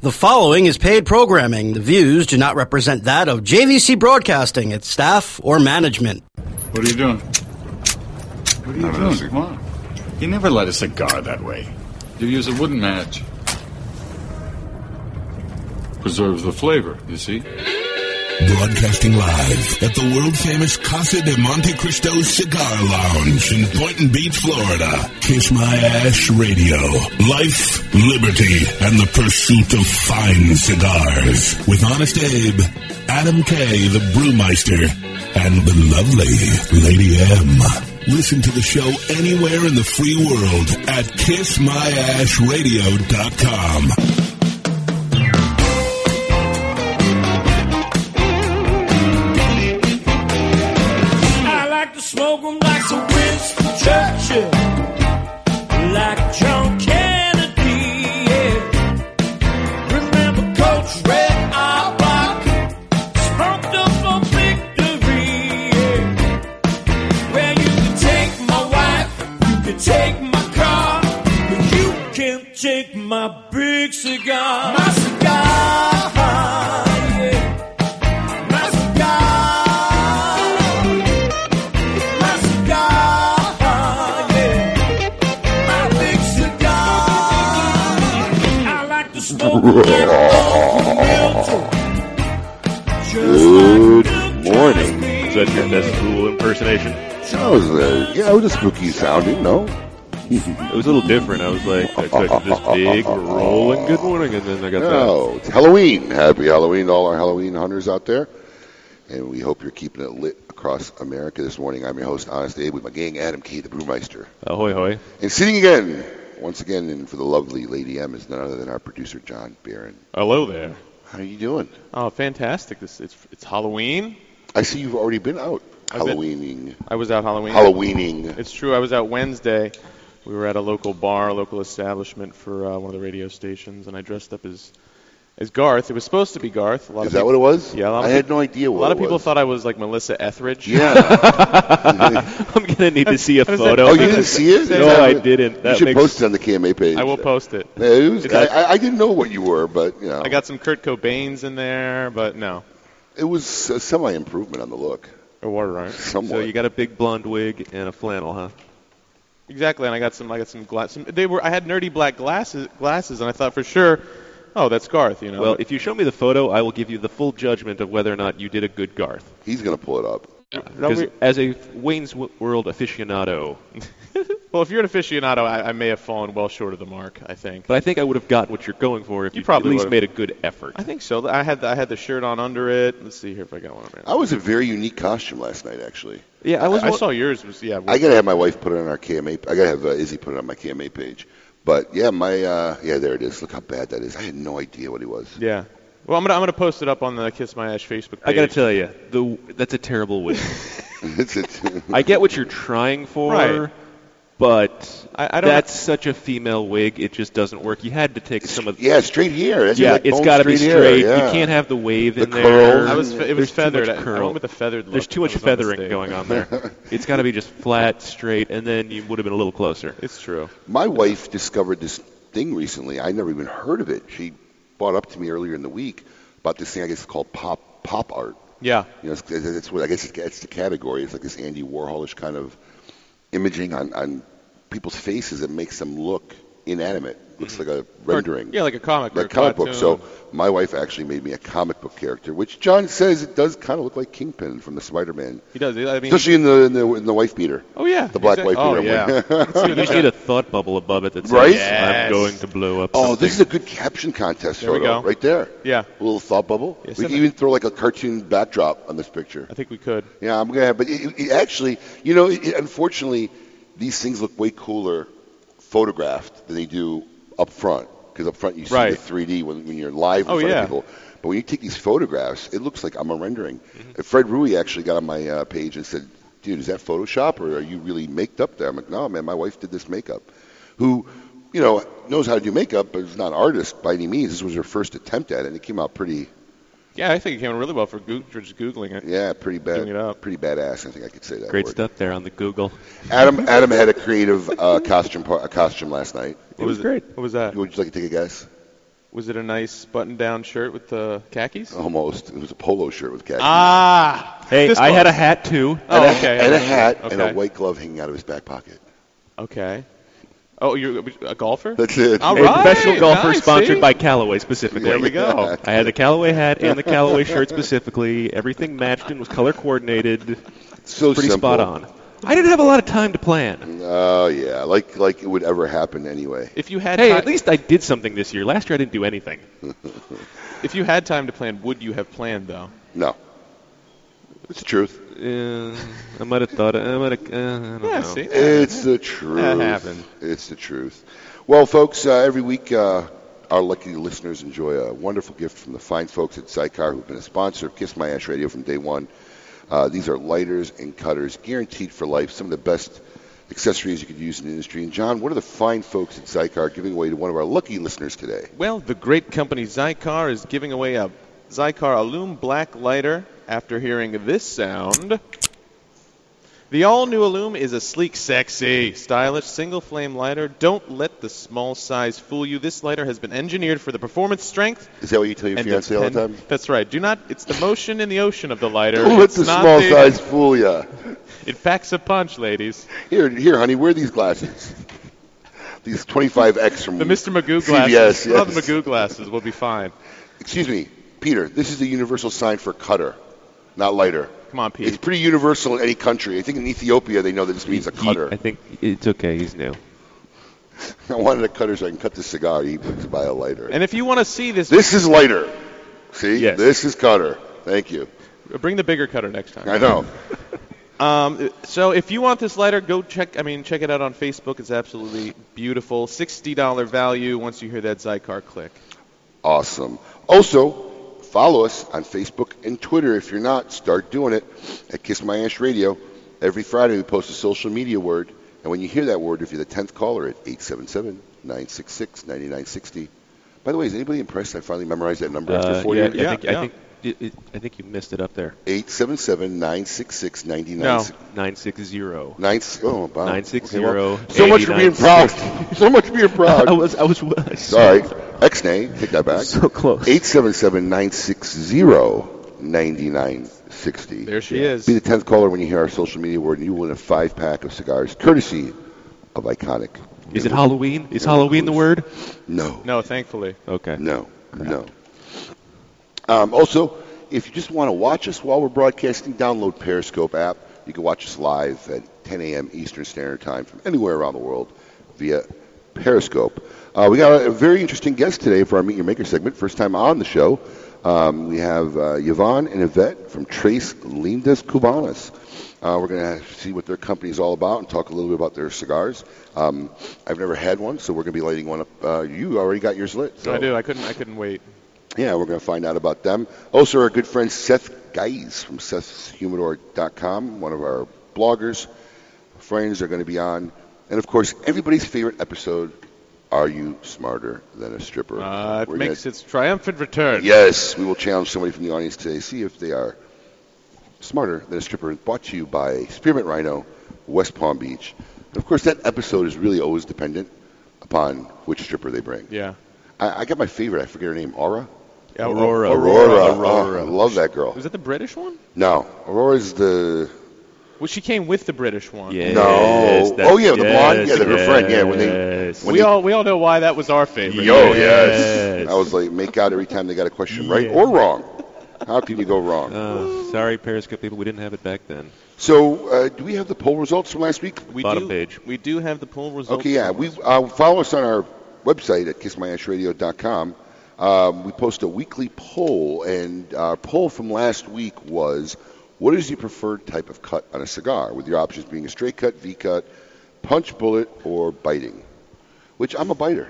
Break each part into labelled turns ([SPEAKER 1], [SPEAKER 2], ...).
[SPEAKER 1] The following is paid programming. The views do not represent that of JVC Broadcasting, its staff, or management.
[SPEAKER 2] What are you doing? What are you
[SPEAKER 3] Having a
[SPEAKER 2] doing?
[SPEAKER 3] cig-
[SPEAKER 2] Come on. You never light a cigar that way. You use a wooden match. Preserves the flavor, you see?
[SPEAKER 4] Broadcasting live at the world famous Casa de Monte Cristo Cigar Lounge in Boynton Beach, Florida. Kiss My Ash Radio. Life, liberty, and the pursuit of fine cigars. With Honest Abe, Adam K., the Brewmeister, and the lovely Lady M. Listen to the show anywhere in the free world at kissmyashradio.com.
[SPEAKER 5] I like to smoke 'em like some Winston Churchill, like John Kennedy. Yeah. Remember Coach Red Eye Rock, spunked up for victory. Yeah. Well, you can take my wife, you can take my car, but you can't take my big cigar. My cigar. Yeah. My cigar. My cigar, yeah. My big cigar. I like to smoke a black ball from Milton.
[SPEAKER 3] Good
[SPEAKER 6] Morning. Is that your best Zool impersonation?
[SPEAKER 3] That was a, yeah, it was a spooky sounding, no?
[SPEAKER 6] It was a little different. I was like, I expected this big, rolling good morning, and then I got
[SPEAKER 3] No, it's Halloween. Happy Halloween to all our Halloween hunters out there. And we hope you're keeping it lit across America this morning. I'm your host, Honest Abe, with my gang, Adam K., the Brewmeister.
[SPEAKER 7] Uh,
[SPEAKER 6] that. Ahoy, hoy.
[SPEAKER 3] And sitting again, once again, and for the lovely Lady M, is none other than our producer, John Barron.
[SPEAKER 6] Hello there.
[SPEAKER 3] How are you doing?
[SPEAKER 6] Oh, fantastic. This It's, it's Halloween.
[SPEAKER 3] I see you've already been out
[SPEAKER 6] I've been-
[SPEAKER 3] Halloweening.
[SPEAKER 6] I was out Halloween.
[SPEAKER 3] Halloweening.
[SPEAKER 6] It's true. I was out Wednesday. We were at a local bar, a local establishment for uh, one of the radio stations, and I dressed up as as Garth. It was supposed to be Garth. A lot
[SPEAKER 3] Is
[SPEAKER 6] of
[SPEAKER 3] that
[SPEAKER 6] peop-
[SPEAKER 3] what it was?
[SPEAKER 6] Yeah, a lot
[SPEAKER 3] I
[SPEAKER 6] of
[SPEAKER 3] had
[SPEAKER 6] peop-
[SPEAKER 3] no idea
[SPEAKER 6] A
[SPEAKER 3] what
[SPEAKER 6] lot of
[SPEAKER 3] it
[SPEAKER 6] people
[SPEAKER 3] was.
[SPEAKER 6] thought I was like Melissa Etheridge.
[SPEAKER 3] Yeah.
[SPEAKER 6] I'm gonna need to see a
[SPEAKER 7] Is it-
[SPEAKER 6] photo.
[SPEAKER 3] oh, you didn't see it?
[SPEAKER 6] No, I didn't. That
[SPEAKER 3] you should
[SPEAKER 6] makes-
[SPEAKER 3] post it on the KMA page.
[SPEAKER 6] I will post it.
[SPEAKER 3] Yeah, it was-
[SPEAKER 6] It
[SPEAKER 3] I,
[SPEAKER 6] does-
[SPEAKER 3] I- I didn't know what you were, but you know,
[SPEAKER 6] I got some Kurt Cobains in there, but no,
[SPEAKER 3] it was a semi improvement on the look.
[SPEAKER 6] a water iron.
[SPEAKER 3] Somewhat.
[SPEAKER 7] So you got a big blonde wig and a flannel, huh?
[SPEAKER 6] Exactly, and I got some. I got some glass. Some, they were. I had nerdy black glasses, glasses, and I thought for sure, oh, that's Garth. You know.
[SPEAKER 7] Well, if you show me the photo, I will give you the full judgment of whether or not you did a good Garth.
[SPEAKER 3] He's gonna pull it up.
[SPEAKER 6] No,
[SPEAKER 7] Because
[SPEAKER 6] we-
[SPEAKER 7] as a Wayne's W- World aficionado,
[SPEAKER 6] well, if you're an aficionado, I, I may have fallen well short of the mark. I think.
[SPEAKER 7] but I think I would have got what you're going for if
[SPEAKER 6] You
[SPEAKER 7] you, at
[SPEAKER 6] probably
[SPEAKER 7] least
[SPEAKER 6] would've.
[SPEAKER 7] made a good effort.
[SPEAKER 6] I think so. I had the, I had the shirt on under it. Let's see here if I got one. Under
[SPEAKER 3] That was a very unique costume last night, actually.
[SPEAKER 7] Yeah, I was.
[SPEAKER 6] I
[SPEAKER 7] wa-
[SPEAKER 6] saw yours was yeah.
[SPEAKER 3] I gotta have my wife put it on our KMA. I gotta have uh, Izzy put it on my KMA page. But yeah, my uh, yeah, there it is. Look how bad that is. I had no idea what he was.
[SPEAKER 6] yeah. Well, I'm gonna I'm gonna post it up on the Kiss My Ash Facebook. Page.
[SPEAKER 7] I gotta tell you, the that's a terrible wig.
[SPEAKER 3] It's- it's-
[SPEAKER 7] I get what you're trying for,
[SPEAKER 6] Right.
[SPEAKER 7] but
[SPEAKER 6] I- I don't-
[SPEAKER 7] that's such a female wig. It just doesn't work. You had to take some of.
[SPEAKER 3] yeah, straight hair. That's
[SPEAKER 7] yeah,
[SPEAKER 3] like
[SPEAKER 7] it's
[SPEAKER 3] bone
[SPEAKER 7] got to be
[SPEAKER 3] straight
[SPEAKER 7] straight.
[SPEAKER 3] hair, yeah.
[SPEAKER 7] You can't have the wave in
[SPEAKER 3] The
[SPEAKER 7] there.
[SPEAKER 3] curls.
[SPEAKER 6] I was it
[SPEAKER 7] There's too
[SPEAKER 6] was
[SPEAKER 7] much
[SPEAKER 6] feathered. I- I
[SPEAKER 7] curl.
[SPEAKER 6] went with a feathered look.
[SPEAKER 7] There's too much
[SPEAKER 6] I was on the
[SPEAKER 7] feathering
[SPEAKER 6] stage.
[SPEAKER 7] going on there. it's got to be just flat, straight, and then you would have been a little closer.
[SPEAKER 6] It's true.
[SPEAKER 3] My wife discovered this thing recently. I never even heard of it. She brought up to me earlier in the week about this thing. I guess it's called pop pop art.
[SPEAKER 6] Yeah.
[SPEAKER 3] You know, it's, it's it's what I guess it's, it's the category. It's like this Andy Warholish kind of imaging on, on people's faces that makes them look inanimate. Looks like a rendering,
[SPEAKER 6] Yeah, like a comic. Mm-hmm. or
[SPEAKER 3] like
[SPEAKER 6] a
[SPEAKER 3] a comic book.
[SPEAKER 6] cartoon.
[SPEAKER 3] So my wife actually made me a comic book character, which John says it does kind of look like Kingpin from the Spider-Man,
[SPEAKER 6] he does. I mean,
[SPEAKER 3] especially in the in the, in the wife beater,
[SPEAKER 6] oh yeah,
[SPEAKER 3] the black
[SPEAKER 6] exactly.
[SPEAKER 3] wife beater.
[SPEAKER 6] Oh
[SPEAKER 3] I'm
[SPEAKER 6] yeah.
[SPEAKER 3] wearing.
[SPEAKER 7] You just need a thought bubble above it that says,
[SPEAKER 3] Right?
[SPEAKER 6] Yes.
[SPEAKER 7] I'm going to blow up.
[SPEAKER 3] Oh,
[SPEAKER 7] something."
[SPEAKER 3] this is a good caption contest
[SPEAKER 6] There we
[SPEAKER 3] photo
[SPEAKER 6] go.
[SPEAKER 3] right there.
[SPEAKER 6] yeah.
[SPEAKER 3] A little thought bubble.
[SPEAKER 6] Yes,
[SPEAKER 3] we can
[SPEAKER 6] and-
[SPEAKER 3] even throw like a cartoon backdrop on this picture.
[SPEAKER 6] I think we could.
[SPEAKER 3] Yeah, I'm gonna have. But it, it actually, you know, it, unfortunately, these things look way cooler photographed than they do up front. Because up front you see
[SPEAKER 6] Right.
[SPEAKER 3] the 3D when, when you're live in
[SPEAKER 6] Oh,
[SPEAKER 3] front
[SPEAKER 6] yeah.
[SPEAKER 3] of people. But when you take these photographs, it looks like I'm a rendering.
[SPEAKER 7] Mm-hmm.
[SPEAKER 3] And Fred Rui actually got on my uh, page and said, "Dude, is that Photoshop or are you really maked up there?" I'm like, "No, man, my wife did this makeup." Who, you know, knows how to do makeup, but is not an artist by any means. This was her first attempt at it, and it came out pretty, uh,
[SPEAKER 6] Yeah, I think it came out really well for, Goog- for just googling it.
[SPEAKER 3] yeah, pretty bad,
[SPEAKER 6] Doing it up.
[SPEAKER 3] pretty badass. I think I could say that.
[SPEAKER 7] Great
[SPEAKER 3] word.
[SPEAKER 7] stuff there on the Google.
[SPEAKER 3] Adam Adam had a creative uh, costume par- a costume last night.
[SPEAKER 6] What
[SPEAKER 7] was great.
[SPEAKER 6] What was that?
[SPEAKER 3] Would you like to take a guess?
[SPEAKER 6] Was it a nice button-down shirt with the khakis?
[SPEAKER 7] Uh-huh.
[SPEAKER 3] Almost. It was a polo shirt with khakis.
[SPEAKER 6] Ah.
[SPEAKER 7] Hey,
[SPEAKER 6] Fist
[SPEAKER 7] I had a
[SPEAKER 6] bumps.
[SPEAKER 7] hat too.
[SPEAKER 6] Oh,
[SPEAKER 3] and a,
[SPEAKER 6] okay.
[SPEAKER 3] and a hat and a
[SPEAKER 6] Okay.
[SPEAKER 3] white glove hanging out of his back pocket.
[SPEAKER 6] Okay. Oh, you're a golfer?
[SPEAKER 3] That's it.
[SPEAKER 6] All
[SPEAKER 7] A
[SPEAKER 6] right.
[SPEAKER 7] professional golfer
[SPEAKER 6] nice,
[SPEAKER 7] sponsored
[SPEAKER 6] see?
[SPEAKER 7] by Callaway specifically.
[SPEAKER 3] There we go.
[SPEAKER 7] I had the Callaway hat and the Callaway shirt specifically. Everything matched and was color coordinated.
[SPEAKER 3] So
[SPEAKER 7] Pretty
[SPEAKER 3] simple.
[SPEAKER 7] spot on. I didn't have a lot of time to plan.
[SPEAKER 3] Oh yeah, like like it would ever happen anyway.
[SPEAKER 6] If you had
[SPEAKER 7] Hey,
[SPEAKER 6] ti-
[SPEAKER 7] at least I did something this year. Last year I didn't do anything.
[SPEAKER 6] if you had time to plan, would you have planned though?
[SPEAKER 3] No, it's the truth.
[SPEAKER 7] Uh, I might have thought. I might have. Uh, I don't
[SPEAKER 6] Yeah,
[SPEAKER 7] know.
[SPEAKER 6] see?
[SPEAKER 3] It's the truth.
[SPEAKER 6] happened.
[SPEAKER 3] It's the truth. Well, folks, uh, every week uh, our lucky listeners enjoy a wonderful gift from the fine folks at Zycar, who've been a sponsor of Kiss My Ash Radio from day one. Uh, these are lighters and cutters, guaranteed for life. Some of the best accessories you could use in the industry. And John, what are the fine folks at Zycar giving away to one of our lucky listeners today?
[SPEAKER 6] Well, the great company Zycar is giving away a Zycar Alum Black lighter after hearing this sound. The all new Alum is a sleek, sexy, stylish single flame lighter. Don't let the small size fool you. This lighter has been engineered for the performance strength
[SPEAKER 3] Is that what you tell your
[SPEAKER 6] and
[SPEAKER 3] fiance all the
[SPEAKER 6] depend-
[SPEAKER 3] time?
[SPEAKER 6] That's right. Do not it's the motion in the ocean of the lighter.
[SPEAKER 3] Don't let
[SPEAKER 6] It's
[SPEAKER 3] the
[SPEAKER 6] not
[SPEAKER 3] small size fool ya.
[SPEAKER 6] It packs a punch, ladies.
[SPEAKER 3] Here, here, honey, wear these glasses. These 25X from
[SPEAKER 6] The Mr. Magoo
[SPEAKER 3] CVS,
[SPEAKER 6] glasses.
[SPEAKER 3] Yes,
[SPEAKER 6] Love the Magoo glasses. We'll be fine.
[SPEAKER 3] Excuse me, Peter. This is the universal sign for cutter, not lighter.
[SPEAKER 6] Come on,
[SPEAKER 3] It's
[SPEAKER 6] Pete.
[SPEAKER 3] pretty universal in any country. I think in Ethiopia they know that this means a
[SPEAKER 7] He- I
[SPEAKER 3] cutter.
[SPEAKER 7] think it's okay. He's new.
[SPEAKER 3] I wanted a cutter so I can cut this cigar. He went to buy a lighter.
[SPEAKER 6] And if you want to see this,
[SPEAKER 3] This is lighter. See,
[SPEAKER 7] Yes.
[SPEAKER 3] this is cutter. Thank you.
[SPEAKER 6] bring the bigger cutter next time.
[SPEAKER 3] I know.
[SPEAKER 6] Um, so if you want this lighter, go check. I mean, check it out on Facebook. It's absolutely beautiful. Sixty dollar value. Once you hear that Zycar click.
[SPEAKER 3] Awesome. Also, follow us on Facebook and Twitter. If you're not, start doing it at Kiss My Ash Radio. Every Friday we post a social media word, and when you hear that word, if you're the tenth caller at 877-966-9960. By the way, is anybody impressed I finally memorized that number after
[SPEAKER 7] Uh,
[SPEAKER 3] four
[SPEAKER 7] yeah,
[SPEAKER 3] years?
[SPEAKER 6] Yeah,
[SPEAKER 7] I think,
[SPEAKER 6] yeah.
[SPEAKER 7] I think, it, it, I think you missed it up there.
[SPEAKER 3] 877-966-9960.
[SPEAKER 6] No.
[SPEAKER 7] Nine six zero.
[SPEAKER 3] Nine, oh, wow.
[SPEAKER 7] Nine six
[SPEAKER 3] Okay, well,
[SPEAKER 7] zero
[SPEAKER 3] so much for
[SPEAKER 7] eighty
[SPEAKER 3] being
[SPEAKER 7] nine
[SPEAKER 3] proud. so much for being
[SPEAKER 7] I
[SPEAKER 3] proud.
[SPEAKER 7] was. I was. I
[SPEAKER 3] Sorry. X-Nay, take that back.
[SPEAKER 7] So close.
[SPEAKER 3] 877-960-9960.
[SPEAKER 6] There she
[SPEAKER 3] Be the
[SPEAKER 6] is.
[SPEAKER 3] 10th caller when you hear our social media word, and you will win a five-pack of cigars, courtesy of Iconic.
[SPEAKER 7] Is it Halloween? Is Halloween the word?
[SPEAKER 3] No.
[SPEAKER 6] No, thankfully.
[SPEAKER 7] Okay.
[SPEAKER 3] No. No. Um, also, if you just want to watch us while we're broadcasting, download Periscope app. You can watch us live at 10 a.m. Eastern Standard Time from anywhere around the world via Periscope. Uh, we got a very interesting guest today for our Meet Your Maker segment. First time on the show. Um, we have uh, Yvonne and Yvette from Trace Lindas Cubanas. Uh, we're going to see what their company is all about and talk a little bit about their cigars. Um, I've never had one, so we're going to be lighting one up. Uh, you already got yours lit. So
[SPEAKER 6] I do. I couldn't. I couldn't wait.
[SPEAKER 3] yeah, we're going to find out about them. Also, our good friend Seth Guys from Seth'sHumidor.com, one of our bloggers, friends are going to be on. And of course, everybody's favorite episode, Are You Smarter Than a Stripper?
[SPEAKER 6] Uh, it
[SPEAKER 3] We're
[SPEAKER 6] makes
[SPEAKER 3] gonna-
[SPEAKER 6] its triumphant return.
[SPEAKER 3] Yes, we will challenge somebody from the audience today, see if they are smarter than a stripper. Brought to you by Spearmint Rhino, West Palm Beach. And of course, that episode is really always dependent upon which stripper they bring.
[SPEAKER 6] Yeah.
[SPEAKER 3] I, I got my favorite, I forget her name, Aura?
[SPEAKER 7] Aurora.
[SPEAKER 3] Aurora. Oh, I love that girl.
[SPEAKER 6] Was that the British one?
[SPEAKER 3] No, Aurora's the
[SPEAKER 6] Well, she came with the British one.
[SPEAKER 7] Yes,
[SPEAKER 3] No.
[SPEAKER 7] that's-
[SPEAKER 3] Oh, yeah, the blonde. Yeah,
[SPEAKER 7] yes,
[SPEAKER 3] the- her friend. Yeah, when they-
[SPEAKER 7] yes.
[SPEAKER 3] when
[SPEAKER 6] we
[SPEAKER 3] they-
[SPEAKER 6] all we all know why that was our favorite.
[SPEAKER 3] yo.
[SPEAKER 7] Yes.
[SPEAKER 3] I was like, make out every time they got a question right or wrong. How can you go wrong?
[SPEAKER 7] Oh, sorry, Periscope people. We didn't have it back then.
[SPEAKER 3] so, uh, do we have the poll results from last week?
[SPEAKER 6] We
[SPEAKER 7] Bottom
[SPEAKER 6] do,
[SPEAKER 7] page.
[SPEAKER 6] We do have the poll results.
[SPEAKER 3] Okay, yeah. We uh, follow us on our website at kissmyashradio.com. Um, we post a weekly poll, and our poll from last week was, "What is your preferred type of cut on a cigar?" With your options being a straight cut, V cut, punch bullet, or biting. Which I'm a biter.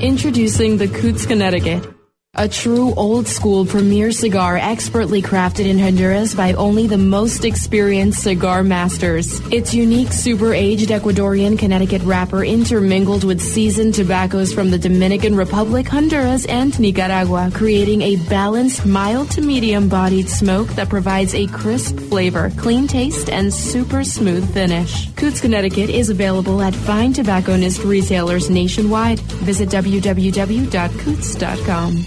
[SPEAKER 8] Introducing the Coots, Connecticut. A true old school premier cigar expertly crafted in Honduras by only the most experienced cigar masters. Its unique super aged Ecuadorian Connecticut wrapper intermingled with seasoned tobaccos from the Dominican Republic, Honduras, and Nicaragua, creating a balanced, mild to medium bodied smoke that provides a crisp flavor, clean taste, and super smooth finish. Coots, Connecticut is available at fine tobacconist retailers nationwide. Visit www.coots.com.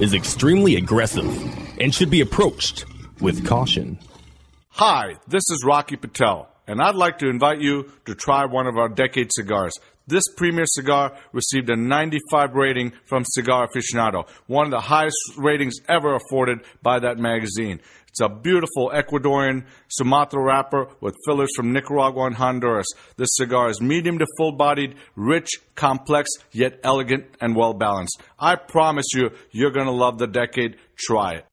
[SPEAKER 9] is extremely aggressive and should be approached with caution.
[SPEAKER 10] Hi, this is Rocky Patel, and I'd like to invite you to try one of our decade cigars. This premier cigar received a 95 rating from Cigar Aficionado, one of the highest ratings ever afforded by that magazine. It's a beautiful Ecuadorian Sumatra wrapper with fillers from Nicaragua and Honduras. This cigar is medium to full bodied, rich, complex, yet elegant and well balanced. I promise you, you're going to love the decade. Try it.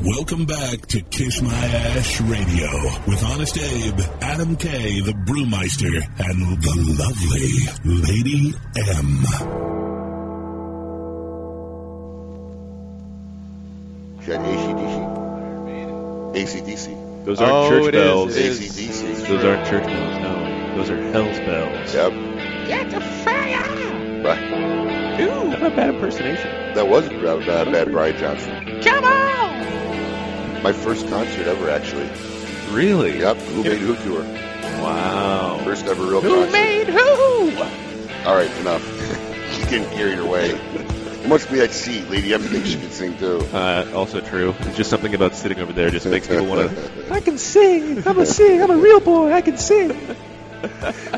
[SPEAKER 4] Welcome back to Kiss My Ash Radio with Honest Abe, Adam K, the Brewmeister, and the lovely Lady M.
[SPEAKER 3] Is that ACDC? ACDC.
[SPEAKER 7] Those aren't
[SPEAKER 6] Oh,
[SPEAKER 7] church bells.
[SPEAKER 3] ACDC.
[SPEAKER 7] Mm. Those aren't church bells. No, those are hell's bells.
[SPEAKER 3] Yep.
[SPEAKER 5] Get the fire!
[SPEAKER 3] Right.
[SPEAKER 7] Not a bad impersonation.
[SPEAKER 3] That was a bad, bad, bad Brian Johnson.
[SPEAKER 5] Come on!
[SPEAKER 3] My first concert ever, actually.
[SPEAKER 7] Really?
[SPEAKER 3] Yep. Who made who tour?
[SPEAKER 7] Wow.
[SPEAKER 3] First ever real
[SPEAKER 5] Who
[SPEAKER 3] concert.
[SPEAKER 5] made who?
[SPEAKER 3] All right, enough. She's getting carried away. It must be that seat, Lady M thinks she can sing too.
[SPEAKER 7] Uh, also true. It's just something about sitting over there just makes people want to. I can sing. I'm a sing. I'm a real boy. I can sing.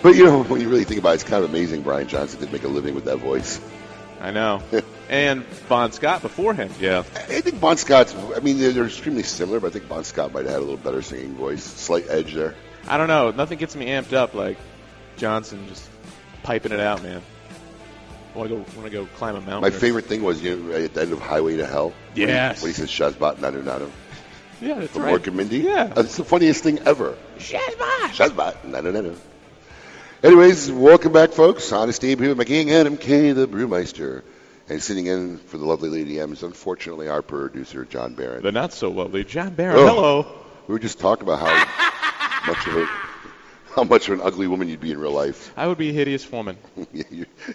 [SPEAKER 3] But you know, when you really think about it, it's kind of amazing Brian Johnson did make a living with that voice.
[SPEAKER 6] I know. and Bon Scott before him.
[SPEAKER 7] Yeah.
[SPEAKER 3] I think Bon Scott's, I mean, they're, they're extremely similar, but I think Bon Scott might have had a little better singing voice. Slight edge there.
[SPEAKER 6] I don't know. Nothing gets me amped up like Johnson just piping it out, man. I want to go. Want to go climb a mountain.
[SPEAKER 3] My
[SPEAKER 6] or-
[SPEAKER 3] favorite thing was you know, at the end of Highway to Hell. when he-
[SPEAKER 6] Yes.
[SPEAKER 3] When he says Shazbat Nanu Nanu.
[SPEAKER 6] Yeah, that's
[SPEAKER 3] From
[SPEAKER 6] right.
[SPEAKER 3] Mork and Mindy?
[SPEAKER 6] Yeah.
[SPEAKER 3] That's the funniest thing ever.
[SPEAKER 5] Shazbot!
[SPEAKER 3] Shazbat Nanu Nanu. Anyways, welcome back, folks. Honest Abe here with my gang, Adam K., the Brewmeister. And sitting in for the lovely Lady M is unfortunately our producer, John Barron.
[SPEAKER 6] The not so lovely John Barron.
[SPEAKER 3] Oh.
[SPEAKER 6] Hello.
[SPEAKER 3] We were just talking about how much of a, how much of an ugly woman you'd be in real life.
[SPEAKER 6] I would be a hideous woman.
[SPEAKER 3] You- you-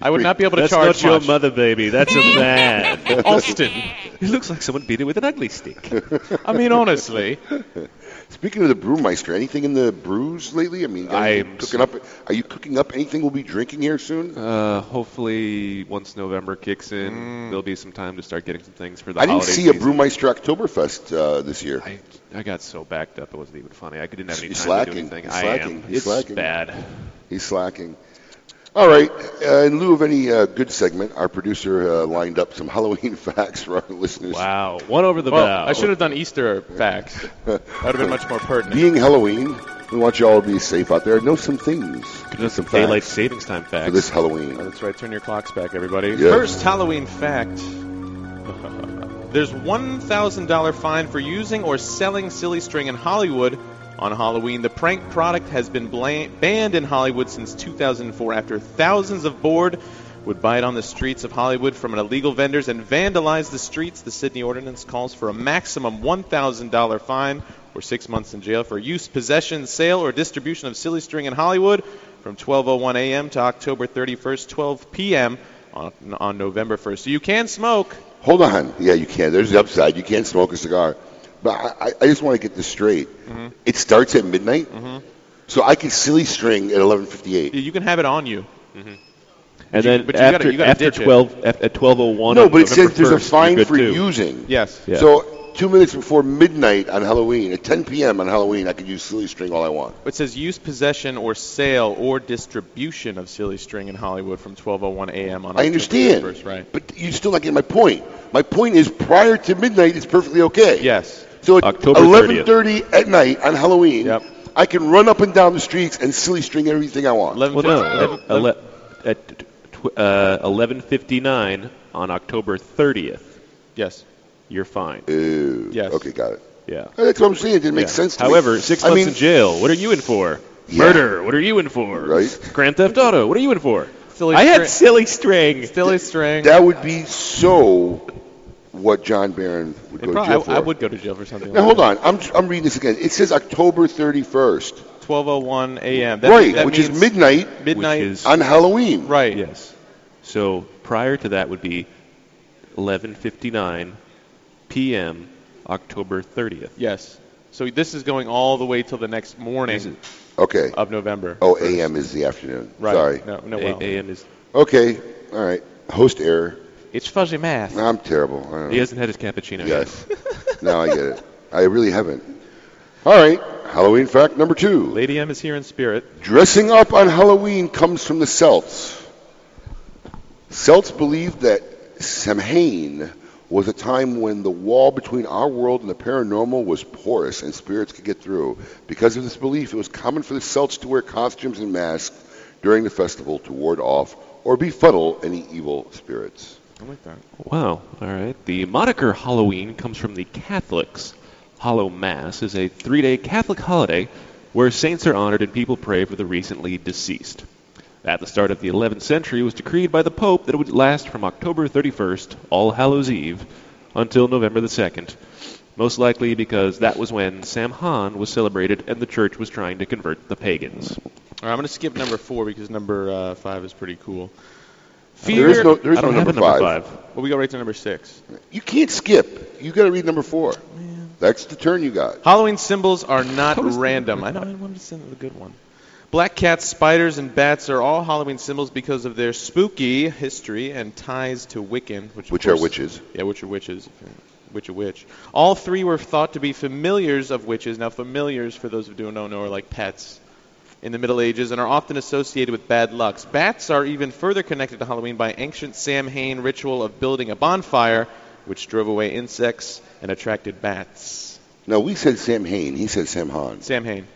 [SPEAKER 6] I would not be able to
[SPEAKER 7] That's
[SPEAKER 6] charge
[SPEAKER 7] not your
[SPEAKER 6] much.
[SPEAKER 7] mother, baby. That's a man.
[SPEAKER 6] Austin.
[SPEAKER 7] It looks like someone beat it with an ugly stick.
[SPEAKER 6] I mean, honestly,
[SPEAKER 3] Speaking of the brewmeister, anything in the brews lately? I mean, are you
[SPEAKER 7] I'm
[SPEAKER 3] cooking up? Are you cooking up anything we'll be drinking here soon?
[SPEAKER 7] Uh, hopefully, once November kicks in,
[SPEAKER 6] Mm.
[SPEAKER 7] there'll be some time to start getting some things for the
[SPEAKER 3] I didn't
[SPEAKER 7] holiday
[SPEAKER 3] see a
[SPEAKER 7] season.
[SPEAKER 3] brewmeister Oktoberfest uh, this year.
[SPEAKER 7] I, I got so backed up it wasn't even funny. I didn't have any
[SPEAKER 3] He's
[SPEAKER 7] time to
[SPEAKER 3] slacking.
[SPEAKER 7] do anything.
[SPEAKER 3] He's
[SPEAKER 7] I
[SPEAKER 3] slacking.
[SPEAKER 7] am.
[SPEAKER 3] He's
[SPEAKER 7] it's
[SPEAKER 3] slacking.
[SPEAKER 7] bad.
[SPEAKER 3] He's slacking. All right. Uh, in lieu of any uh, good segment, our producer uh, lined up some Halloween facts for our listeners.
[SPEAKER 7] Wow. One over the
[SPEAKER 6] well,
[SPEAKER 7] bow.
[SPEAKER 6] I should have done Easter facts. That would have been much more pertinent.
[SPEAKER 3] Being Halloween, we want you all to be safe out there. Know some things.
[SPEAKER 7] done some
[SPEAKER 3] facts.
[SPEAKER 7] daylight savings time
[SPEAKER 3] for
[SPEAKER 7] facts.
[SPEAKER 3] this Halloween.
[SPEAKER 6] That's right. Turn your clocks back, everybody.
[SPEAKER 3] Yeah.
[SPEAKER 6] First Halloween fact. There's $1,000 fine for using or selling silly string in Hollywood on Halloween. The prank product has been bla- banned in Hollywood since 2004 after thousands of bored would buy it on the streets of Hollywood from an illegal vendors and vandalize the streets. The Sydney ordinance calls for a maximum $1,000 fine or 6 months in jail for use, possession, sale or distribution of silly string in Hollywood from 12:01 a.m. to October 31st 12 p.m. on on November 1st. So you can smoke
[SPEAKER 3] Hold on. Yeah, you can. There's the upside. You can't smoke a cigar. But I, I- I just want to get this straight.
[SPEAKER 6] Mm-hmm.
[SPEAKER 3] It starts at midnight, so I can silly string at 11:58.
[SPEAKER 6] You can have it on you.
[SPEAKER 7] and
[SPEAKER 6] you-
[SPEAKER 7] then
[SPEAKER 6] but you gotta-
[SPEAKER 7] after,
[SPEAKER 6] you gotta
[SPEAKER 7] after
[SPEAKER 6] ditch it.
[SPEAKER 7] 12 af- at 12:01.
[SPEAKER 3] No,
[SPEAKER 7] on
[SPEAKER 3] but it says
[SPEAKER 7] November
[SPEAKER 3] there's a
[SPEAKER 7] 1st,
[SPEAKER 3] fine
[SPEAKER 7] you're good
[SPEAKER 3] for
[SPEAKER 7] too.
[SPEAKER 3] using.
[SPEAKER 6] Yes.
[SPEAKER 7] Yeah.
[SPEAKER 3] So two minutes before midnight on Halloween, at 10 p.m. on Halloween, I can use silly string all I want.
[SPEAKER 6] It says use possession or sale or distribution of silly string in Hollywood from 12:01 a.m. on
[SPEAKER 3] I
[SPEAKER 6] October
[SPEAKER 3] understand.
[SPEAKER 6] 31st, right?
[SPEAKER 3] But you're still not getting my point. My point is prior to midnight, it's perfectly okay.
[SPEAKER 6] Yes.
[SPEAKER 3] So at
[SPEAKER 7] October 30th.
[SPEAKER 3] 11:30 at night on Halloween,
[SPEAKER 6] Yep.
[SPEAKER 3] I can run up and down the streets and silly string everything I want.
[SPEAKER 6] 11
[SPEAKER 7] Well, no. ele- ele- At tw- uh, 11:59 on October 30th,
[SPEAKER 6] yes.
[SPEAKER 7] you're fine.
[SPEAKER 3] Ew.
[SPEAKER 6] Yes.
[SPEAKER 3] Okay, got it.
[SPEAKER 7] Yeah.
[SPEAKER 3] That's what I'm saying. It didn't make
[SPEAKER 7] Yeah.
[SPEAKER 3] sense to
[SPEAKER 7] However,
[SPEAKER 3] me.
[SPEAKER 7] six
[SPEAKER 3] I
[SPEAKER 7] months
[SPEAKER 3] mean,
[SPEAKER 7] in jail. What are you in for?
[SPEAKER 3] Yeah.
[SPEAKER 7] Murder. What are you in for?
[SPEAKER 3] Right.
[SPEAKER 7] Grand Theft Auto. What are you in for?
[SPEAKER 6] Silly
[SPEAKER 7] I
[SPEAKER 6] string-
[SPEAKER 7] had silly string.
[SPEAKER 6] Silly string.
[SPEAKER 3] That would be so what John Barron would go
[SPEAKER 6] Pro-
[SPEAKER 3] to jail for.
[SPEAKER 6] I, I would go to jail for something.
[SPEAKER 3] Now
[SPEAKER 6] like
[SPEAKER 3] hold on, I'm I'm reading this again. It says October 31st,
[SPEAKER 6] that. 12:01 a.m. That-
[SPEAKER 3] right,
[SPEAKER 6] that
[SPEAKER 3] which is
[SPEAKER 6] means-
[SPEAKER 3] midnight,
[SPEAKER 6] Midnight.
[SPEAKER 3] on Halloween.
[SPEAKER 6] Right.
[SPEAKER 7] Yes. So prior to that would be 11:59 p.m. October 30th.
[SPEAKER 6] Yes. So this is going all the way till the next morning
[SPEAKER 3] Okay.
[SPEAKER 6] of November.
[SPEAKER 3] Oh, AM is the afternoon.
[SPEAKER 6] Right.
[SPEAKER 3] Sorry.
[SPEAKER 6] No, no. Well.
[SPEAKER 7] a.m. is.
[SPEAKER 3] Okay. All right. Host error.
[SPEAKER 6] It's fuzzy math.
[SPEAKER 3] I'm terrible. I don't
[SPEAKER 7] He
[SPEAKER 3] know.
[SPEAKER 7] hasn't had his cappuccino
[SPEAKER 3] Yes. now I get it. I really haven't. All right. Halloween fact number two.
[SPEAKER 6] Lady M is here in spirit.
[SPEAKER 3] Dressing up on Halloween comes from the Celts. Celts believed that Samhain was a time when the wall between our world and the paranormal was porous and spirits could get through. Because of this belief, it was common for the Celts to wear costumes and masks during the festival to ward off or befuddle any evil spirits.
[SPEAKER 6] I like that.
[SPEAKER 7] Wow. All right. The moniker Halloween comes from the Catholics. Hollow Mass is a three day Catholic holiday where saints are honored and people pray for the recently deceased. At the start of the 11th century, it was decreed by the Pope that it would last from October 31st, All Hallows Eve, until November the 2nd, most likely because that was when Samhain was celebrated and the church was trying to convert the pagans.
[SPEAKER 6] All right, I'm going to skip number four because number uh, five is pretty cool.
[SPEAKER 3] There is no- there is
[SPEAKER 6] I don't
[SPEAKER 3] no
[SPEAKER 6] have
[SPEAKER 3] number
[SPEAKER 6] a number
[SPEAKER 3] five.
[SPEAKER 6] Well, we go right to number six.
[SPEAKER 3] You can't skip. You got to read number four. That's the turn you got.
[SPEAKER 6] Halloween symbols are not random. I know I wanted to send a good one. Black cats, spiders, and bats are all Halloween symbols because of their spooky history and ties to Wiccan, which, of
[SPEAKER 3] Which are
[SPEAKER 6] course-
[SPEAKER 3] witches.
[SPEAKER 6] Yeah, which are witches. Which are witch. All three were thought to be familiars of witches. Now, familiars, for those who don't know, are like pets in the Middle Ages and are often associated with bad lucks. Bats are even further connected to Halloween by ancient Samhain ritual of building a bonfire, which drove away insects and attracted bats.
[SPEAKER 3] No, we said Samhain. He said Samhan.
[SPEAKER 6] Samhain.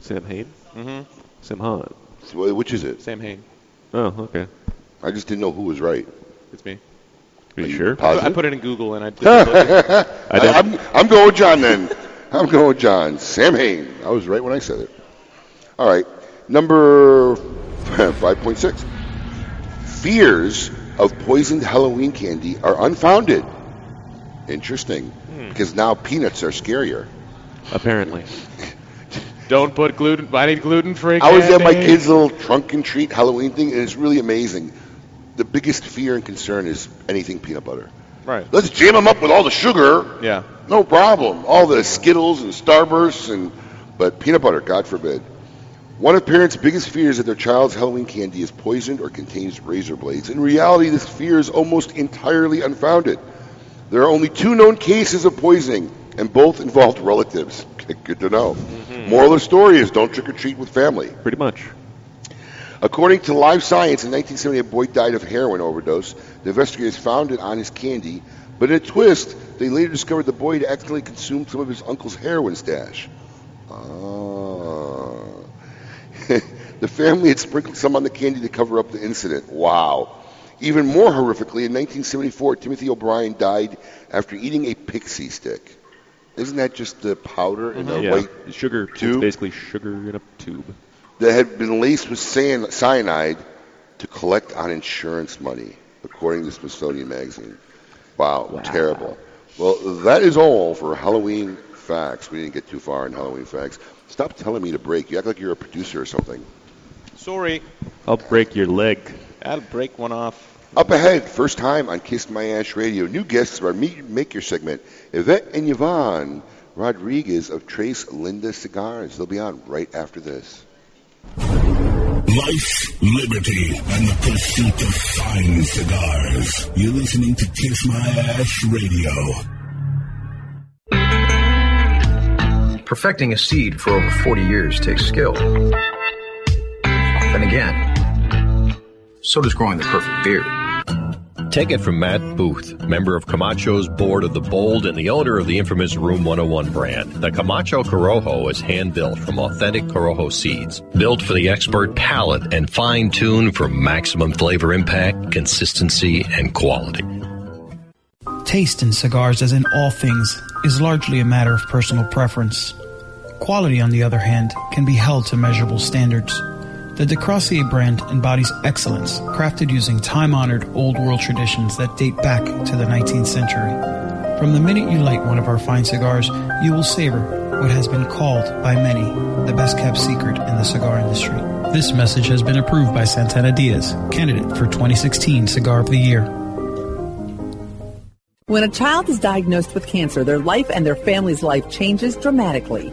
[SPEAKER 7] Samhain?
[SPEAKER 6] Mm-hmm.
[SPEAKER 7] Samhain.
[SPEAKER 3] So, Which is it?
[SPEAKER 6] Samhain.
[SPEAKER 7] Oh, okay.
[SPEAKER 3] I just didn't know who was right.
[SPEAKER 6] It's me.
[SPEAKER 7] Are you sure?
[SPEAKER 3] Positive?
[SPEAKER 6] I put it in Google and I.
[SPEAKER 3] I am I'm going with John then. I'm going with John. Sam Hain. I was right when I said it. All right. Number 5.6. Fears of poisoned Halloween candy are unfounded. Interesting.
[SPEAKER 6] Hmm.
[SPEAKER 3] Because now peanuts are scarier.
[SPEAKER 7] Apparently.
[SPEAKER 6] Don't put gluten. I need gluten free.
[SPEAKER 3] I was at my kids' little trunk and treat Halloween thing, and it's really amazing. The biggest fear and concern is anything peanut butter.
[SPEAKER 6] Right.
[SPEAKER 3] Let's jam them up with all the sugar.
[SPEAKER 6] Yeah.
[SPEAKER 3] No problem. All the Skittles and Starbursts and but peanut butter, God forbid. One of parents' biggest fears that their child's Halloween candy is poisoned or contains razor blades. In reality, this fear is almost entirely unfounded. There are only two known cases of poisoning, and both involved relatives. Good to know. Moral of the story is don't trick or treat with family.
[SPEAKER 7] Mm-hmm. Pretty much.
[SPEAKER 3] According to Live Science, in 1970, a boy died of heroin overdose. The investigators found it on his candy, but in a twist, they later discovered the boy had accidentally consumed some of his uncle's heroin stash. Ah. the family had sprinkled some on the candy to cover up the incident. Wow. Even more horrifically, in 1974, Timothy O'Brien died after eating a pixie stick. Isn't that just the powder in a
[SPEAKER 7] yeah.
[SPEAKER 3] white
[SPEAKER 7] sugar. It's
[SPEAKER 3] tube?
[SPEAKER 7] basically sugar in a tube.
[SPEAKER 3] that had been laced with cyan- cyanide to collect on insurance money, according to Smithsonian Magazine. Wow, terrible. Well, that is all for Halloween facts. We didn't get too far in Halloween facts. Stop telling me to break. You act like you're a producer or something.
[SPEAKER 6] Sorry,
[SPEAKER 7] I'll break your leg.
[SPEAKER 6] I'll break one off.
[SPEAKER 3] Up ahead, first time on Kiss My Ash Radio, new guests of our Meet Maker segment, Yvette and Yvonne Rodriguez of Trace Linda Cigars. They'll be on right after this.
[SPEAKER 4] Life, liberty, and the pursuit of fine cigars. You're listening to Kiss My Ash Radio.
[SPEAKER 11] Perfecting a seed for over 40 years takes skill. Then again, so does growing the perfect beer.
[SPEAKER 9] Take it from Matt Booth, member of Camacho's board of the bold and the owner of the infamous Room 101 brand. The Camacho Corojo is hand built from authentic Corojo seeds, built for the expert palate and fine tuned for maximum flavor impact, consistency, and quality.
[SPEAKER 12] Taste in cigars, as in all things, is largely a matter of personal preference. Quality, on the other hand, can be held to measurable standards. The De Crossier brand embodies excellence, crafted using time honored old world traditions that date back to the 19th century. From the minute you light one of our fine cigars, you will savor what has been called by many the best kept secret in the cigar industry. This message has been approved by Santana Diaz, candidate for 2016 Cigar of the Year.
[SPEAKER 13] When a child is diagnosed with cancer, their life and their family's life changes dramatically.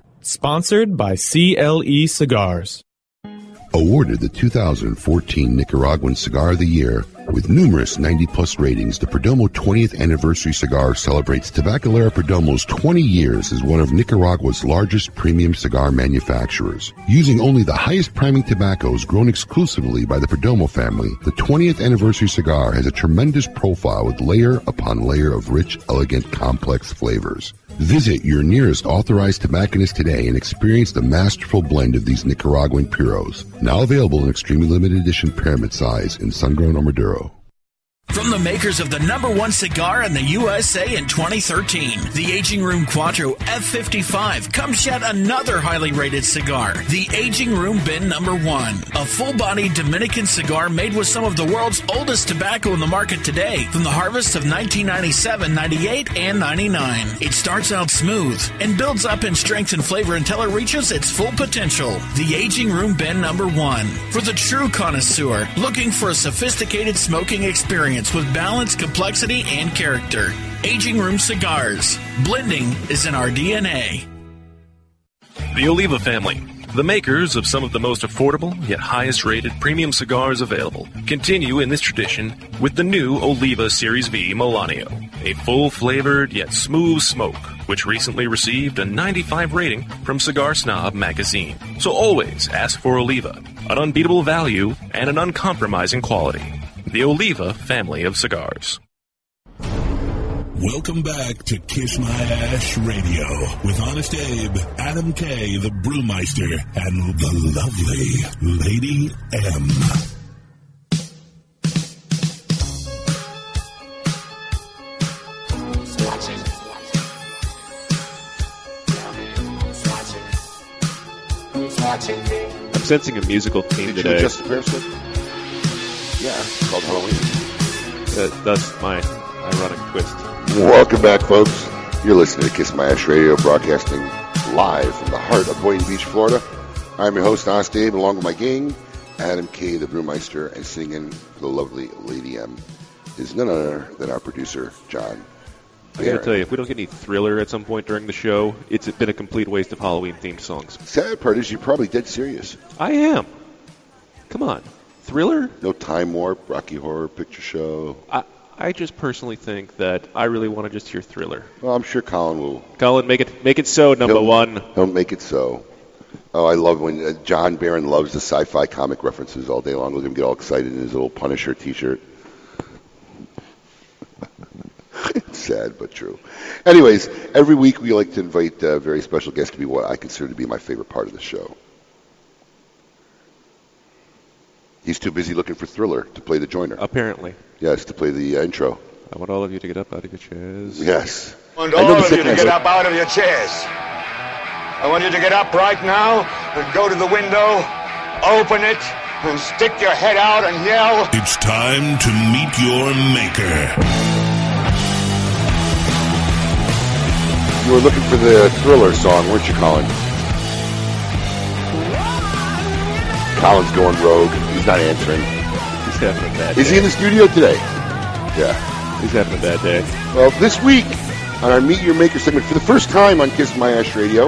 [SPEAKER 6] Sponsored by CLE Cigars.
[SPEAKER 14] Awarded the 2014 Nicaraguan Cigar of the Year with numerous 90 plus ratings, the Perdomo 20th Anniversary Cigar celebrates Tabacalera Perdomo's 20 years as one of Nicaragua's largest premium cigar manufacturers. Using only the highest priming tobaccos grown exclusively by the Perdomo family, the 20th Anniversary Cigar has a tremendous profile with layer upon layer of rich, elegant, complex flavors. Visit your nearest authorized tobacconist today and experience the masterful blend of these Nicaraguan puros, now available in extremely limited edition pyramid size in sun-grown or Maduro.
[SPEAKER 15] From the makers of the number one cigar in the USA in 2013, the Aging Room Quattro F55 comes yet another highly rated cigar, the Aging Room Bin Number One, a full bodied Dominican cigar made with some of the world's oldest tobacco in the market today, from the harvests of 1997, 98, and 99. It starts out smooth and builds up in strength and flavor until it reaches its full potential. The Aging Room Bin Number One, for the true connoisseur looking for a sophisticated smoking experience with balance, complexity, and character. Aging Room Cigars. Blending is in our DNA.
[SPEAKER 7] The Oliva family, the makers of some of the most affordable yet highest rated premium cigars available, continue in this tradition with the new Oliva Series V Milanio, a full flavored yet smooth smoke, which recently received a 95 rating from Cigar Snob magazine. So always ask for Oliva, an unbeatable value and an uncompromising quality. The Oliva family of cigars.
[SPEAKER 4] Welcome back to Kiss My Ash Radio with Honest Abe, Adam K, the Brewmeister, and the lovely Lady M.
[SPEAKER 2] I'm sensing a musical theme
[SPEAKER 3] Did you
[SPEAKER 2] today.
[SPEAKER 3] adjust the person? Yeah, it's called Halloween.
[SPEAKER 2] That- Uh, that's my ironic twist.
[SPEAKER 3] Welcome back, folks. You're listening to Kiss My Ash Radio, broadcasting live from the heart of Boynton Beach, Florida. I'm your host, Honest Dave, along with my gang, Adam K., the Brewmeister, and singing the lovely Lady M is none other than our producer, John.
[SPEAKER 2] I gotta tell you, if we don't get any thriller at some point during the show, it's been a complete waste of Halloween themed songs.
[SPEAKER 3] Sad part is you're probably dead serious.
[SPEAKER 2] I am. Come on. Thriller?
[SPEAKER 3] No Time Warp, Rocky Horror Picture Show.
[SPEAKER 2] I, I just personally think that I really want to just hear thriller.
[SPEAKER 3] Well, I'm sure Colin will.
[SPEAKER 2] Colin, make it make it so number
[SPEAKER 3] He'll-
[SPEAKER 2] one.
[SPEAKER 3] He'll make it so. Oh, I love when uh, John Barron loves the sci-fi comic references all day long. Look at him get all excited in his little Punisher T-shirt. Sad but true. Anyways, every week we like to invite uh, very special guests to be what I consider to be my favorite part of the show. He's too busy looking for Thriller to play the joiner.
[SPEAKER 2] Apparently.
[SPEAKER 3] Yes, to play the uh, intro.
[SPEAKER 2] I want all of you to get up out of your chairs.
[SPEAKER 3] Yes.
[SPEAKER 5] I want
[SPEAKER 3] I know
[SPEAKER 5] all
[SPEAKER 3] the
[SPEAKER 5] of you to
[SPEAKER 3] sickness.
[SPEAKER 5] get up out of your chairs. I want you to get up right now and go to the window, open it, and stick your head out and yell.
[SPEAKER 4] It's time to meet your maker.
[SPEAKER 3] You were looking for the Thriller song, weren't you, Colin? Colin's going rogue. He's not answering.
[SPEAKER 2] He's having a bad
[SPEAKER 3] Is he
[SPEAKER 2] day.
[SPEAKER 3] in the studio today? Yeah.
[SPEAKER 2] He's having a bad day.
[SPEAKER 3] Well, this week on our Meet Your Maker segment, for the first time on Kiss My Ash Radio,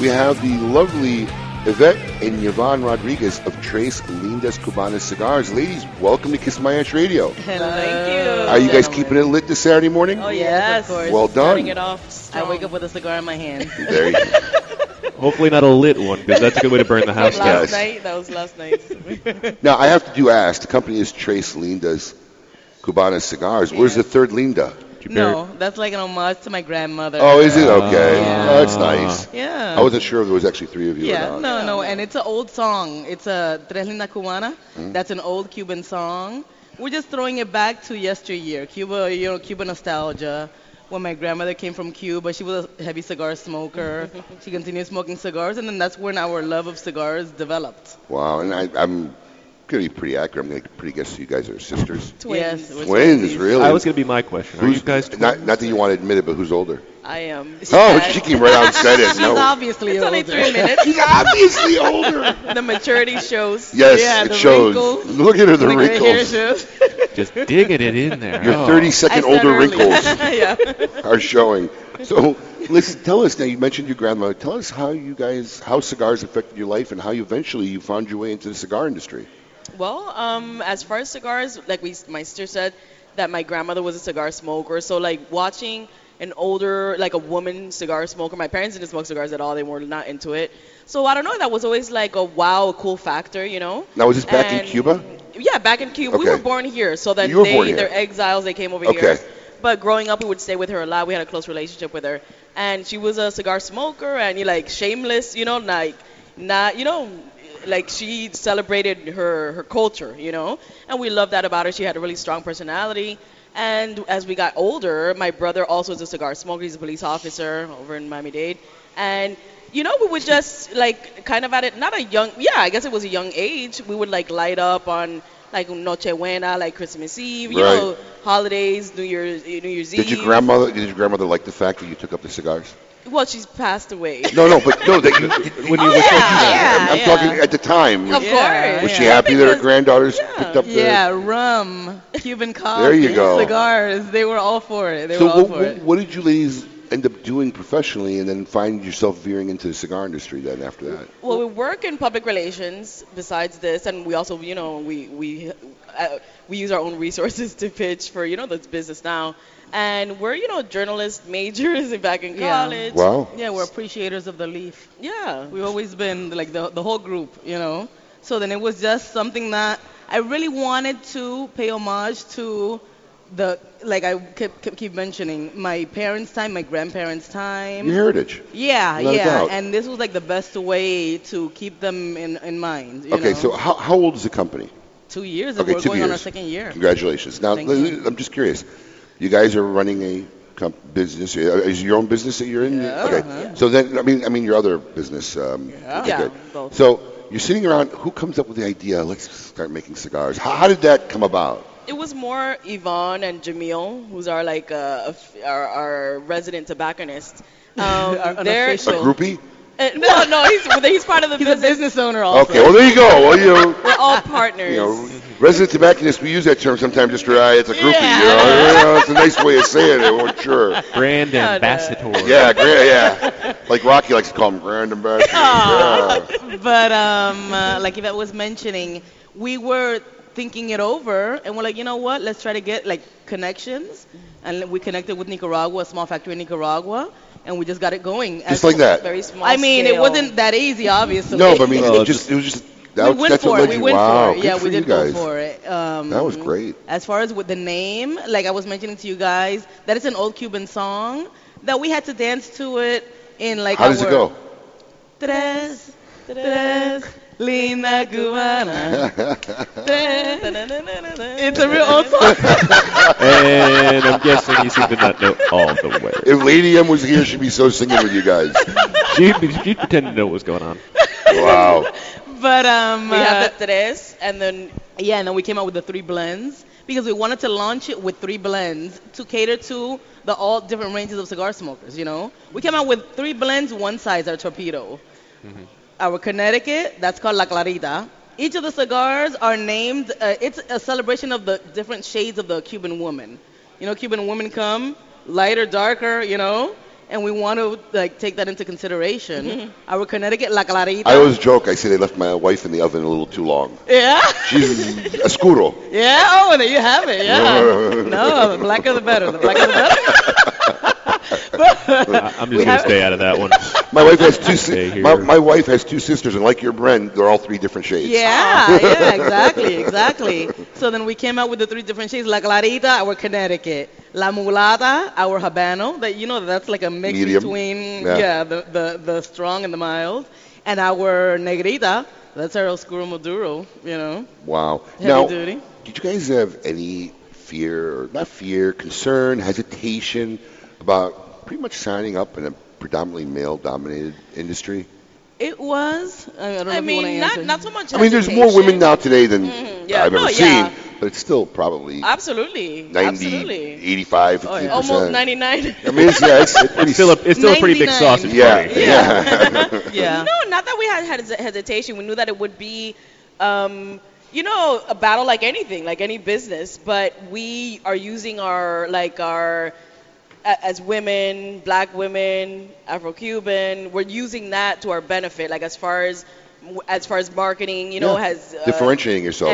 [SPEAKER 3] we have the lovely Yvette and Yvonne Rodriguez of Trace Lindas Cubanas Cigars. Ladies, welcome to Kiss My Ash Radio.
[SPEAKER 16] Thank you.
[SPEAKER 3] Are you guys keeping it lit this Saturday morning?
[SPEAKER 16] Oh yes,
[SPEAKER 3] Well done.
[SPEAKER 16] Starting it off. I wake up with a cigar in my hand.
[SPEAKER 3] There you go.
[SPEAKER 7] Hopefully not a lit one, because that's a good way to burn the house down.
[SPEAKER 3] Yes.
[SPEAKER 16] Last night, that was last night.
[SPEAKER 3] Now I have to do ask. The company is Trace Linda's Cubana Cigars. Where's the third Linda?
[SPEAKER 16] no, that's like an homage to my grandmother.
[SPEAKER 3] Oh, is it okay? Oh, that's nice.
[SPEAKER 16] Yeah.
[SPEAKER 3] I wasn't sure if there was actually three of you. Or
[SPEAKER 16] Yeah,
[SPEAKER 3] not.
[SPEAKER 16] no, no, and it's an old song. It's a Tres Linda Cubana.
[SPEAKER 3] Mm.
[SPEAKER 16] That's an old Cuban song. We're just throwing it back to yesteryear, Cuba, you know, Cuba nostalgia. When my grandmother came from Cuba, she was a heavy cigar smoker. she continued smoking cigars, and then that's when our love of cigars developed.
[SPEAKER 3] Wow, and I, I'm gonna be pretty accurate. I'm gonna pretty guess you guys are sisters.
[SPEAKER 16] Twins. Yes, we're
[SPEAKER 3] twins,
[SPEAKER 16] twins.
[SPEAKER 3] really.
[SPEAKER 7] That was gonna be my question. Are
[SPEAKER 3] Who's guys? Not, not that you want to admit it, but who's older?
[SPEAKER 16] I am.
[SPEAKER 3] Oh, she came right out and said it.
[SPEAKER 16] She's
[SPEAKER 3] No.
[SPEAKER 16] obviously it's older. only three minutes.
[SPEAKER 3] She's obviously older.
[SPEAKER 16] The maturity shows.
[SPEAKER 3] Yes,
[SPEAKER 16] yeah,
[SPEAKER 3] it
[SPEAKER 16] the
[SPEAKER 3] shows.
[SPEAKER 16] Wrinkles.
[SPEAKER 3] Look at her, the
[SPEAKER 16] the gray hair
[SPEAKER 3] wrinkles.
[SPEAKER 16] shows.
[SPEAKER 7] Just digging it in there.
[SPEAKER 3] Your
[SPEAKER 7] Oh.
[SPEAKER 3] 30 second
[SPEAKER 16] I said
[SPEAKER 3] older
[SPEAKER 16] earlier.
[SPEAKER 3] wrinkles
[SPEAKER 16] yeah.
[SPEAKER 3] are showing. So, listen, tell us now. You mentioned your grandmother. Tell us how you guys, how cigars affected your life, and how you eventually you found your way into the cigar industry.
[SPEAKER 16] Well, um, as far as cigars, like we, my sister said, that my grandmother was a cigar smoker. So like watching an older, like a woman cigar smoker. My parents didn't smoke cigars at all; they were not into it. So I don't know. That was always like a wow, cool factor, you know.
[SPEAKER 3] Now, was this back in
[SPEAKER 16] And-
[SPEAKER 3] Cuba?
[SPEAKER 16] Yeah, back in Cuba, we
[SPEAKER 3] Okay.
[SPEAKER 16] were born here. So then
[SPEAKER 3] You were born here.
[SPEAKER 16] they, they're exiles. They came over
[SPEAKER 3] Okay.
[SPEAKER 16] here. But growing up, we would stay with her a lot. We had a close relationship with her, and she was a cigar smoker, and you like shameless, you know, like not, you know, like she celebrated her her culture, you know, and we loved that about her. She had a really strong personality. And as we got older, my brother also is a cigar smoker. He's a police officer over in Miami Dade, and you know, we would just like kind of at it, not a young, yeah, I guess it was a young age. We would like light up on like Noche Buena, like Christmas Eve, you
[SPEAKER 3] Right.
[SPEAKER 16] know, holidays, New Year's, New Year's Eve.
[SPEAKER 3] Did your grandmother? Did your grandmother like the fact that you took up the cigars?
[SPEAKER 16] Well, she's passed away.
[SPEAKER 3] No, no, but no, that you. When you
[SPEAKER 16] Oh,
[SPEAKER 3] were talking
[SPEAKER 16] yeah,
[SPEAKER 3] about it. I'm, I'm
[SPEAKER 16] yeah,
[SPEAKER 3] talking at the time.
[SPEAKER 16] Of course.
[SPEAKER 3] Was she
[SPEAKER 16] yeah.
[SPEAKER 3] happy that her granddaughters picked up the?
[SPEAKER 16] Yeah, rum, Cuban coffee,
[SPEAKER 3] There you go.
[SPEAKER 16] cigars. They were all for it. They
[SPEAKER 3] so
[SPEAKER 16] were all
[SPEAKER 3] what,
[SPEAKER 16] for
[SPEAKER 3] what,
[SPEAKER 16] it.
[SPEAKER 3] what did you ladies end up doing professionally, and then find yourself veering into the cigar industry then after that?
[SPEAKER 16] Well, we work in public relations besides this, and we also, you know, we we uh, we use our own resources to pitch for, you know, this business now. And we're, you know, journalist majors back in
[SPEAKER 17] Yeah.
[SPEAKER 16] college.
[SPEAKER 17] Wow.
[SPEAKER 16] Yeah, we're appreciators of the leaf. Yeah, we've always been like the the whole group, you know. So then it was just something that I really wanted to pay homage to the like I kept, kept keep mentioning my parents' time, my grandparents' time.
[SPEAKER 3] Your heritage.
[SPEAKER 16] Yeah,
[SPEAKER 3] Without a
[SPEAKER 16] yeah,
[SPEAKER 3] doubt.
[SPEAKER 16] and this was like the best way to keep them in, in mind. You
[SPEAKER 3] Okay,
[SPEAKER 16] know?
[SPEAKER 3] so how, how old is the company?
[SPEAKER 16] two years, and
[SPEAKER 3] Okay,
[SPEAKER 16] we're
[SPEAKER 3] two
[SPEAKER 16] going on our
[SPEAKER 3] years.
[SPEAKER 16] second year.
[SPEAKER 3] Congratulations. Now,
[SPEAKER 16] Thank
[SPEAKER 3] l-
[SPEAKER 16] you.
[SPEAKER 3] l- I'm just curious. You guys are running a comp- business. uh, Is it your own business that you're in? okay. So then, I mean, I mean your other business. Um, okay,
[SPEAKER 16] Uh-huh. Yeah,
[SPEAKER 3] good. So you're sitting around. Who comes up with the idea? Let's start making cigars. How, how did that come about?
[SPEAKER 16] It was more Yvonne and Jamil, who's our like uh, f- our, our resident tobacconist. Um, they're-
[SPEAKER 3] A groupie?
[SPEAKER 16] Uh, no, no, he's he's part of the business. owner also.
[SPEAKER 3] Okay. Well, there you go. Well, you know,
[SPEAKER 16] We're all partners.
[SPEAKER 3] you know, resident tobacconists. We use that term sometimes just for uh, it's a groupie. You, know, you know, it's a nice way of saying it. Well, sure.
[SPEAKER 7] Brand ambassador.
[SPEAKER 3] Yeah, gra- yeah. Like Rocky likes to call him grand ambassador. Yeah.
[SPEAKER 16] but um, uh, like Yvette was mentioning, we were thinking it over, and we're like, you know what? Let's try to get like connections, and we connected with Nicaragua, a small factory in Nicaragua, and we just got it going.
[SPEAKER 3] Just like that.
[SPEAKER 16] Very small. I mean, it
[SPEAKER 17] scale.
[SPEAKER 16] wasn't that easy, obviously.
[SPEAKER 3] No, but I mean, it just, it was just, that
[SPEAKER 16] we
[SPEAKER 3] was,
[SPEAKER 16] went
[SPEAKER 3] that's
[SPEAKER 16] for
[SPEAKER 3] what
[SPEAKER 16] it.
[SPEAKER 3] led
[SPEAKER 16] We
[SPEAKER 3] you,
[SPEAKER 16] went
[SPEAKER 3] wow,
[SPEAKER 16] for it.
[SPEAKER 3] good
[SPEAKER 16] Yeah,
[SPEAKER 3] for
[SPEAKER 16] we
[SPEAKER 3] you
[SPEAKER 16] did
[SPEAKER 3] guys.
[SPEAKER 16] go for it. Um,
[SPEAKER 3] that was great.
[SPEAKER 16] As far as with the name, like I was mentioning to you guys, that is an old Cuban song that we had to dance to it in like
[SPEAKER 3] How does it
[SPEAKER 16] our-
[SPEAKER 3] go?
[SPEAKER 16] Tres, tres, linda cubana. Tres. It's a real old song.
[SPEAKER 7] And I'm guessing you seem to not know all the words.
[SPEAKER 3] If Lady M was here, she'd be so singing with you guys.
[SPEAKER 7] She'd, be- she'd pretend to know what was going on.
[SPEAKER 3] Wow.
[SPEAKER 16] but um, We have the tres, and then yeah, and then we came out with the three blends because we wanted to launch it with three blends to cater to the all different ranges of cigar smokers. You know, we came out with three blends, one size, our torpedo, Mm-hmm. our Connecticut, that's called La Clarita. Each of the cigars are named. Uh, it's a celebration of the different shades of the Cuban woman. You know, Cuban women come lighter, darker. You know. And we want to like take that into consideration. Our Connecticut La Clarita.
[SPEAKER 3] I always joke, I say they left my wife in the oven a little too long.
[SPEAKER 16] Yeah.
[SPEAKER 3] She's escuro.
[SPEAKER 16] Yeah. Oh, and there you have it. Yeah. no, the blacker the better. The blacker the better.
[SPEAKER 7] I- I'm just going to stay out of that one.
[SPEAKER 3] My wife has two.
[SPEAKER 7] Stay
[SPEAKER 3] Si-
[SPEAKER 7] here.
[SPEAKER 3] my, my wife has two sisters, and like your Bren, they're all three different shades. Ah.
[SPEAKER 16] Yeah, yeah, exactly, exactly. So then we came out with the three different shades. La Clarita, our Connecticut. La Mulata, our Habano. That you know that's like a mix
[SPEAKER 3] Medium.
[SPEAKER 16] between
[SPEAKER 3] Yeah.
[SPEAKER 16] yeah, the, the the strong and the mild. And our Negrita, that's our Oscuro Maduro. You know,
[SPEAKER 3] Wow.
[SPEAKER 16] heavy
[SPEAKER 3] now,
[SPEAKER 16] duty.
[SPEAKER 3] did you guys have any fear, or not fear, concern, hesitation about pretty much signing up in a predominantly male-dominated industry?
[SPEAKER 16] It was. I I don't know
[SPEAKER 1] I
[SPEAKER 16] if you
[SPEAKER 1] mean,
[SPEAKER 16] want to
[SPEAKER 1] not
[SPEAKER 16] answer.
[SPEAKER 1] not so much.
[SPEAKER 3] I mean, there's more women now today than
[SPEAKER 16] Mhm, yeah.
[SPEAKER 3] I've ever
[SPEAKER 16] No,
[SPEAKER 3] seen,
[SPEAKER 16] yeah.
[SPEAKER 3] but it's still probably
[SPEAKER 16] Absolutely.
[SPEAKER 3] 90,
[SPEAKER 16] Absolutely.
[SPEAKER 3] 85, 50
[SPEAKER 16] Oh, yeah. Almost 99.
[SPEAKER 3] I mean, it's, yeah, it's, it's
[SPEAKER 7] still a- it's still a pretty big 99. sausage
[SPEAKER 3] Yeah,
[SPEAKER 7] party.
[SPEAKER 3] yeah.
[SPEAKER 1] No, not that we had, had hes- hesitation. We knew that it would be, um, you know, a battle like anything, like any business. But we are using our like our a- as women, black women, Afro-Cuban. We're using that to our benefit, like as far as as far as marketing, you know,
[SPEAKER 3] Yeah.
[SPEAKER 1] has uh,
[SPEAKER 3] Differentiating yourself,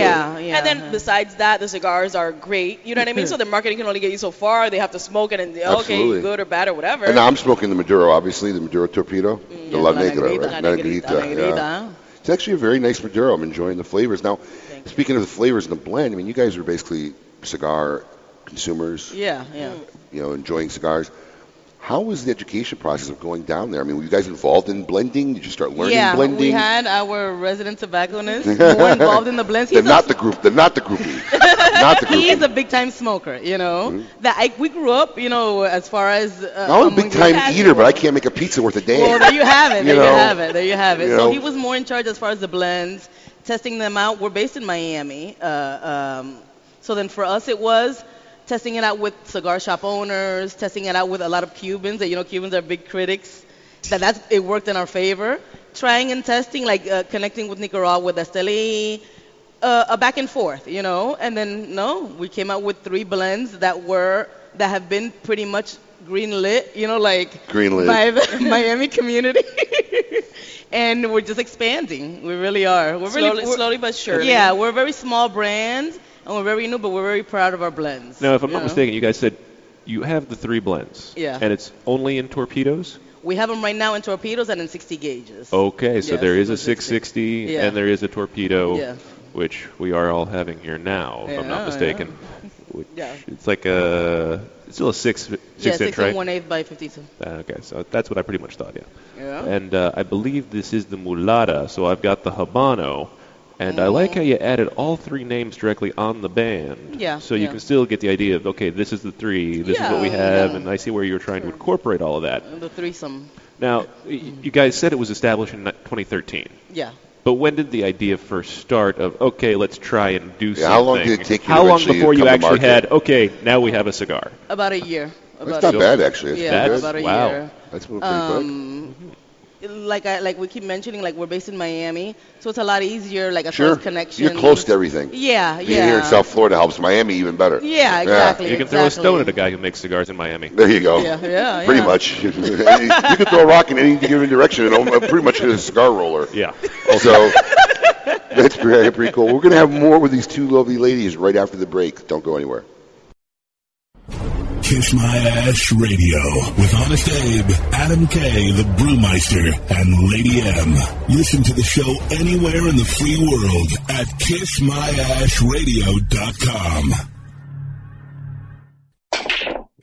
[SPEAKER 3] absolutely. Yeah, yeah.
[SPEAKER 1] And then besides that, the cigars are great. You know what I mean? so the marketing can only get you so far. They have to smoke it and
[SPEAKER 3] Absolutely.
[SPEAKER 1] okay, good or bad or whatever.
[SPEAKER 3] And now I'm smoking the Maduro, obviously, the Maduro Torpedo,
[SPEAKER 16] Mm,
[SPEAKER 3] the La
[SPEAKER 1] la
[SPEAKER 3] Negra, right?
[SPEAKER 1] negrita, la
[SPEAKER 3] La
[SPEAKER 1] negrita,
[SPEAKER 3] Negrita,
[SPEAKER 1] la
[SPEAKER 3] yeah.
[SPEAKER 1] negrita.
[SPEAKER 3] It's actually a very nice Maduro. I'm enjoying the flavors. Now, speaking of the flavors and the blend, I mean, you guys are basically cigar consumers,
[SPEAKER 16] Yeah, yeah.
[SPEAKER 3] you know, enjoying cigars. How was the education process of going down there? I mean, were you guys involved in blending? Did you start learning
[SPEAKER 16] yeah,
[SPEAKER 3] blending?
[SPEAKER 16] we had our resident tobacconist more involved in the blends.
[SPEAKER 3] they're
[SPEAKER 16] He's a
[SPEAKER 3] not the group. They're not the groupie. not the
[SPEAKER 16] He is a big time smoker, you know. That I, we grew up, you know, as far as uh,
[SPEAKER 3] I'm a
[SPEAKER 16] among
[SPEAKER 3] big time
[SPEAKER 16] the-
[SPEAKER 3] eater, but I can't make a pizza worth a damn.
[SPEAKER 16] Well, there you have it.
[SPEAKER 3] You
[SPEAKER 16] There you,
[SPEAKER 3] know,
[SPEAKER 16] have it. There you have it.
[SPEAKER 3] you
[SPEAKER 16] so
[SPEAKER 3] know.
[SPEAKER 16] he was more in charge as far as the blends, testing them out. We're based in Miami, uh, um, so then for us it was testing it out with cigar shop owners, testing it out with a lot of Cubans. That you know, Cubans are big critics. That that's it worked in our favor. Trying and testing, like uh, connecting with Nicaragua, with Esteli, uh, a back and forth, you know. And then no, we came out with three blends that were that have been pretty much green lit, you know, like
[SPEAKER 3] Greenlit.
[SPEAKER 16] by the Miami community. and we're just expanding. We really are. We're
[SPEAKER 1] Slowly-
[SPEAKER 16] really we're-
[SPEAKER 1] slowly but surely.
[SPEAKER 16] Yeah, we're a very small brand and we're very new, but we're very proud of our blends.
[SPEAKER 7] Now, if I'm
[SPEAKER 16] you
[SPEAKER 7] not
[SPEAKER 16] know?
[SPEAKER 7] mistaken, you guys said you have the three blends.
[SPEAKER 16] Yeah.
[SPEAKER 7] And it's only in torpedoes?
[SPEAKER 16] we have them right now in torpedoes and in 60 gauges.
[SPEAKER 7] Okay, so
[SPEAKER 16] Yes,
[SPEAKER 7] there is a 660
[SPEAKER 16] Yeah.
[SPEAKER 7] and there is a torpedo,
[SPEAKER 16] Yeah.
[SPEAKER 7] which we are all having here now, if I'm
[SPEAKER 16] Yeah,
[SPEAKER 7] not mistaken. Which
[SPEAKER 16] Yeah.
[SPEAKER 7] It's like a, it's still a six, six
[SPEAKER 16] yeah,
[SPEAKER 7] inch,
[SPEAKER 16] six
[SPEAKER 7] right?
[SPEAKER 16] and one eighth by 52.
[SPEAKER 7] Uh, okay, so that's what I pretty much thought, yeah.
[SPEAKER 16] Yeah.
[SPEAKER 7] And uh, I believe this is the mulata, so I've got the habano, and I like how you added all three names directly on the band.
[SPEAKER 16] Oh. Yeah,
[SPEAKER 7] So you
[SPEAKER 16] yeah.
[SPEAKER 7] can still get the idea of, okay, this is the three, this is what we
[SPEAKER 16] Yeah,
[SPEAKER 7] have,
[SPEAKER 16] yeah.
[SPEAKER 7] and I see where you're trying to incorporate all of that.
[SPEAKER 16] The threesome.
[SPEAKER 7] Now, y- you guys said it was established in ni- 2013.
[SPEAKER 16] Yeah.
[SPEAKER 7] But when did the idea first start of okay, let's try and do
[SPEAKER 3] Yeah,
[SPEAKER 7] something?
[SPEAKER 3] how long did it take you
[SPEAKER 7] How
[SPEAKER 3] to
[SPEAKER 7] long
[SPEAKER 3] actually
[SPEAKER 7] before you
[SPEAKER 3] come to
[SPEAKER 7] actually
[SPEAKER 3] market?
[SPEAKER 7] had okay, now we have a cigar?
[SPEAKER 16] About a year. About
[SPEAKER 3] That's not
[SPEAKER 16] a-
[SPEAKER 3] bad, actually. That's
[SPEAKER 16] yeah,
[SPEAKER 3] pretty
[SPEAKER 16] about a
[SPEAKER 3] good. Wow.
[SPEAKER 16] year. Um,
[SPEAKER 3] That's pretty quick.
[SPEAKER 16] Like I like we keep mentioning, like we're based in Miami, so it's a lot easier, like as
[SPEAKER 3] Sure.
[SPEAKER 16] far as connection.
[SPEAKER 3] You're close to everything.
[SPEAKER 16] Yeah,
[SPEAKER 3] Being
[SPEAKER 16] yeah.
[SPEAKER 3] here in South Florida helps Miami even better.
[SPEAKER 16] Yeah, exactly,
[SPEAKER 7] You can throw a stone at a guy who makes cigars in Miami.
[SPEAKER 3] There you go.
[SPEAKER 16] Yeah, Oh, yeah,
[SPEAKER 3] Pretty
[SPEAKER 16] yeah.
[SPEAKER 3] much. you can throw a rock in any given direction and it'll pretty much hit a cigar roller.
[SPEAKER 7] Yeah.
[SPEAKER 3] So that's pretty, pretty cool. We're going to have more with these two lovely ladies right after the break. Don't go anywhere.
[SPEAKER 4] Kiss My Ash Radio with Honest Abe, Adam K, the Brewmeister, and Lady M. Listen to the show anywhere in the free world at kissmyashradio.com.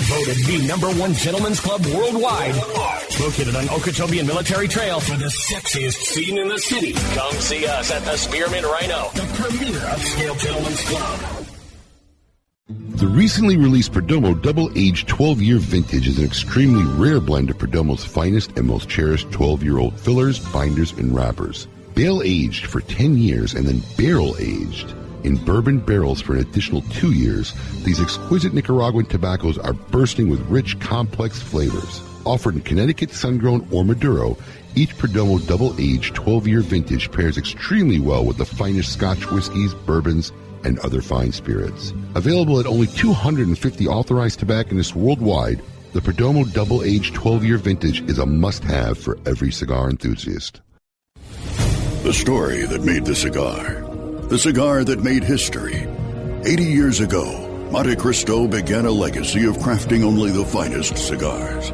[SPEAKER 18] Voted the number one gentleman's club worldwide. Located on Okeechobee and Military Trail for the sexiest scene in the city. Come see us at the Spearman Rhino, the premier upscale gentleman's club.
[SPEAKER 19] The recently released Perdomo Double Aged 12 Year Vintage is an extremely rare blend of Perdomo's finest and most cherished 12 year old fillers, binders, and wrappers. Bale aged for 10 years and then barrel aged.
[SPEAKER 20] in bourbon barrels for an additional two years, these exquisite Nicaraguan tobaccos are bursting with rich, complex flavors. Offered in Connecticut, Sun-Grown, or Maduro, each Perdomo double-aged 12-year vintage pairs extremely well with the finest Scotch whiskies, bourbons, and other fine spirits. Available at only 250 authorized tobacconists worldwide, the Perdomo Double Aged 12 Year Vintage is a must have for every cigar enthusiast.
[SPEAKER 2] The story that made the cigar. The cigar that made history. 80 years ago, Monte Cristo began a legacy of crafting only the finest cigars.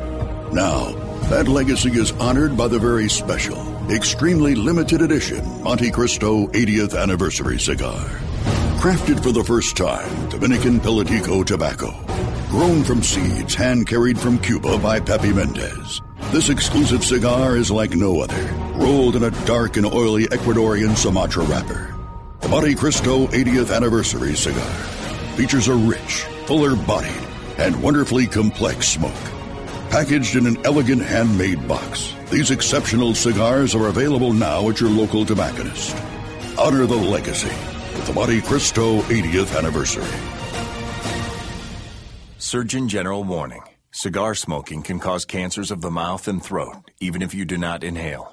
[SPEAKER 2] Now, that legacy is honored by the very special, extremely limited edition Monte Cristo 80th Anniversary Cigar. Crafted for the first time, Dominican Pelatico tobacco. Grown from seeds hand carried from Cuba by Pepe Mendez. This exclusive cigar is like no other, rolled in a dark and oily Ecuadorian Sumatra wrapper. The Monte Cristo 80th Anniversary Cigar features a rich, fuller bodied, and wonderfully complex smoke. Packaged in an elegant handmade box, these exceptional cigars are available now at your local tobacconist. Honor the legacy with the Monte Cristo 80th Anniversary.
[SPEAKER 21] Surgeon General warning cigar smoking can cause cancers of the mouth and throat, even if you do not inhale.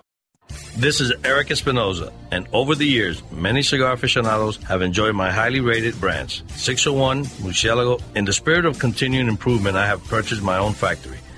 [SPEAKER 22] This is Eric Espinoza, and over the years, many cigar aficionados have enjoyed my highly rated brands 601, Mucielago. In the spirit of continuing improvement, I have purchased my own factory,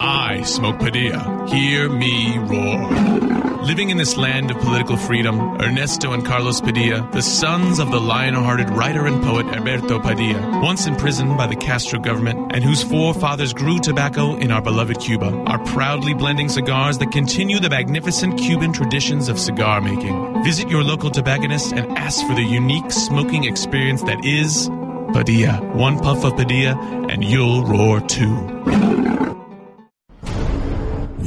[SPEAKER 6] I, Smoke Padilla, hear me roar. Living in this land of political freedom, Ernesto and Carlos Padilla, the sons of the lion-hearted writer and poet Alberto Padilla, once imprisoned by the Castro government and whose forefathers grew tobacco in our beloved Cuba, are proudly blending cigars that continue the magnificent Cuban traditions of cigar making. Visit your local tobacconist and ask for the unique smoking experience that is Padilla. One puff of Padilla and you'll roar too.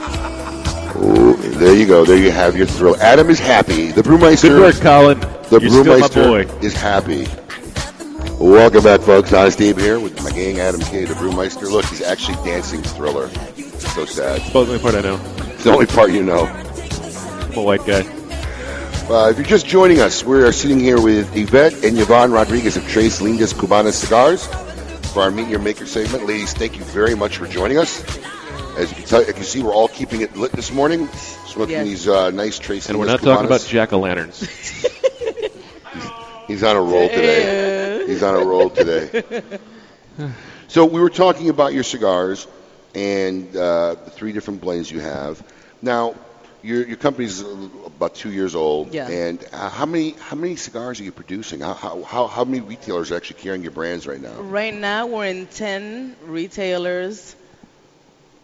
[SPEAKER 3] Oh, there you go. There you have your thrill. Adam is happy. The Brewmeister.
[SPEAKER 23] Good work, Colin.
[SPEAKER 3] The
[SPEAKER 23] You're still my
[SPEAKER 3] Brewmeister is happy. Welcome back, folks. I'm Steve here with my gang, Adam K. The Brewmeister. Look, he's actually dancing Thriller. So sad. It's
[SPEAKER 7] the only part I know.
[SPEAKER 3] It's the only part you know.
[SPEAKER 7] a white guy.
[SPEAKER 3] Uh, if you're just joining us, we are sitting here with Yvette and Yvonne Rodriguez of Trace Lindas Cubanas Cigars for our Meet Your Maker segment. Ladies, thank you very much for joining us. As you can, tell, you can see, we're all keeping it lit this morning, smoking
[SPEAKER 7] Yes.
[SPEAKER 3] these uh, nice Trace
[SPEAKER 7] And we're
[SPEAKER 3] Lindas
[SPEAKER 7] not talking
[SPEAKER 3] Cubanas.
[SPEAKER 7] about jack o' lanterns.
[SPEAKER 3] He's on a roll today. He's on a roll today. So we were talking about your cigars and uh, the three different blends you have. Now, your your company's about two years old.
[SPEAKER 16] Yeah.
[SPEAKER 3] And uh, how many how many cigars are you producing? How how how, how many retailers are actually carrying your brands right now?
[SPEAKER 16] Right now, we're in 10 retailers.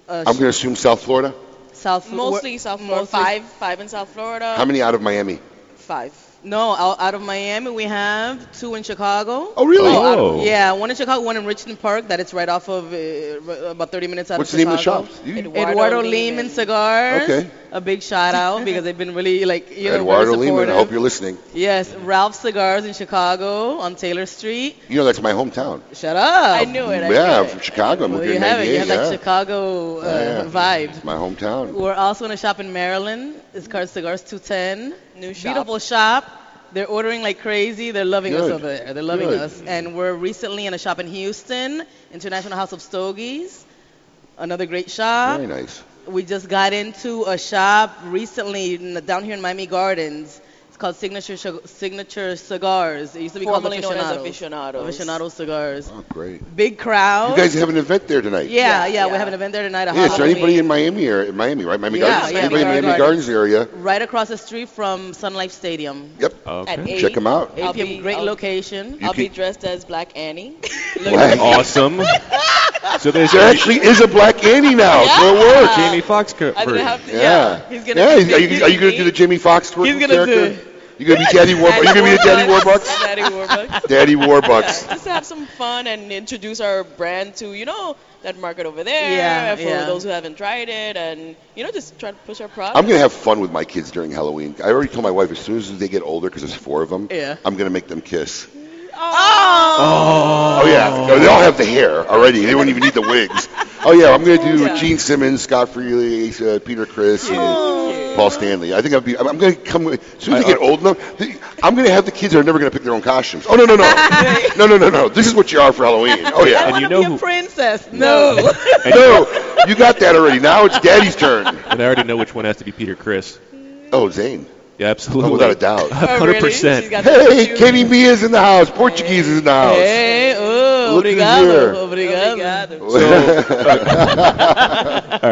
[SPEAKER 16] Uh,
[SPEAKER 3] I'm going to assume South Florida.
[SPEAKER 16] South
[SPEAKER 11] Mostly South Florida. Five, five in South
[SPEAKER 16] Uh,
[SPEAKER 11] Florida.
[SPEAKER 3] How many out of Miami?
[SPEAKER 16] Five. No, out, out of Miami we have two in Chicago.
[SPEAKER 3] Oh, really?
[SPEAKER 16] out of-
[SPEAKER 3] Oh.
[SPEAKER 16] yeah, one in Chicago, one in Richmond Park. That it's right off of uh, about 30 minutes out
[SPEAKER 3] What's
[SPEAKER 16] of
[SPEAKER 3] the name
[SPEAKER 16] Chicago.
[SPEAKER 3] of the shop?
[SPEAKER 16] Eduardo, Lehman, Cigars.
[SPEAKER 3] Okay.
[SPEAKER 16] A big shout out because they've been really like you know
[SPEAKER 3] Eduardo
[SPEAKER 16] very
[SPEAKER 3] Lehman. I
[SPEAKER 16] supportive.
[SPEAKER 3] hope you're listening.
[SPEAKER 16] Yes, Ralph Cigars in Chicago on Taylor Street.
[SPEAKER 3] You know that's my hometown.
[SPEAKER 16] Shut up! Oh, I knew it.
[SPEAKER 3] yeah, I'm from Chicago. I moved
[SPEAKER 16] Well,
[SPEAKER 3] here
[SPEAKER 16] you
[SPEAKER 3] in
[SPEAKER 16] have it. You
[SPEAKER 3] '98.
[SPEAKER 16] have that
[SPEAKER 3] yeah. Oh,
[SPEAKER 16] Chicago uh,
[SPEAKER 3] Yeah, yeah.
[SPEAKER 16] vibe.
[SPEAKER 3] It's my hometown.
[SPEAKER 16] We're also in a shop in Maryland. It's called Cigars 210. New shop. Beautiful shop. They're ordering like crazy. They're loving us
[SPEAKER 11] Good.
[SPEAKER 16] over there. They're loving
[SPEAKER 11] Good.
[SPEAKER 16] us. And we're recently in a shop in Houston, International House of Stogies. Another great shop.
[SPEAKER 3] Very nice.
[SPEAKER 16] We just got into a shop recently in, down here in Miami Gardens. It's called Signature Shug- Signature Cigars. It used to be
[SPEAKER 1] Formerly
[SPEAKER 16] called
[SPEAKER 1] known as Aficionados.
[SPEAKER 16] Aficionados. Aficionados Cigars.
[SPEAKER 3] Oh, great.
[SPEAKER 16] Big crowd.
[SPEAKER 3] You guys have an event there tonight.
[SPEAKER 16] Yeah, yeah, we have an event there tonight. at
[SPEAKER 3] Yeah, so
[SPEAKER 16] Halloween.
[SPEAKER 3] anybody in Miami or Miami, right? Miami
[SPEAKER 16] Yeah,
[SPEAKER 3] Gardens.
[SPEAKER 16] yeah,
[SPEAKER 3] anybody in
[SPEAKER 16] Miami
[SPEAKER 3] Miami
[SPEAKER 16] Gardens.
[SPEAKER 3] Gardens area?
[SPEAKER 16] Right across the street from Sun Life Stadium.
[SPEAKER 3] Yep.
[SPEAKER 1] At eight,
[SPEAKER 3] Check them out.
[SPEAKER 16] 8 p.m. Great location.
[SPEAKER 3] You I'll be can-
[SPEAKER 16] dressed as Black Annie.
[SPEAKER 7] awesome. so there's
[SPEAKER 3] There actually is a Black Annie now. So it works.
[SPEAKER 7] Jamie Foxx cover.
[SPEAKER 3] yeah. Yeah, Are you, are you going to do the Jimmy Fox twer-
[SPEAKER 16] He's gonna
[SPEAKER 3] character?
[SPEAKER 16] do-
[SPEAKER 3] You going to be Daddy Warbucks? Are you going to be the Daddy Warbucks?
[SPEAKER 1] Daddy Warbucks.
[SPEAKER 3] Daddy Warbucks.
[SPEAKER 1] Yeah, just to have some fun and introduce our brand to, you know, that market over there.
[SPEAKER 16] Yeah,
[SPEAKER 1] for
[SPEAKER 16] yeah.
[SPEAKER 1] those who haven't tried it and, you know, just try to push our product.
[SPEAKER 3] I'm going to have fun with my kids during Halloween. I already told my wife as soon as they get older, because there's four of them,
[SPEAKER 1] Yeah.
[SPEAKER 3] I'm going to make them kiss.
[SPEAKER 16] Oh.
[SPEAKER 3] Oh, yeah. No, they all have the hair already. They don't even need the wigs. Oh, yeah. I'm going to do Gene Simmons, Scott Freely, uh, Peter Chris, and Paul Stanley. I think I'll be, I'm, I'm going to come with, as soon as they get old enough, they- I'm going to have the kids that are never going to pick their own costumes. Oh, no, no, no. no, no, no, no. This is what you are for Halloween. Oh, yeah.
[SPEAKER 7] And you know who,
[SPEAKER 16] Princess. No.
[SPEAKER 3] no, you got that already. Now it's Daddy's turn.
[SPEAKER 7] and I already know which one has to be Peter Chris.
[SPEAKER 3] Oh, Zane. Oh,
[SPEAKER 7] Yeah, absolutely.
[SPEAKER 3] without a doubt.
[SPEAKER 7] hundred percent.
[SPEAKER 3] Hey, Kenny B is in the house. Portuguese is in the house.
[SPEAKER 16] Hey, oh,
[SPEAKER 3] Look at
[SPEAKER 16] obrigado,
[SPEAKER 3] here.
[SPEAKER 16] obrigado.
[SPEAKER 7] all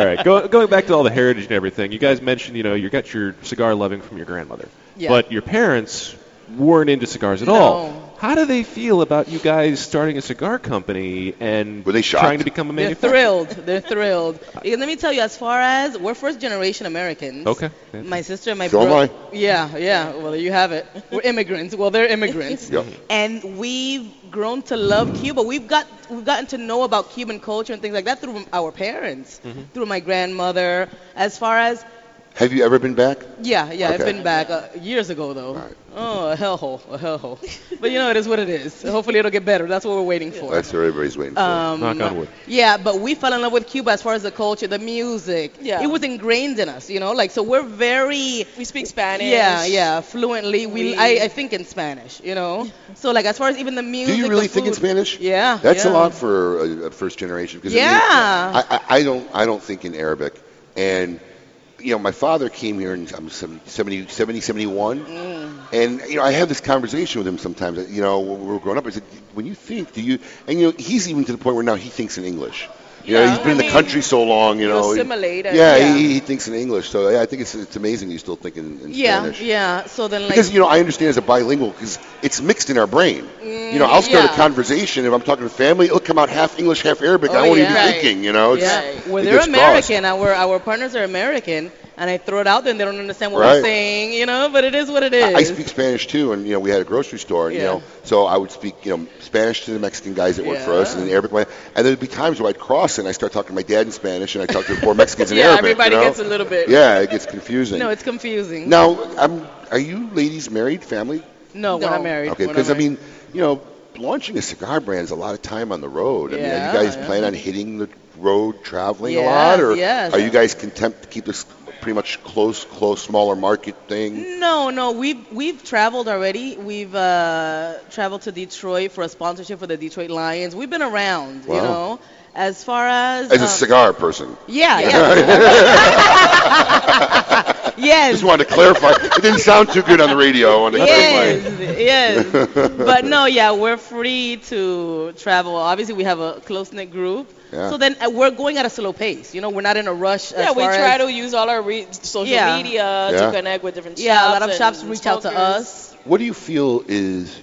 [SPEAKER 7] right, go, going back to all the heritage and everything, you guys mentioned, you know, you got your cigar loving from your grandmother,
[SPEAKER 16] Yeah.
[SPEAKER 7] but your parents weren't into cigars at all. How do they feel about you guys starting a cigar company and Were they trying to become a
[SPEAKER 16] They're
[SPEAKER 7] manufacturer?
[SPEAKER 16] thrilled. They're thrilled. Because let me tell you, as far as we're first generation Americans.
[SPEAKER 7] Okay. yeah.
[SPEAKER 16] My sister and my
[SPEAKER 7] So am
[SPEAKER 16] bro-
[SPEAKER 7] I.
[SPEAKER 16] Yeah, yeah. Well, there you have it. We're immigrants. Well, they're immigrants.
[SPEAKER 3] Yep.
[SPEAKER 16] And we've grown to love Cuba. We've got we've gotten to know about Cuban culture and things like that through our parents, through my grandmother. As far as
[SPEAKER 3] Have you ever been back?
[SPEAKER 16] yeah, yeah, I've
[SPEAKER 3] Okay.
[SPEAKER 16] been back uh, years ago though. Oh, a hellhole, a hellhole. but you know, it is what it is. Hopefully, it'll get better. That's what we're waiting for.
[SPEAKER 3] That's what everybody's waiting for.
[SPEAKER 16] Um,
[SPEAKER 3] Knock on wood.
[SPEAKER 16] Yeah, but we fell in love with Cuba as far as the culture, the music. Yeah. It was ingrained in us, you know? Like, so we're very.
[SPEAKER 1] We speak Spanish.
[SPEAKER 16] Yeah, yeah, fluently.
[SPEAKER 1] We-
[SPEAKER 16] We, I, I think in Spanish, you know? So, like, as far as even the music.
[SPEAKER 3] Do you
[SPEAKER 16] the
[SPEAKER 3] really think in
[SPEAKER 16] food-
[SPEAKER 3] Spanish?
[SPEAKER 16] Yeah.
[SPEAKER 3] That's
[SPEAKER 16] Ah, yeah.
[SPEAKER 3] a lot for a, a first generation. Cause it means-
[SPEAKER 16] Yeah.
[SPEAKER 3] I, I, I don't I don't think in Arabic, and you know my father came here in I'm 70, 70, 71,
[SPEAKER 16] Mm.
[SPEAKER 3] and you know I have this conversation with him sometimes. You know when we were growing up, I said, when you think, do you? And you know he's even to the point where now he thinks in English. You know,
[SPEAKER 16] Yeah,
[SPEAKER 3] he's been
[SPEAKER 16] I
[SPEAKER 3] in the
[SPEAKER 16] mean,
[SPEAKER 3] country so long, you
[SPEAKER 16] you
[SPEAKER 3] know.
[SPEAKER 16] assimilate
[SPEAKER 3] Oh, yeah,
[SPEAKER 16] and- yeah.
[SPEAKER 3] He, he thinks in English. So yeah, I think it's, it's amazing you still think in, in
[SPEAKER 16] Yeah,
[SPEAKER 3] Spanish.
[SPEAKER 16] yeah. So then, like.
[SPEAKER 3] Because you know, I understand as a bilingual because it's mixed in our brain. you know, I'll start
[SPEAKER 16] mm, yeah.
[SPEAKER 3] a conversation if I'm talking to family. It'll come out half English, half Arabic.
[SPEAKER 16] Oh,
[SPEAKER 3] I won't
[SPEAKER 16] yeah.
[SPEAKER 3] even be
[SPEAKER 16] Right.
[SPEAKER 3] thinking. You know,
[SPEAKER 16] yeah. Well,
[SPEAKER 3] it
[SPEAKER 16] they're
[SPEAKER 3] gets
[SPEAKER 16] American. Our our partners are American, and I throw it out there, and they don't understand what we're
[SPEAKER 3] Right.
[SPEAKER 16] saying, you know. But it is what it is.
[SPEAKER 3] crossed. I, I speak Spanish too, and you know, we had a grocery store, and, you
[SPEAKER 16] Yeah.
[SPEAKER 3] know, so I would speak, you know, Spanish to the Mexican guys that work for us, and then Arabic. And there'd be times where I'd cross, and I start talking to my dad in Spanish, and I talk to the poor Mexicans in
[SPEAKER 16] yeah,
[SPEAKER 3] Arabic.
[SPEAKER 16] everybody
[SPEAKER 3] you know?
[SPEAKER 16] gets a little bit.
[SPEAKER 3] Yeah, it gets confusing.
[SPEAKER 16] No, it's confusing.
[SPEAKER 3] now, I'm, are you ladies married, family?
[SPEAKER 16] No, we're not married.
[SPEAKER 3] Okay,
[SPEAKER 16] We're not
[SPEAKER 3] because I
[SPEAKER 16] married.
[SPEAKER 3] mean, you know, launching a cigar brand is a lot of time on the road. I mean,
[SPEAKER 16] Yeah,
[SPEAKER 3] are you guys
[SPEAKER 16] yeah.
[SPEAKER 3] plan on hitting the road, traveling
[SPEAKER 16] Yes,
[SPEAKER 3] a lot, or
[SPEAKER 16] yes.
[SPEAKER 3] are you guys content to keep this pretty much close, close, smaller market thing?
[SPEAKER 16] No, no, we've we've traveled already. We've uh, traveled to Detroit for a sponsorship for the Detroit Lions. We've been around, you
[SPEAKER 3] Wow.
[SPEAKER 16] know. As far as
[SPEAKER 3] As a
[SPEAKER 16] um,
[SPEAKER 3] cigar person.
[SPEAKER 16] Yeah, yeah. yes.
[SPEAKER 3] Just wanted to clarify. It didn't sound too good on the radio. On the
[SPEAKER 16] um, Yes, yes.
[SPEAKER 3] yes.
[SPEAKER 16] but no, yeah, we're free to travel. Obviously, we have a close knit group.
[SPEAKER 3] Yeah.
[SPEAKER 16] So then uh, we're going at a slow pace. You know, we're not in a rush.
[SPEAKER 1] Yeah, we try to use all our re- social
[SPEAKER 16] Yeah.
[SPEAKER 1] media
[SPEAKER 3] Yeah.
[SPEAKER 1] to connect with different
[SPEAKER 16] Yeah, a
[SPEAKER 1] shops.
[SPEAKER 16] lot of
[SPEAKER 1] and
[SPEAKER 16] shops reach out to
[SPEAKER 1] smokers.
[SPEAKER 3] What do you feel is,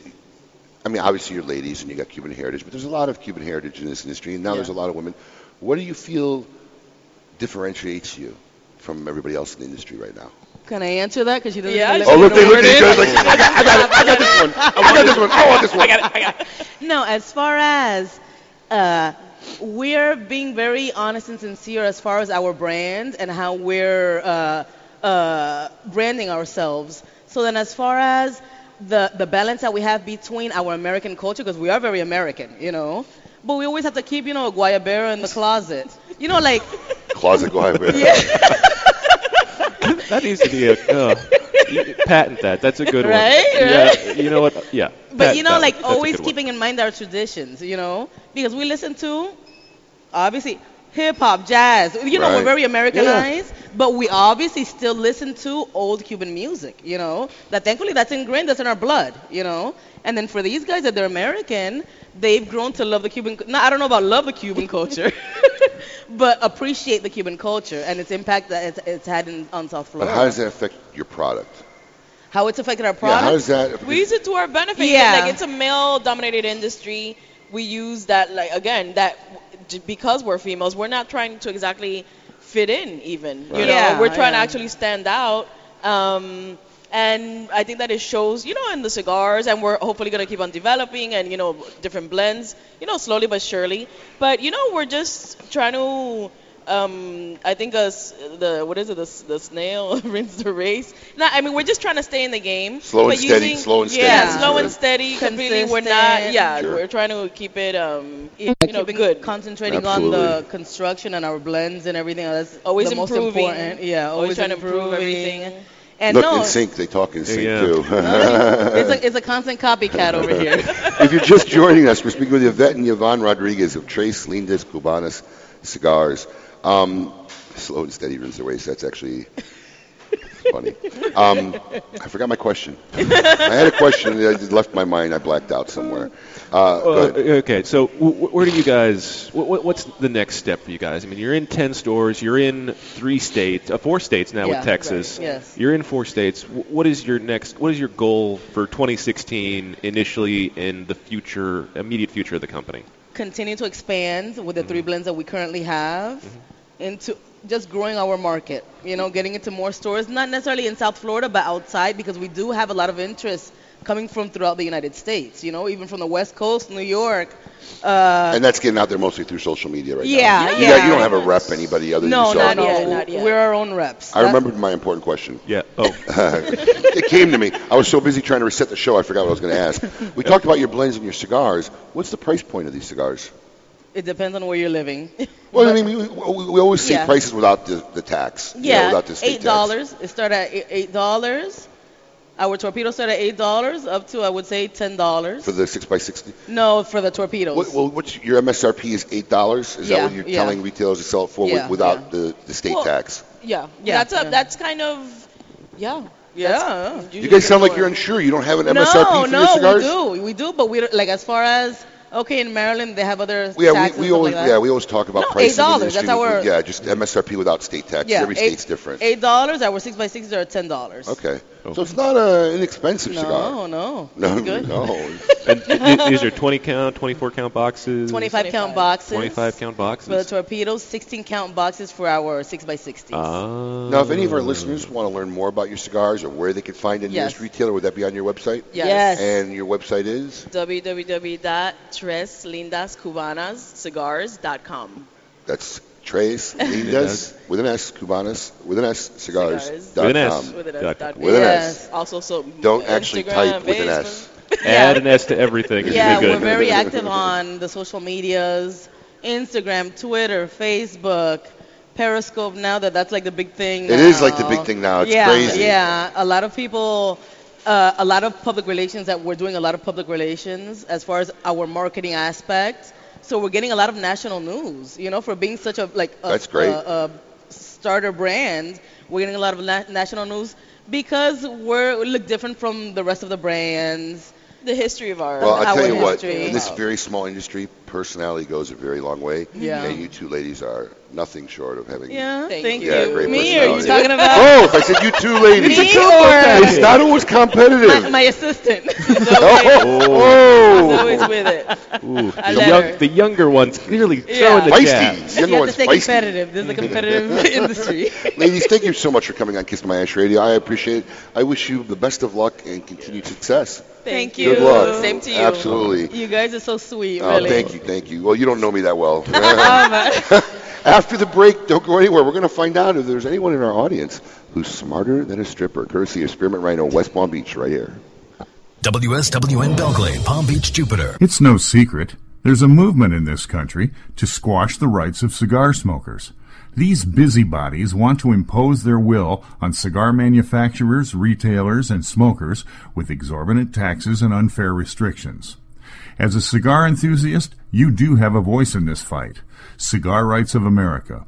[SPEAKER 3] I mean, obviously you're ladies and you got Cuban heritage, but there's a lot of Cuban heritage in this industry, and now there's a lot of women. What do you feel differentiates you from everybody else in the industry right now?
[SPEAKER 16] Can I answer that? Because she doesn't.
[SPEAKER 1] Yeah,
[SPEAKER 16] even
[SPEAKER 3] Oh,
[SPEAKER 16] let
[SPEAKER 3] look,
[SPEAKER 16] me
[SPEAKER 3] they
[SPEAKER 16] know
[SPEAKER 3] look at
[SPEAKER 16] where it
[SPEAKER 3] each other
[SPEAKER 16] is.
[SPEAKER 3] like, I got, I got, I got this one. I got this one. I want this one. I got it. I got
[SPEAKER 16] No, as far as uh, we're being very honest and sincere as far as our brand and how we're uh, uh, branding ourselves. So then, as far as the the balance that we have between our American culture, because we are very American, you know, but we always have to keep, you know, a guayabera in the closet. You know, like
[SPEAKER 3] Closet go ahead.
[SPEAKER 7] that needs to be a uh, you- patent. That that's a good
[SPEAKER 16] Right?
[SPEAKER 7] one. Yeah,
[SPEAKER 16] Right?
[SPEAKER 7] you know what? Yeah.
[SPEAKER 16] But
[SPEAKER 7] patent
[SPEAKER 16] you
[SPEAKER 7] that
[SPEAKER 16] know,
[SPEAKER 7] one.
[SPEAKER 16] like
[SPEAKER 7] That's a
[SPEAKER 16] always
[SPEAKER 7] good one.
[SPEAKER 16] keeping in mind our traditions, you know, because we listen to, obviously, hip hop, jazz. You know,
[SPEAKER 1] Right.
[SPEAKER 16] we're very Americanized, but we obviously still listen to old Cuban music, you know, that thankfully that's ingrained, that's in our blood, you know. And then for these guys that they're American, they've grown to love the Cuban. cu- Now, I don't know about love the Cuban culture, but appreciate the Cuban culture and its impact that it's, it's had in, on South
[SPEAKER 3] But
[SPEAKER 16] Florida.
[SPEAKER 3] how does that affect your product?
[SPEAKER 16] How it's affected our
[SPEAKER 3] Yeah,
[SPEAKER 16] product.
[SPEAKER 3] how does that?
[SPEAKER 1] we use it to our benefit.
[SPEAKER 16] Yeah.
[SPEAKER 1] Yeah. Like it's a male dominated industry. We use that like again that j- because we're females, we're not trying to exactly fit in even. You
[SPEAKER 16] Right.
[SPEAKER 1] know,
[SPEAKER 16] Yeah,
[SPEAKER 1] we're trying
[SPEAKER 16] yeah.
[SPEAKER 1] to actually stand out. Um, and I think that it shows, you know, in the cigars, and we're hopefully gonna keep on developing and you know different blends, you know, slowly but surely. But you know, we're just trying to. Um, I think us the what is it the, s- the snail wins the race. No, I mean we're just trying to stay in the game.
[SPEAKER 3] Slow and
[SPEAKER 1] but
[SPEAKER 3] steady,
[SPEAKER 1] using-
[SPEAKER 3] slow and steady.
[SPEAKER 1] Yeah, slow
[SPEAKER 3] Sure.
[SPEAKER 1] and steady. Completely, we're not. Yeah,
[SPEAKER 3] Sure.
[SPEAKER 1] we're trying to keep it. Um, you
[SPEAKER 16] you
[SPEAKER 1] know,
[SPEAKER 16] know,
[SPEAKER 1] good.
[SPEAKER 16] concentrating on the
[SPEAKER 1] Absolutely.
[SPEAKER 16] construction and our blends and everything. uh, That's
[SPEAKER 1] always
[SPEAKER 16] the most
[SPEAKER 1] improving.
[SPEAKER 16] important. Yeah, always,
[SPEAKER 1] trying to improve
[SPEAKER 16] improving.
[SPEAKER 1] everything.
[SPEAKER 16] And
[SPEAKER 3] Look,
[SPEAKER 16] no,
[SPEAKER 3] in sync, they talk in sync
[SPEAKER 7] Yeah.
[SPEAKER 3] too.
[SPEAKER 16] it's a, it's a constant copycat over here.
[SPEAKER 3] if you're just joining us, we're speaking with Yvette and Yvonne Rodriguez of Trace Lindas Cubanas Cigars. Um, slow and steady runs the race. That's actually funny. Um, I forgot my question. I had a uh, question that just left my mind. I blacked out somewhere. Uh, go
[SPEAKER 7] Well,
[SPEAKER 3] ahead.
[SPEAKER 7] okay, so w- w- where do you guys? wh- wh- what's the next step for you guys? I mean, you're in ten stores. You're in three states, uh, four states now
[SPEAKER 16] Yeah,
[SPEAKER 7] with Texas.
[SPEAKER 16] right, yes.
[SPEAKER 7] You're in four states. W- what is your next? What is your goal for 2016 initially and the future, immediate future of the company?
[SPEAKER 16] Continue to expand with the
[SPEAKER 3] Mm-hmm.
[SPEAKER 16] three blends that we currently have into just growing our market, you know, getting into more stores, not necessarily in South Florida, but outside because we do have a lot of interest coming from throughout the United States, you know, even from the West Coast, New York. Uh,
[SPEAKER 3] and that's getting out there mostly through social media right
[SPEAKER 16] Yeah,
[SPEAKER 3] now. You,
[SPEAKER 16] yeah.
[SPEAKER 3] got- you don't have a rep anybody other
[SPEAKER 16] no,
[SPEAKER 3] than yourself.
[SPEAKER 16] not yet, not yet. We're our own reps.
[SPEAKER 3] I remembered my important question.
[SPEAKER 7] Yeah. Oh.
[SPEAKER 3] it came to me. I was so busy trying to reset the show, I forgot what I was going to ask. We talked about your blends and your cigars. What's the price point of these cigars?
[SPEAKER 16] It depends on where you're living.
[SPEAKER 3] Well, I mean, we, we, we always say
[SPEAKER 16] Yeah.
[SPEAKER 3] prices without the, the tax. you know,
[SPEAKER 16] Yeah,
[SPEAKER 3] without the state
[SPEAKER 16] eight dollars. It started at eight- eight dollars. Our torpedo started at eight dollars up to I would say ten
[SPEAKER 3] tax
[SPEAKER 16] dollars.
[SPEAKER 3] for the six by sixty.
[SPEAKER 16] No, for the torpedoes.
[SPEAKER 3] What, well, what's your MSRP is eight dollars. Is that
[SPEAKER 16] Yeah,
[SPEAKER 3] what you're
[SPEAKER 16] yeah.
[SPEAKER 3] telling retailers to sell it for with-
[SPEAKER 16] Yeah,
[SPEAKER 3] without the, the state
[SPEAKER 1] Well,
[SPEAKER 3] tax?
[SPEAKER 1] Yeah,
[SPEAKER 16] Yeah,
[SPEAKER 1] That's a,
[SPEAKER 16] yeah.
[SPEAKER 1] that's kind of yeah.
[SPEAKER 16] yeah.
[SPEAKER 3] You guys sound like you're unsure. You don't have an
[SPEAKER 16] no,
[SPEAKER 3] MSRP for
[SPEAKER 16] no,
[SPEAKER 3] your cigars.
[SPEAKER 16] we do, we do, but we don't- like as far as okay in Maryland they have other
[SPEAKER 3] Yeah,
[SPEAKER 16] taxes
[SPEAKER 3] we, we
[SPEAKER 16] and
[SPEAKER 3] always
[SPEAKER 16] stuff like that.
[SPEAKER 3] yeah we always talk about
[SPEAKER 16] No,
[SPEAKER 3] prices. in the
[SPEAKER 16] $8, that's
[SPEAKER 3] industry.
[SPEAKER 16] our-
[SPEAKER 3] yeah just MSRP without state tax.
[SPEAKER 16] Yeah,
[SPEAKER 3] Every
[SPEAKER 16] eight-
[SPEAKER 3] state's different.
[SPEAKER 16] Eight dollars. Our six by sixes are ten dollars.
[SPEAKER 3] Okay. So it's not an inexpensive cigar.
[SPEAKER 16] No, no,
[SPEAKER 3] No,
[SPEAKER 16] It's good.
[SPEAKER 3] no.
[SPEAKER 7] And th- these are 20 count, 24 count boxes.
[SPEAKER 16] 25 count boxes.
[SPEAKER 7] 25 count
[SPEAKER 16] For the
[SPEAKER 7] boxes.
[SPEAKER 16] torpedoes, 16 count boxes for our 6x60.
[SPEAKER 7] Ah.
[SPEAKER 3] Now, if any of our listeners want to learn more about your cigars or where they can find the nearest
[SPEAKER 16] Yes.
[SPEAKER 3] retailer, would that be on your website?
[SPEAKER 1] Yes. Yes.
[SPEAKER 3] And your website is?
[SPEAKER 1] www.treslindascubanascigars.com.
[SPEAKER 3] That's Tres Lindas with an S, Cubanas with an S, cigars. dot
[SPEAKER 7] With an S.
[SPEAKER 3] com.
[SPEAKER 1] With an
[SPEAKER 7] Dot
[SPEAKER 1] S. Dot
[SPEAKER 3] com. With an
[SPEAKER 1] yes.
[SPEAKER 3] S.
[SPEAKER 1] Also, so
[SPEAKER 3] Don't actually
[SPEAKER 1] Instagram,
[SPEAKER 3] type with an
[SPEAKER 1] Facebook.
[SPEAKER 3] S.
[SPEAKER 7] Add an S to everything. It's
[SPEAKER 16] Yeah,
[SPEAKER 7] really good.
[SPEAKER 16] we're very active on the social medias, Instagram, Twitter, Facebook, Periscope. Now that that's like the big thing.
[SPEAKER 3] It is like the big thing now. It's
[SPEAKER 16] yeah,
[SPEAKER 3] crazy.
[SPEAKER 16] Yeah, a lot of people, uh, a lot of public relations that we're doing a lot of public relations as far as our marketing aspect. So we're getting a lot of national news. You know, for being such a like a,
[SPEAKER 3] That's great.
[SPEAKER 16] a, a starter brand, we're getting a lot of na- national news because we're we look different from the rest of the brands.
[SPEAKER 1] The history of our
[SPEAKER 3] Well, I'll
[SPEAKER 16] our
[SPEAKER 3] tell you what,
[SPEAKER 16] history.
[SPEAKER 3] in this very small industry, personality goes a very long way.
[SPEAKER 16] Yeah.
[SPEAKER 3] And you two ladies are nothing short of having
[SPEAKER 16] Yeah, thank, you.
[SPEAKER 3] yeah, great
[SPEAKER 16] Me or you
[SPEAKER 3] personality.
[SPEAKER 16] talking about?
[SPEAKER 3] Oh, if I said you two ladies.
[SPEAKER 16] Me or-
[SPEAKER 3] It's not always competitive.
[SPEAKER 16] my, my assistant.
[SPEAKER 3] oh,
[SPEAKER 16] She's always with it.
[SPEAKER 7] Ooh,
[SPEAKER 16] I
[SPEAKER 7] the,
[SPEAKER 16] let
[SPEAKER 7] young,
[SPEAKER 16] her.
[SPEAKER 7] the younger one's clearly throwing the
[SPEAKER 3] Feisty.
[SPEAKER 7] jab.
[SPEAKER 3] The younger
[SPEAKER 16] you have
[SPEAKER 3] one's
[SPEAKER 16] to stay
[SPEAKER 3] feisty.
[SPEAKER 16] competitive. This is a competitive industry.
[SPEAKER 3] Ladies, thank you so much for coming on Kiss My Ash Radio. I appreciate it. I wish you the best of luck and continued success.
[SPEAKER 16] Thank you.
[SPEAKER 3] Good luck.
[SPEAKER 16] Same to you.
[SPEAKER 3] Absolutely.
[SPEAKER 16] You guys are so sweet,
[SPEAKER 3] Oh,
[SPEAKER 16] really.
[SPEAKER 3] thank you, thank you. Well, you don't know me that well.
[SPEAKER 16] Um,
[SPEAKER 3] After the break, don't go anywhere. We're going to find out if there's anyone in our audience who's smarter than a stripper, courtesy of Spearmint Rhino, West Palm Beach, right here.
[SPEAKER 18] WSWN Belgrade, Palm Beach, Jupiter.
[SPEAKER 5] It's no secret. There's a movement in this country to squash the rights of cigar smokers. These busybodies want to impose their will on cigar manufacturers, retailers, and smokers with exorbitant taxes and unfair restrictions. As a cigar enthusiast, you do have a voice in this fight. Cigar Rights of America.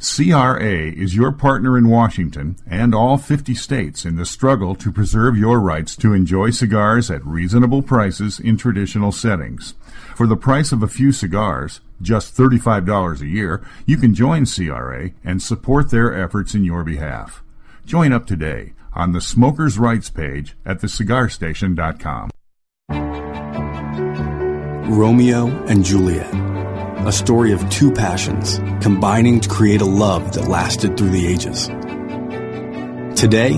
[SPEAKER 5] CRA is your partner in Washington and all 50 states in the struggle to preserve your rights to enjoy cigars at reasonable prices in traditional settings. For the price of a few cigars, just $35 a year, you can join CRA and support their efforts in your behalf. Join up today on the Smokers' Rights page at thecigarstation.com.
[SPEAKER 24] Romeo and Juliet. A story of two passions combining to create a love that lasted through the ages. Today,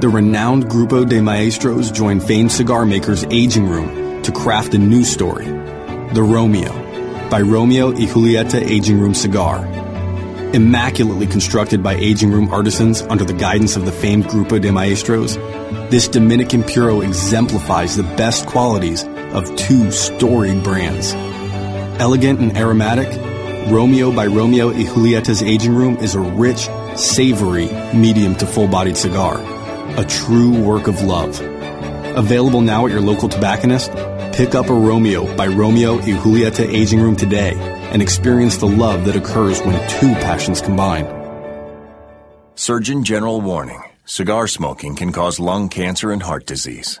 [SPEAKER 24] the renowned Grupo de Maestros join famed cigar makers' aging room to craft a new story The Romeo by Romeo y Julieta Aging Room Cigar. Immaculately constructed by aging room artisans under the guidance of the famed Grupo de Maestros, this Dominican Puro exemplifies the best qualities of two storied brands. Elegant and aromatic, Romeo by Romeo y Julieta's Aging Room is a rich, savory, medium to full bodied cigar. A true work of love. Available now at your local tobacconist, pick up a Romeo by Romeo y Julieta Aging Room today and experience the love that occurs when two passions combine.
[SPEAKER 25] Surgeon General warning cigar smoking can cause lung cancer and heart disease.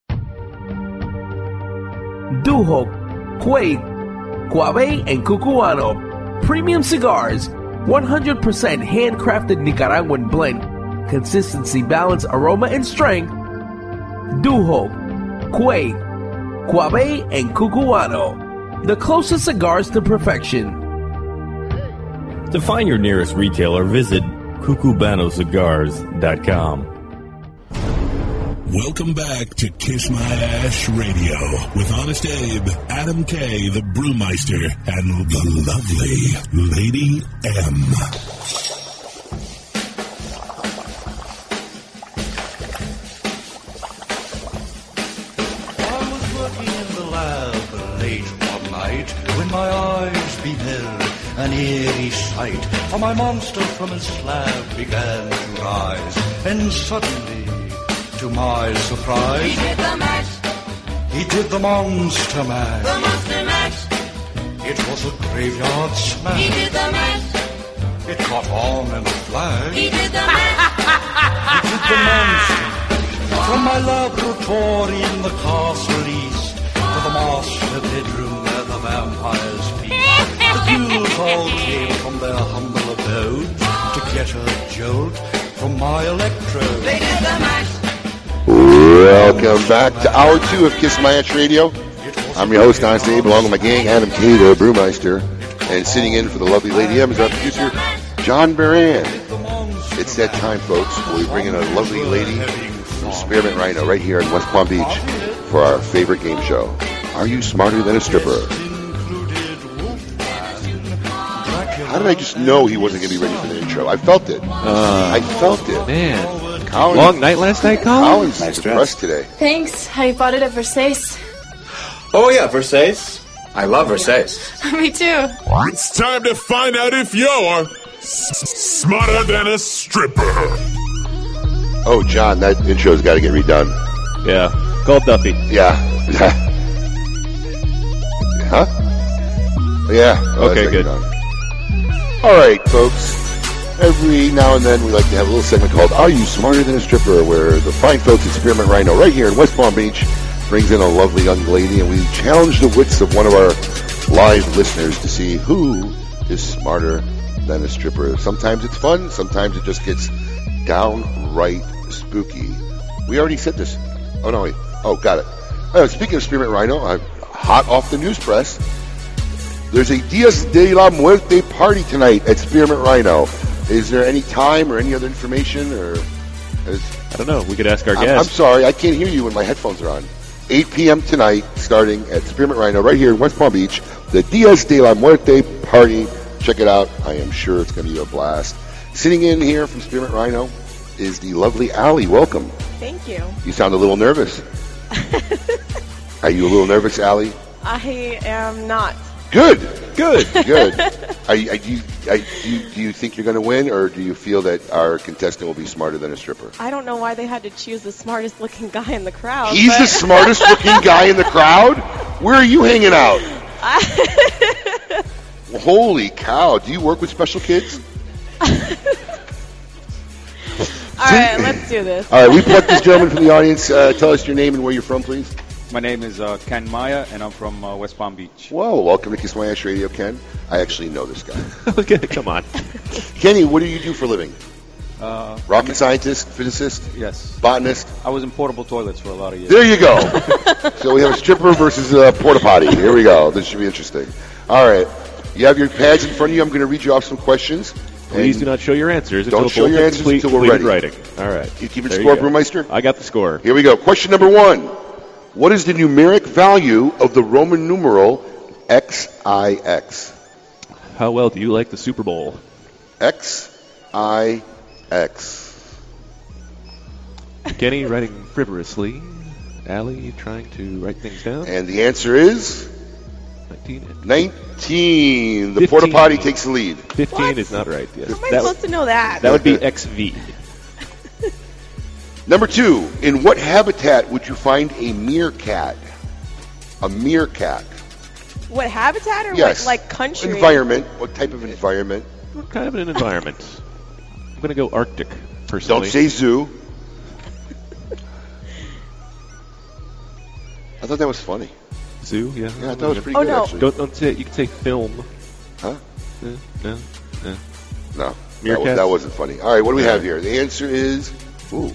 [SPEAKER 11] Duho, Quay, Guave, and Cucuano. Premium cigars, 100% handcrafted Nicaraguan blend. Consistency, balance, aroma, and strength. Duho, Quay, Guave, and Cucuano. The closest cigars to perfection.
[SPEAKER 12] To find your nearest retailer, visit cucubanocigars.com.
[SPEAKER 4] Welcome back to Kiss My Ash Radio with Honest Abe, Adam K, the Brewmeister, and the lovely Lady M.
[SPEAKER 26] I was working in the lab late one night when my eyes beheld an eerie sight. For my monster from his slab began to rise, and suddenly, to my surprise,
[SPEAKER 27] He did the mash,
[SPEAKER 26] he did the monster mash.
[SPEAKER 27] the monster mash.
[SPEAKER 26] It was a graveyard smash.
[SPEAKER 27] He did the mash,
[SPEAKER 26] It caught on in a flash.
[SPEAKER 27] he did the mash.
[SPEAKER 26] With the mansion. From my laboratory in the castle east to the master bedroom where the vampires feed. The ghouls all came from their humble abode to get a jolt from my electrode.
[SPEAKER 27] They did the mash,
[SPEAKER 3] Welcome back to hour two of Kiss My Ash Radio. I'm your host, Don Abe, along with my gang, Adam Cato, Brewmeister, and sitting in for the lovely Lady M is our producer, John Baran. It's that time, folks. We bring in a lovely lady from Spearmint Rhino right here in West Palm Beach for our favorite game show. Are you smarter than a stripper? How did I just know he wasn't going to be ready for the intro? I felt it. I felt it. Man, Colin,
[SPEAKER 7] Long night last night, Colin?
[SPEAKER 3] Colin's depressed today.
[SPEAKER 8] Thanks. I bought it at Versace.
[SPEAKER 28] Oh yeah, Versace. I love Versace.
[SPEAKER 8] Me too.
[SPEAKER 28] It's time to find out if you're smarter than a stripper.
[SPEAKER 3] Oh, John, that intro's got to get redone. Yeah. Call Duffy. Yeah. huh? Yeah. Oh, that's
[SPEAKER 7] Okay,
[SPEAKER 3] got
[SPEAKER 7] good.
[SPEAKER 3] done. All right, folks. Every now and then, we like to have a little segment called Are You Smarter Than a Stripper? where the fine folks at Spearmint Rhino, right here in West Palm Beach, brings in a lovely young lady, and we challenge the wits of one of our live listeners to see who is smarter than a stripper. Sometimes it's fun, sometimes it just gets downright spooky. We already said this. Oh, no, wait. Oh, got it. Uh, speaking of Spearmint Rhino, I'm hot off the news press. There's a Dias de la Muerte party tonight at Spearmint Rhino. Is there any time or any other information or? Is,
[SPEAKER 7] I don't know. We could ask our
[SPEAKER 3] I'm,
[SPEAKER 7] guest.
[SPEAKER 3] I'm sorry, I can't hear you when my headphones are on. 8 p.m. tonight, starting at Spearmint Rhino right here in West Palm Beach, the Diaz de la Muerte party. Check it out. I am sure it's going to be a blast. Sitting in here from Spearmint Rhino is the lovely Allie. Welcome.
[SPEAKER 10] Thank you.
[SPEAKER 3] You sound a little nervous. Are you a little nervous, Allie?
[SPEAKER 10] I am not.
[SPEAKER 3] Good. Good. Good. Are you, are you, are you, do you think you're going to win, or do you feel that our contestant will be smarter than a stripper?
[SPEAKER 10] I don't know why they had to choose the smartest looking guy in the
[SPEAKER 1] Oh,
[SPEAKER 10] crowd.
[SPEAKER 3] He's the
[SPEAKER 10] but-
[SPEAKER 3] smartest looking guy in the crowd? Where are you hanging out? Holy cow. Do you work with special kids?
[SPEAKER 10] All right, let's do this.
[SPEAKER 3] All right, we plucked this gentleman from the audience. Uh, tell us your name and where you're from, please.
[SPEAKER 13] My name is uh, Ken Maya, and I'm from uh, West Palm Beach.
[SPEAKER 3] Whoa, welcome to Kiss My Ash Radio, Ken. I actually know this guy.
[SPEAKER 7] okay, come on.
[SPEAKER 3] Kenny, what do you do for a living?
[SPEAKER 13] Uh,
[SPEAKER 3] Rocket scientist, physicist,
[SPEAKER 13] yes.
[SPEAKER 3] botanist.
[SPEAKER 13] I was in portable toilets for a lot of years.
[SPEAKER 3] There you go. so we have a stripper versus a porta potty. Here we go. This should be interesting. All right, you have your pads in front of you. I'm going to read you off some questions.
[SPEAKER 7] Please do not show your answers.
[SPEAKER 3] Don't
[SPEAKER 7] until
[SPEAKER 3] show your
[SPEAKER 7] full
[SPEAKER 3] answers
[SPEAKER 7] complete-
[SPEAKER 3] until we're
[SPEAKER 7] completed
[SPEAKER 3] ready.
[SPEAKER 7] Writing. All right.
[SPEAKER 3] You keep it
[SPEAKER 7] There
[SPEAKER 3] score,
[SPEAKER 7] go.
[SPEAKER 3] Brewmeister?
[SPEAKER 7] I got the score.
[SPEAKER 3] Here we go. Question number one. What is the numeric value of the Roman numeral XIX?
[SPEAKER 7] How well do you like the Super Bowl?
[SPEAKER 3] XIX.
[SPEAKER 7] Kenny writing frivolously. Allie trying to write things down.
[SPEAKER 3] And the answer is
[SPEAKER 7] 19.
[SPEAKER 3] 19. The
[SPEAKER 7] 15.
[SPEAKER 3] porta potty takes the lead.
[SPEAKER 7] 15 is not right. Yes.
[SPEAKER 10] How am I supposed to know that?
[SPEAKER 7] that would be XV.
[SPEAKER 3] Number two. In what habitat would you find a meerkat? A meerkat.
[SPEAKER 10] What habitat or
[SPEAKER 3] Yes.
[SPEAKER 10] what like country?
[SPEAKER 3] Environment. What type of environment?
[SPEAKER 7] Kind of in an environment. I'm going to go Arctic, personally.
[SPEAKER 3] Don't say zoo. I thought that was funny.
[SPEAKER 7] Zoo, yeah.
[SPEAKER 3] Yeah, I thought it was pretty
[SPEAKER 10] Oh, good, no. actually.
[SPEAKER 7] Don't, don't say it. You can say film.
[SPEAKER 3] Huh?
[SPEAKER 7] Yeah, no. no.
[SPEAKER 3] No. That,
[SPEAKER 7] Meerkats?
[SPEAKER 3] was, that wasn't funny. All right, what do we have here? The answer is ooh,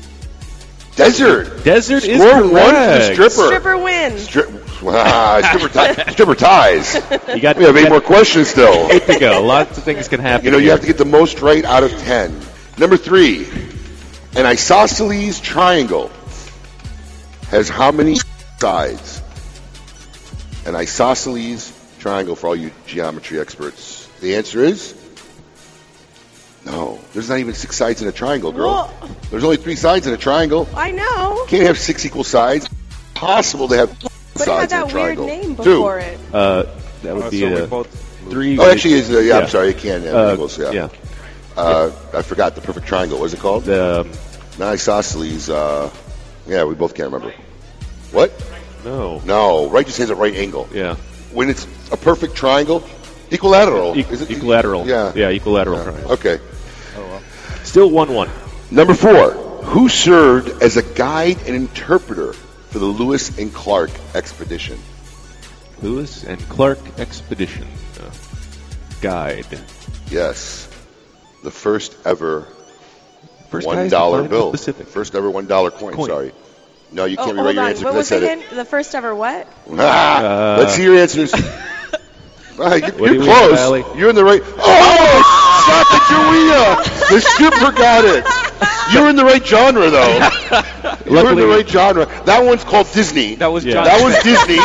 [SPEAKER 3] desert.
[SPEAKER 7] Desert
[SPEAKER 3] Score
[SPEAKER 7] is
[SPEAKER 3] one for the
[SPEAKER 7] correct.
[SPEAKER 3] stripper.
[SPEAKER 10] Stripper win.
[SPEAKER 3] Stri- ah, stripper, ti- stripper ties.
[SPEAKER 7] You got-
[SPEAKER 3] we have
[SPEAKER 7] you
[SPEAKER 3] eight
[SPEAKER 7] got-
[SPEAKER 3] more questions still.
[SPEAKER 7] Eight to go. Lots of things can happen.
[SPEAKER 3] You know, you
[SPEAKER 7] here.
[SPEAKER 3] have to get the most right out of ten. Number three, an isosceles triangle has how many sides? An isosceles triangle for all you geometry experts. The answer is no. There's not even six sides in a triangle, girl. There's only three sides in a triangle.
[SPEAKER 10] I know.
[SPEAKER 3] Can't have six equal sides. Possible to have
[SPEAKER 10] But it had
[SPEAKER 3] sides in a
[SPEAKER 10] that weird
[SPEAKER 3] triangle.
[SPEAKER 10] name
[SPEAKER 3] Two.
[SPEAKER 10] before it.
[SPEAKER 7] Uh, that would
[SPEAKER 13] Uh,
[SPEAKER 7] be
[SPEAKER 13] so we
[SPEAKER 7] uh, three.
[SPEAKER 3] Oh, actually, is uh, yeah, I'm sorry, it can have
[SPEAKER 7] Uh,
[SPEAKER 3] equals. Yeah. Uh, I forgot the perfect triangle. What was it called?
[SPEAKER 7] The
[SPEAKER 3] not isosceles. Uh, yeah, we both can't remember. What?
[SPEAKER 7] No.
[SPEAKER 3] No, right just has a right angle.
[SPEAKER 7] Yeah.
[SPEAKER 3] When it's a perfect triangle, equilateral. is it
[SPEAKER 7] Equilateral.
[SPEAKER 3] Yeah.
[SPEAKER 7] Yeah, equilateral triangle.
[SPEAKER 3] Okay.
[SPEAKER 13] Oh,
[SPEAKER 7] Still 1 1.
[SPEAKER 3] Number four. Who served as a guide and interpreter for the Lewis and Clark expedition?
[SPEAKER 7] Lewis and Clark Expedition uh, Guide.
[SPEAKER 3] Yes. The first ever
[SPEAKER 7] First
[SPEAKER 3] one
[SPEAKER 7] guys to
[SPEAKER 3] dollar
[SPEAKER 7] find the
[SPEAKER 3] bill.
[SPEAKER 7] Pacific.
[SPEAKER 3] First ever one dollar coin,
[SPEAKER 7] Coin.
[SPEAKER 3] sorry. No, you
[SPEAKER 10] oh,
[SPEAKER 3] can't
[SPEAKER 10] hold
[SPEAKER 3] rewrite your
[SPEAKER 10] on.
[SPEAKER 3] answer
[SPEAKER 10] What
[SPEAKER 3] because I
[SPEAKER 10] was
[SPEAKER 3] said
[SPEAKER 10] it
[SPEAKER 3] it.
[SPEAKER 10] again? The first ever what?
[SPEAKER 3] Ah,
[SPEAKER 7] Uh,
[SPEAKER 3] Let's hear your answers. Ah, you-
[SPEAKER 7] What do
[SPEAKER 3] you're
[SPEAKER 7] we have,
[SPEAKER 3] close.
[SPEAKER 7] Allie?
[SPEAKER 3] You're in the right. Oh, shot the Korea. The stripper got it. You're in the right genre, though. You're in
[SPEAKER 7] Luckily-
[SPEAKER 3] the right genre. That one's called Disney. That was
[SPEAKER 7] John
[SPEAKER 3] That was Disney.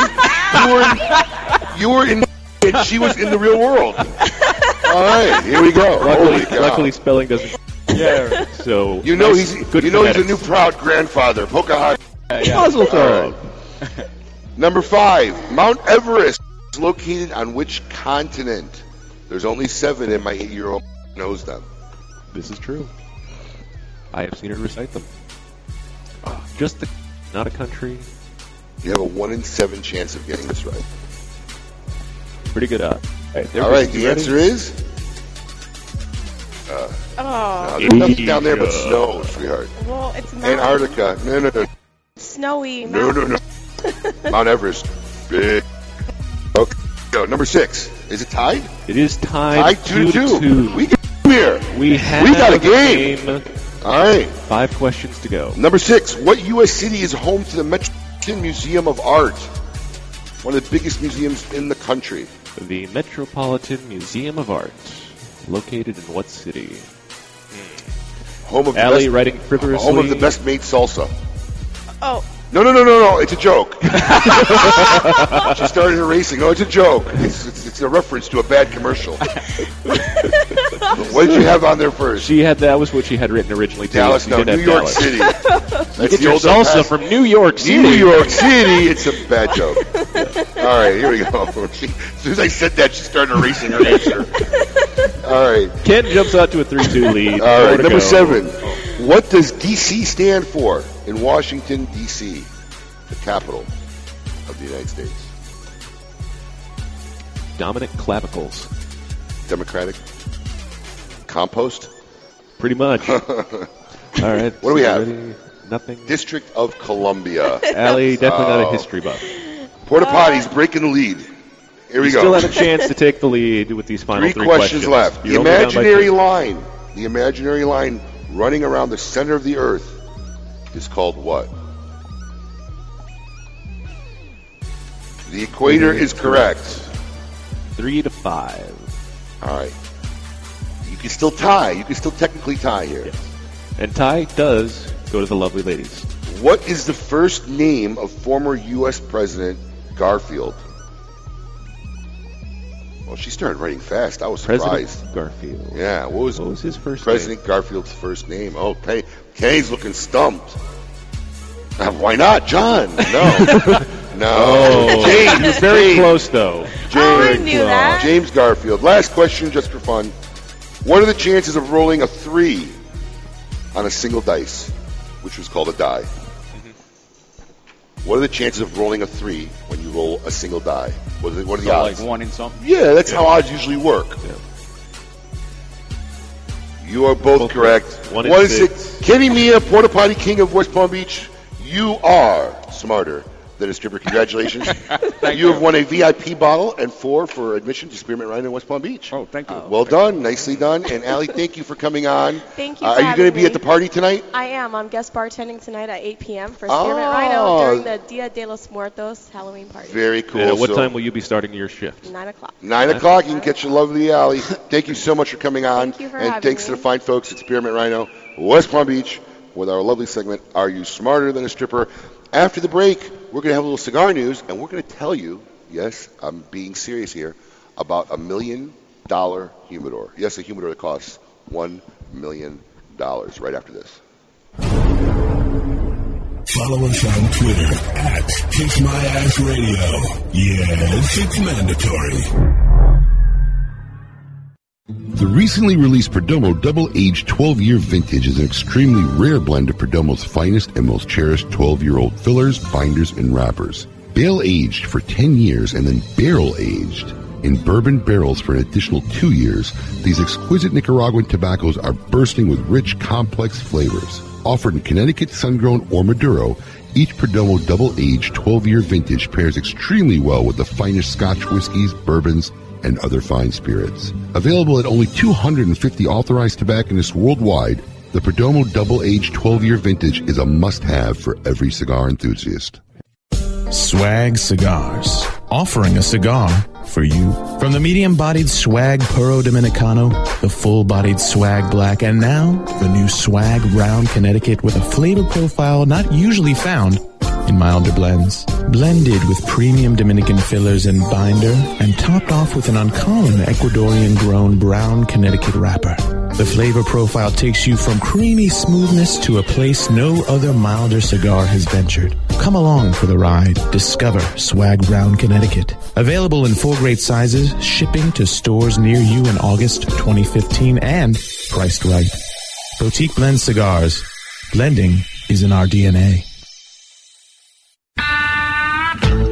[SPEAKER 3] You were in. You were in. And she was in the real world. All right, here we go. Holy
[SPEAKER 7] Luckily,
[SPEAKER 3] cow.
[SPEAKER 7] luckily spelling doesn't. Yeah. So
[SPEAKER 3] you know
[SPEAKER 7] nice-
[SPEAKER 3] he's
[SPEAKER 7] good
[SPEAKER 3] you know he's a
[SPEAKER 7] phonetics.
[SPEAKER 3] new proud grandfather. Pocahontas.
[SPEAKER 7] yeah. Puzzle
[SPEAKER 3] All right. Number five, Mount Everest is located on which continent? There's only seven, and my eight-year-old knows them.
[SPEAKER 7] This is true. I have seen her recite them. Uh, Just the, not a country.
[SPEAKER 3] You have a one in seven chance of getting this right.
[SPEAKER 7] Pretty good at. All right, there
[SPEAKER 3] All
[SPEAKER 7] we
[SPEAKER 3] right,
[SPEAKER 7] go.
[SPEAKER 3] the
[SPEAKER 7] You ready?
[SPEAKER 3] answer is. Uh,
[SPEAKER 10] Oh.
[SPEAKER 3] no, there's nothing down there but snow, sweetheart.
[SPEAKER 10] Well, it's not
[SPEAKER 3] Antarctica. No, no, no,
[SPEAKER 10] snowy.
[SPEAKER 3] no, no, no. Mount Everest. Big. Okay. Go. Number six. Is it tied?
[SPEAKER 7] It is tied,
[SPEAKER 3] Tied two to two. We got here.
[SPEAKER 7] We have
[SPEAKER 3] got a game.
[SPEAKER 7] game.
[SPEAKER 3] All right.
[SPEAKER 7] Five questions to go.
[SPEAKER 3] Number six, what U.S. city is home to the Metropolitan Museum of Art? One of the biggest museums in the country.
[SPEAKER 7] The Metropolitan Museum of Art, located in what city?
[SPEAKER 3] Home of the
[SPEAKER 7] Alley
[SPEAKER 3] best,
[SPEAKER 7] writing frivolously.
[SPEAKER 3] Home of the best made salsa.
[SPEAKER 10] Oh,
[SPEAKER 3] No, no, no, no, no. It's a joke. she started erasing. No, it's a joke. It's, it's, it's a reference to a bad commercial. what did you have on there first?
[SPEAKER 7] She had that was what she had written originally. too.
[SPEAKER 3] Dallas,
[SPEAKER 7] She
[SPEAKER 3] no,
[SPEAKER 7] did have
[SPEAKER 3] New York
[SPEAKER 7] Dallas.
[SPEAKER 3] City.
[SPEAKER 7] You
[SPEAKER 3] That's
[SPEAKER 7] get your
[SPEAKER 3] El
[SPEAKER 7] salsa
[SPEAKER 3] Paso.
[SPEAKER 7] from New York City.
[SPEAKER 3] New York City. It's a bad joke. All right, here we go. She, as soon as I said that, she started erasing her answer. All right.
[SPEAKER 7] Ken jumps out to a 3-2
[SPEAKER 3] All
[SPEAKER 7] lead. More
[SPEAKER 3] right,
[SPEAKER 7] to
[SPEAKER 3] number
[SPEAKER 7] go.
[SPEAKER 3] seven. What does D.C. stand for in Washington, D.C., the capital of the United States?
[SPEAKER 7] Dominant clavicles.
[SPEAKER 3] Democratic? Compost?
[SPEAKER 7] Pretty much. All right.
[SPEAKER 3] What do we have?
[SPEAKER 7] Ready? Nothing. Ah,
[SPEAKER 3] District of Columbia.
[SPEAKER 7] Allie, definitely not
[SPEAKER 3] Oh.
[SPEAKER 7] a history buff.
[SPEAKER 3] Porta potties breaking the lead. Here we
[SPEAKER 7] you
[SPEAKER 3] go.
[SPEAKER 7] Still have a chance to take the lead with these final
[SPEAKER 3] three,
[SPEAKER 7] three,
[SPEAKER 3] questions, left. The
[SPEAKER 7] You're only down by
[SPEAKER 3] imaginary
[SPEAKER 7] two.
[SPEAKER 3] line, the imaginary line running around the center of the Earth, is called what? The equator is correct.
[SPEAKER 7] Three to five.
[SPEAKER 3] All right. You can still tie. You can still technically tie here.
[SPEAKER 7] And Ty does go to the lovely ladies.
[SPEAKER 3] What is the first name of former U.S. President Garfield? Well, she started writing fast. I was
[SPEAKER 7] President
[SPEAKER 3] surprised.
[SPEAKER 7] Garfield.
[SPEAKER 3] Yeah, what was,
[SPEAKER 7] What was his first
[SPEAKER 3] President Garfield's first name? Oh, Kenny, Kenny's looking stumped. Uh, why not, John? No, no.
[SPEAKER 7] Oh,
[SPEAKER 3] James,
[SPEAKER 7] you're very
[SPEAKER 3] James,
[SPEAKER 7] close though.
[SPEAKER 3] James,
[SPEAKER 7] Oh, I knew that.
[SPEAKER 3] James Garfield. Last question, just for fun. What are the chances of rolling a three on a single dice, which was called a die?
[SPEAKER 7] Mm-hmm.
[SPEAKER 3] What are the chances of rolling a three when you roll a single die? What are the, what are the
[SPEAKER 2] So,
[SPEAKER 3] odds?
[SPEAKER 2] like one in something.
[SPEAKER 3] Yeah, that's how odds usually work. You are both, correct.
[SPEAKER 2] One in
[SPEAKER 3] is
[SPEAKER 2] six.
[SPEAKER 3] it? Kenny Mia, Porta Potty King of West Palm Beach, you are smarter than a stripper. Congratulations. you, have won a VIP bottle and four for admission to Spearmint Ryan in West Palm Beach. Oh,
[SPEAKER 2] thank you.
[SPEAKER 3] well done. Nicely done. And Allie, thank you for coming on.
[SPEAKER 1] Thank you
[SPEAKER 3] Uh, are
[SPEAKER 1] for
[SPEAKER 3] you going to
[SPEAKER 1] having
[SPEAKER 3] be
[SPEAKER 1] me.
[SPEAKER 3] at the party tonight?
[SPEAKER 1] I am. I'm guest bartending tonight at 8 p.m. for
[SPEAKER 3] Oh.
[SPEAKER 1] Spearmint Rhino during the Dia de los Muertos Halloween party.
[SPEAKER 3] Very cool.
[SPEAKER 7] And at what
[SPEAKER 3] So-
[SPEAKER 7] time will you be starting your shift?
[SPEAKER 1] 9 o'clock.
[SPEAKER 3] Nine o'clock. You can catch the lovely alley. Thank you so much for coming on.
[SPEAKER 1] Thank you for
[SPEAKER 3] and
[SPEAKER 1] having
[SPEAKER 3] thanks to the fine folks at Spearmint Rhino, West Palm Beach, with our lovely segment, Are You Smarter Than a Stripper? After the break, we're going to have a little cigar news, and we're going to tell you, yes, I'm being serious here, about a million dollar humidor. Yes, a humidor that costs one million dollars right after this.
[SPEAKER 4] Follow us on Twitter at Kiss My Ass Radio. Yes, it's mandatory.
[SPEAKER 29] The recently released Perdomo Double Aged 12 Year Vintage is an extremely rare blend of Perdomo's finest and most cherished 12 year old fillers, binders, and wrappers. Bale aged for 10 years and then barrel aged in bourbon barrels for an additional two years, these exquisite Nicaraguan tobaccos are bursting with rich, complex flavors. Offered in Connecticut, sun grown, or Maduro, each Perdomo double aged 12 year vintage pairs extremely well with the finest Scotch whiskies, bourbons, and other fine spirits. Available at only 250 authorized tobacconists worldwide, the Perdomo double aged 12 year vintage is a must have for every cigar enthusiast.
[SPEAKER 30] Swag Cigars, offering a cigar for you. From the medium bodied Swag Puro Dominicano, the full bodied Swag Black, and now the new Swag Round Connecticut with a flavor profile not usually found in milder blends. Blended with premium Dominican fillers and binder, and topped off with an uncommon Ecuadorian grown brown Connecticut wrapper. The flavor profile takes you from creamy smoothness to a place no other milder cigar has ventured. Come along for the ride. Discover Swag Brown Connecticut. Available in four great sizes, shipping to stores near you in August 2015 and priced right. Boutique Blend Cigars. Blending is in our DNA.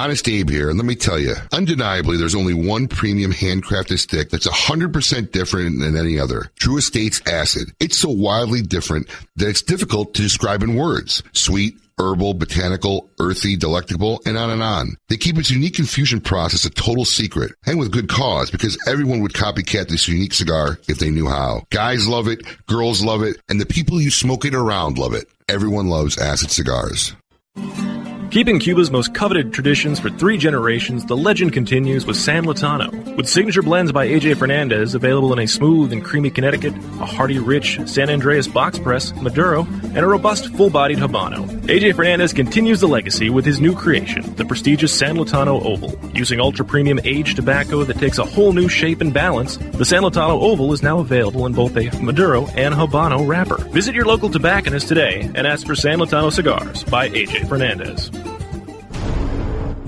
[SPEAKER 29] Honest Abe here, and let me tell you, undeniably, there's only one premium handcrafted stick that's 100% different than any other. True Estates Acid. It's so wildly different that it's difficult to describe in words. Sweet,
[SPEAKER 31] herbal, botanical, earthy, delectable, and on and on. They keep its unique infusion process a total secret, and with good cause, because everyone would copycat this unique cigar if they knew how. Guys love it, girls love it, and the people you smoke it around love it. Everyone loves acid cigars.
[SPEAKER 7] Keeping Cuba's most coveted traditions for three generations, the legend continues with San Latano. With signature blends by AJ Fernandez available in a smooth and creamy Connecticut, a hearty, rich San Andreas box press, Maduro, and a robust, full bodied Habano. AJ Fernandez continues the legacy with his new creation, the prestigious San Latano Oval. Using ultra premium aged tobacco that takes a whole new shape and balance, the San Latano Oval is now available in both a Maduro and Habano wrapper. Visit your local tobacconist today and ask for San Latano Cigars by AJ Fernandez.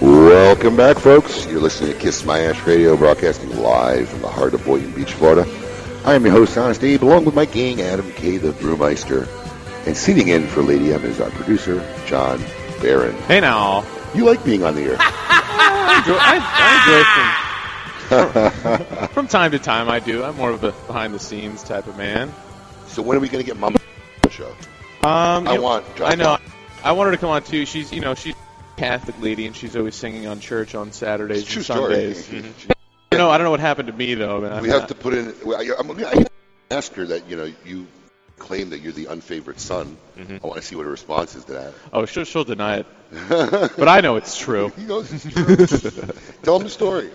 [SPEAKER 3] Welcome back, folks. You're listening to Kiss My Ash Radio, broadcasting live from the heart of Boynton Beach, Florida. I am your host, Honest Abe, along with my gang, Adam K. the Brewmeister. And seating in for Lady M is our producer, John Barron.
[SPEAKER 6] Hey now.
[SPEAKER 3] You like being on the air.
[SPEAKER 6] I enjoy, I, I enjoy from, from time to time. I do. I'm more of a behind the scenes type of man.
[SPEAKER 3] So when are we going to get Mama show?
[SPEAKER 6] Um,
[SPEAKER 3] I
[SPEAKER 6] you know,
[SPEAKER 3] want John
[SPEAKER 6] I know. I want her to come on too. She's you know she's a Catholic lady and she's always singing on church on Saturdays
[SPEAKER 3] True
[SPEAKER 6] and
[SPEAKER 3] story. Mm-hmm.
[SPEAKER 6] Sundays. You know, I don't know what happened to me though. Man.
[SPEAKER 3] We have to put in. well, I, I'm, I asked her that you know you claim that you're the unfavored son. I want to see what her response is to that.
[SPEAKER 6] Mm-hmm. Oh, she'll, she'll deny it. but I know it's true.
[SPEAKER 3] He knows it's true. Tell him the story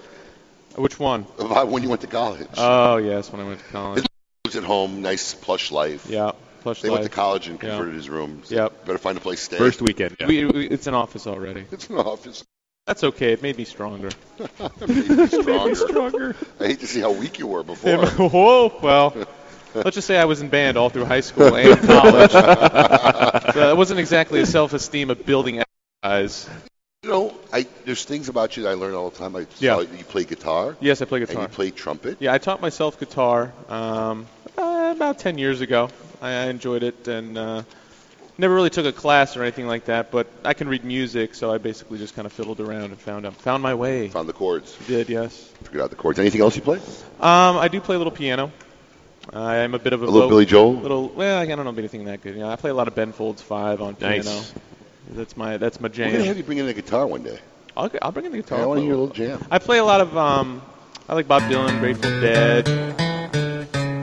[SPEAKER 6] Which one?
[SPEAKER 3] about when you went to college.
[SPEAKER 6] Oh yes, when I went to college.
[SPEAKER 3] was at home, nice plush life.
[SPEAKER 6] Yeah, plush
[SPEAKER 3] They went
[SPEAKER 6] life.
[SPEAKER 3] to college and
[SPEAKER 6] Yeah.
[SPEAKER 3] converted his room. So
[SPEAKER 6] Yep.
[SPEAKER 3] Better find a place to stay.
[SPEAKER 6] First weekend. We, we, it's an office already.
[SPEAKER 3] It's an office.
[SPEAKER 6] That's okay. It made me stronger.
[SPEAKER 3] Maybe stronger.
[SPEAKER 6] stronger.
[SPEAKER 3] I hate to see how weak you were
[SPEAKER 6] Yeah,
[SPEAKER 3] before.
[SPEAKER 6] but- Whoa, well, let's just say I was in band all through high school and college. so it wasn't exactly a self-esteem of building exercise.
[SPEAKER 3] you know, I, there's things about you that I learn all the time. I
[SPEAKER 6] Yeah.
[SPEAKER 3] saw that you play guitar.
[SPEAKER 6] Yes, I play guitar.
[SPEAKER 3] And you play trumpet.
[SPEAKER 6] Yeah, I taught myself guitar um, uh, about 10 years ago. I, I enjoyed it and uh, never really took a class or anything like that, but I can read music, so I basically just kind of fiddled around and found out, found my way.
[SPEAKER 3] Found the chords.
[SPEAKER 6] Did, yes.
[SPEAKER 3] Figured out the chords. Anything else you play?
[SPEAKER 6] Um, I do play a little piano. I am a bit of
[SPEAKER 3] A
[SPEAKER 6] a,
[SPEAKER 3] little
[SPEAKER 6] vo-
[SPEAKER 3] Billy Joel?
[SPEAKER 6] Little, well, I don't know anything that good. You know, I play a lot of Ben Folds Five on
[SPEAKER 3] Nice.
[SPEAKER 6] piano. That's my that's my
[SPEAKER 3] We're gonna have
[SPEAKER 6] jam.
[SPEAKER 3] you bring in a guitar one day.
[SPEAKER 6] I'll, I'll bring in the guitar.
[SPEAKER 3] I want to
[SPEAKER 6] for a
[SPEAKER 3] hear a little jam.
[SPEAKER 6] I play a lot of um, I like Bob Dylan, Grateful Dead.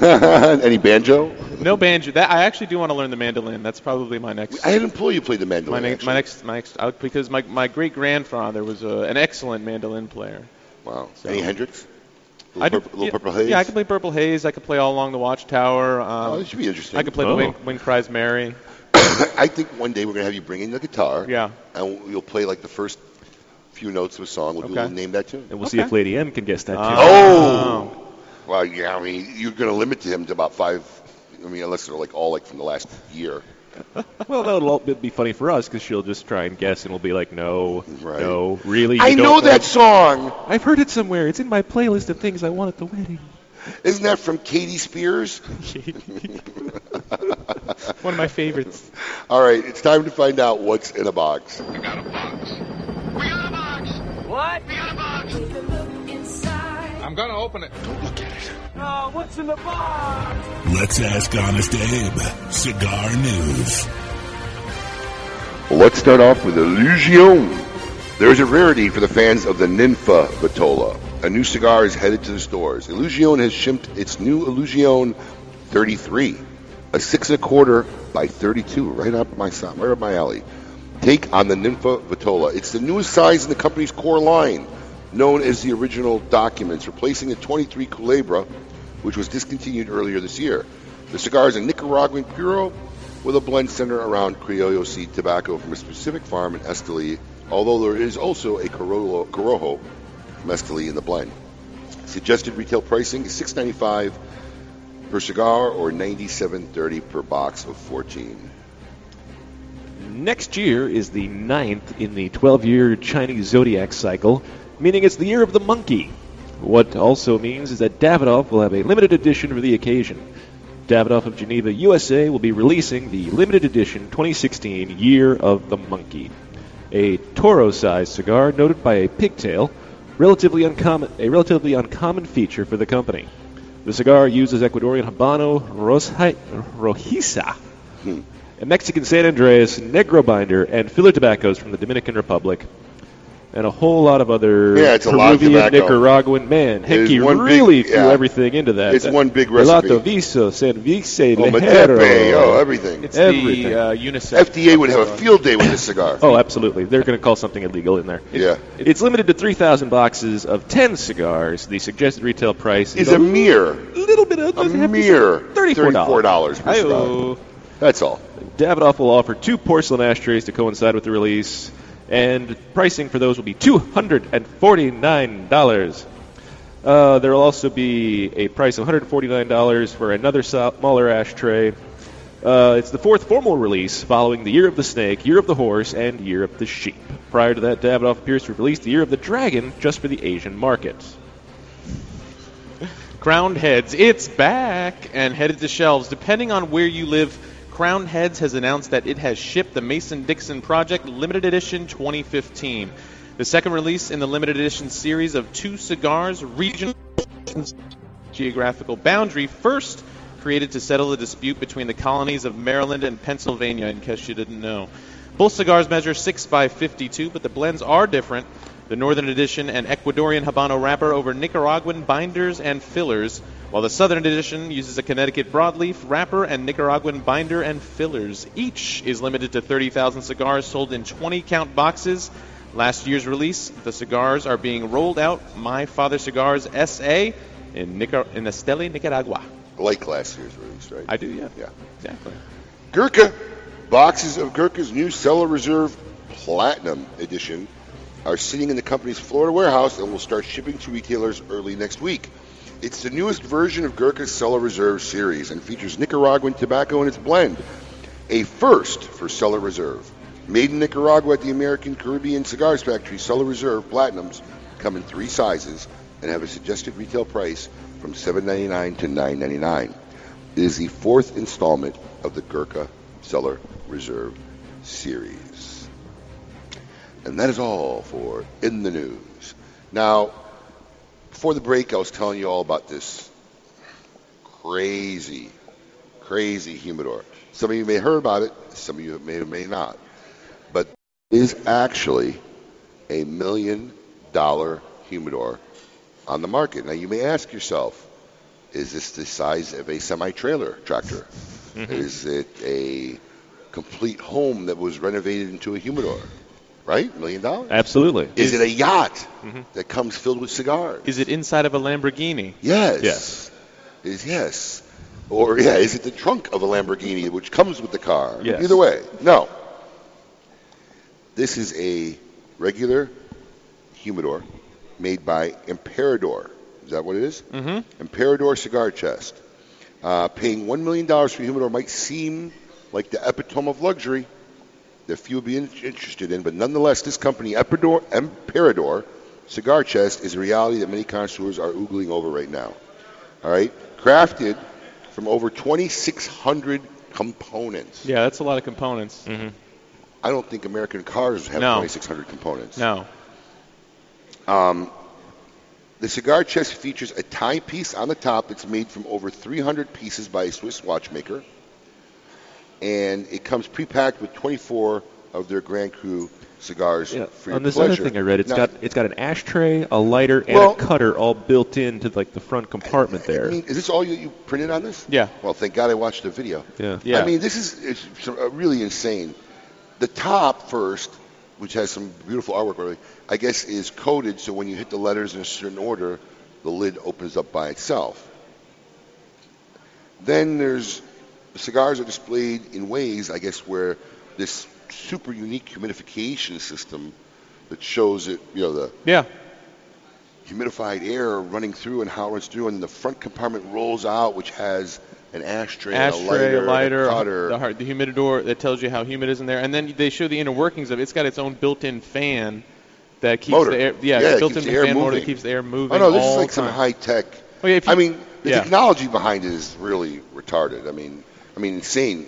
[SPEAKER 3] Any banjo?
[SPEAKER 6] No banjo. That I actually do want to learn the mandolin. That's probably my next.
[SPEAKER 3] I had an employee who played the
[SPEAKER 6] my,
[SPEAKER 3] mandolin.
[SPEAKER 6] ne-
[SPEAKER 3] actually.
[SPEAKER 6] my next my next I, would- because my my great grandfather was a, an excellent mandolin player.
[SPEAKER 3] Wow.
[SPEAKER 6] So-
[SPEAKER 3] Any Hendrix? Little,
[SPEAKER 6] I do-
[SPEAKER 3] purple, little
[SPEAKER 6] yeah,
[SPEAKER 3] purple haze.
[SPEAKER 6] Yeah, I could play Purple Haze. I could play All Along the Watchtower. Um,
[SPEAKER 3] Oh, this should be interesting.
[SPEAKER 6] I could play
[SPEAKER 3] Oh.
[SPEAKER 6] the Wind, Wind Cries Mary.
[SPEAKER 3] I think one day we're gonna have you bring in the guitar.
[SPEAKER 6] Yeah.
[SPEAKER 3] And we'll play like the first few notes of a song. We'll, do-
[SPEAKER 6] Okay.
[SPEAKER 3] we'll name that tune.
[SPEAKER 6] And we'll see if Okay. Lady
[SPEAKER 32] M can guess that
[SPEAKER 3] oh. Well, yeah. I mean, you're gonna limit him to about five. I mean, unless they're like all like from the last year.
[SPEAKER 32] well, that'll all be funny for us because she'll just try and guess, and we'll be like, "No,
[SPEAKER 6] no, really."
[SPEAKER 3] I
[SPEAKER 6] you don't
[SPEAKER 3] know that song.
[SPEAKER 6] I've heard it somewhere. It's in my playlist of things I want at the wedding.
[SPEAKER 3] Isn't that from Katie Spears?
[SPEAKER 6] One of my favorites.
[SPEAKER 3] All right, it's time to find out what's in a box.
[SPEAKER 5] What? We got a box.
[SPEAKER 33] I'm gonna open it. Don't look at it.
[SPEAKER 5] No, what's in the box?
[SPEAKER 4] Let's ask Honest Abe. Cigar news.
[SPEAKER 3] Well, let's start off with Illusion. There's a rarity for the fans of the Ninfa Vitola. A new cigar is headed to the stores. Illusion has shipped its new Illusion 33, a six and a quarter by 32, right up my so- right up my alley. Take on the Ninfa Vitola. It's the newest size in the company's core line, known as the original documents, replacing the 23 Culebra, which was discontinued earlier this year. The cigar is a Nicaraguan Puro with a blend centered around Criollo seed tobacco from a specific farm in Esteli, although there is also a Corojo, Corojo from Esteli in the blend. Suggested retail pricing is $6.95 per cigar or $97.30 per box of 14.
[SPEAKER 7] Next year is the ninth in the 12 year Chinese zodiac cycle, meaning it's the year of the monkey. What also means is that Davidoff will have a limited edition for the occasion. Davidoff of Geneva, USA will be releasing the limited edition 2016 Year of the Monkey, a Toro sized cigar noted by a pigtail, relatively uncommon, a relatively uncommon feature for the company. The cigar uses Ecuadorian Habano Rojai, Rojiza,
[SPEAKER 3] Hmm.
[SPEAKER 7] a Mexican San Andreas Negro binder, and filler tobaccos from the Dominican Republic, and a whole lot of other
[SPEAKER 3] Yeah, it's a lot of
[SPEAKER 7] Peruvian,
[SPEAKER 3] tobacco.
[SPEAKER 7] Nicaraguan. Man,
[SPEAKER 3] It is
[SPEAKER 7] Hickey
[SPEAKER 3] one big-
[SPEAKER 7] really threw
[SPEAKER 3] yeah.
[SPEAKER 7] everything into that.
[SPEAKER 3] It's one big
[SPEAKER 7] Mulatto,
[SPEAKER 3] recipe.
[SPEAKER 7] viso, cervice,
[SPEAKER 3] Oh,
[SPEAKER 7] lejero.
[SPEAKER 3] Matepe, oh, everything.
[SPEAKER 13] It's
[SPEAKER 7] everything.
[SPEAKER 13] the uh, unisex.
[SPEAKER 3] FDA would have a field day with this cigar.
[SPEAKER 7] Oh, absolutely. They're going to call something illegal in there.
[SPEAKER 3] Yeah.
[SPEAKER 7] It's limited to 3,000 boxes of 10 cigars. The suggested retail price
[SPEAKER 3] Is a mere
[SPEAKER 7] little bit of
[SPEAKER 3] a mere $34 per
[SPEAKER 7] Hi-oh.
[SPEAKER 3] cigar. That's all.
[SPEAKER 7] Davidoff will offer two porcelain ashtrays to coincide with the release, and pricing for those will be $249. Uh, there will also be a price of $149 for another so- smaller ashtray. Uh, it's the fourth formal release following the Year of the Snake, Year of the Horse, and Year of the Sheep. Prior to that, Davidoff appears to have released the Year of the Dragon just for the Asian market.
[SPEAKER 6] Crowned Heads, it's back and headed to shelves. Depending on where you live, Crowned Heads has announced that it has shipped the Mason Dixon Project Limited Edition 2015, the second release in the limited edition series of two cigars, regional geographical boundary, first created to settle the dispute between the colonies of Maryland and Pennsylvania, in case you didn't know. Both cigars measure 6 by 52, but the blends are different. The Northern Edition an Ecuadorian Habano wrapper over Nicaraguan binders and fillers, while the Southern Edition uses a Connecticut broadleaf wrapper and Nicaraguan binder and fillers. Each is limited to 30,000 cigars sold in 20 count boxes. Last year's release, the cigars are being rolled out. My Father Cigars SA in, Nicar- in Esteli, Nicaragua.
[SPEAKER 3] Like last year's release, right?
[SPEAKER 6] I do, yeah.
[SPEAKER 3] Yeah.
[SPEAKER 6] Exactly.
[SPEAKER 3] Gurkha. Boxes of Gurkha's new Cellar Reserve Platinum Edition are sitting in the company's Florida warehouse and will start shipping to retailers early next week. It's the newest version of Gurkha's Cellar Reserve series and features Nicaraguan tobacco in its blend, a first for Cellar Reserve. Made in Nicaragua at the American Caribbean Cigars Factory, Cellar Reserve Platinums come in three sizes and have a suggested retail price from $7.99 to $9.99. It is the fourth installment of the Gurkha Cellar Reserve series. And that is all for In the News. Now, before the break, I was telling you all about this crazy, crazy humidor. Some of you may have heard about it, some of you may or may not. But it is actually a million dollar humidor on the market. Now, you may ask yourself, is this the size of a semi trailer tractor? Is it a complete home that was renovated into a humidor? Right? Million dollars?
[SPEAKER 7] Absolutely.
[SPEAKER 3] Is it a yacht
[SPEAKER 6] Mhm.
[SPEAKER 3] that comes filled with cigars?
[SPEAKER 6] Is it inside of a Lamborghini?
[SPEAKER 3] Yes. Yes. Is yes. Or yeah, is it the trunk of a Lamborghini which comes with the car?
[SPEAKER 6] Yes.
[SPEAKER 3] Either way, no. This is a regular humidor made by Imperador. Is that what it is?
[SPEAKER 6] Mm-hmm.
[SPEAKER 3] Imperador cigar chest. Uh, paying $1 million for a humidor might seem like the epitome of luxury that few would be in- interested in, but nonetheless, this company, Emperador, Emperador Cigar Chest, is a reality that many connoisseurs are oogling over right now. All right? Crafted from over 2,600 components.
[SPEAKER 6] Yeah, that's a lot of components. Mm-hmm.
[SPEAKER 3] I don't think American cars have
[SPEAKER 6] No.
[SPEAKER 3] 2,600 components.
[SPEAKER 6] No.
[SPEAKER 3] Um, the cigar chest features a timepiece on the top that's made from over 300 pieces by a Swiss watchmaker, and it comes pre-packed with 24 of their Grand Cru cigars for your
[SPEAKER 7] On this
[SPEAKER 3] pleasure.
[SPEAKER 7] other Oh, Um, thing I read, it's
[SPEAKER 3] Now,
[SPEAKER 7] got it's got an ashtray, a lighter, and
[SPEAKER 3] Well-
[SPEAKER 7] a cutter all built into like the front compartment
[SPEAKER 3] I
[SPEAKER 7] there.
[SPEAKER 3] mean, is this all you, you printed on this?
[SPEAKER 6] Yeah.
[SPEAKER 3] Well, thank God I watched the video.
[SPEAKER 7] Yeah.
[SPEAKER 3] I mean, this is it's some- uh, really insane. The top first, which has some beautiful artwork, really, I guess, is coated so when you hit the letters in a certain order, the lid opens up by itself. Then there's The cigars are displayed in ways, I guess, where this super unique humidification system that shows it, you know, the
[SPEAKER 6] yeah
[SPEAKER 3] humidified air running through and how it's through, and the front compartment rolls out, which has an ashtray, and
[SPEAKER 6] ashtray,
[SPEAKER 3] a lighter, and a cutter.
[SPEAKER 6] the, hard- the humidor that tells you how humid is in there, and then they show the inner workings of it. It's got its own built-in fan that keeps
[SPEAKER 3] Motor.
[SPEAKER 6] the air, yeah,
[SPEAKER 3] Yeah, it
[SPEAKER 6] built-in
[SPEAKER 3] keeps the air
[SPEAKER 6] fan motor that
[SPEAKER 3] moving.
[SPEAKER 6] keeps the air moving.
[SPEAKER 3] Oh no, this
[SPEAKER 6] all
[SPEAKER 3] is like
[SPEAKER 6] the
[SPEAKER 3] some
[SPEAKER 6] time.
[SPEAKER 3] high tech.
[SPEAKER 6] Oh, yeah, if
[SPEAKER 3] I
[SPEAKER 6] you-
[SPEAKER 3] mean, the
[SPEAKER 6] yeah.
[SPEAKER 3] technology behind it is really retarded. I mean, I mean, insane.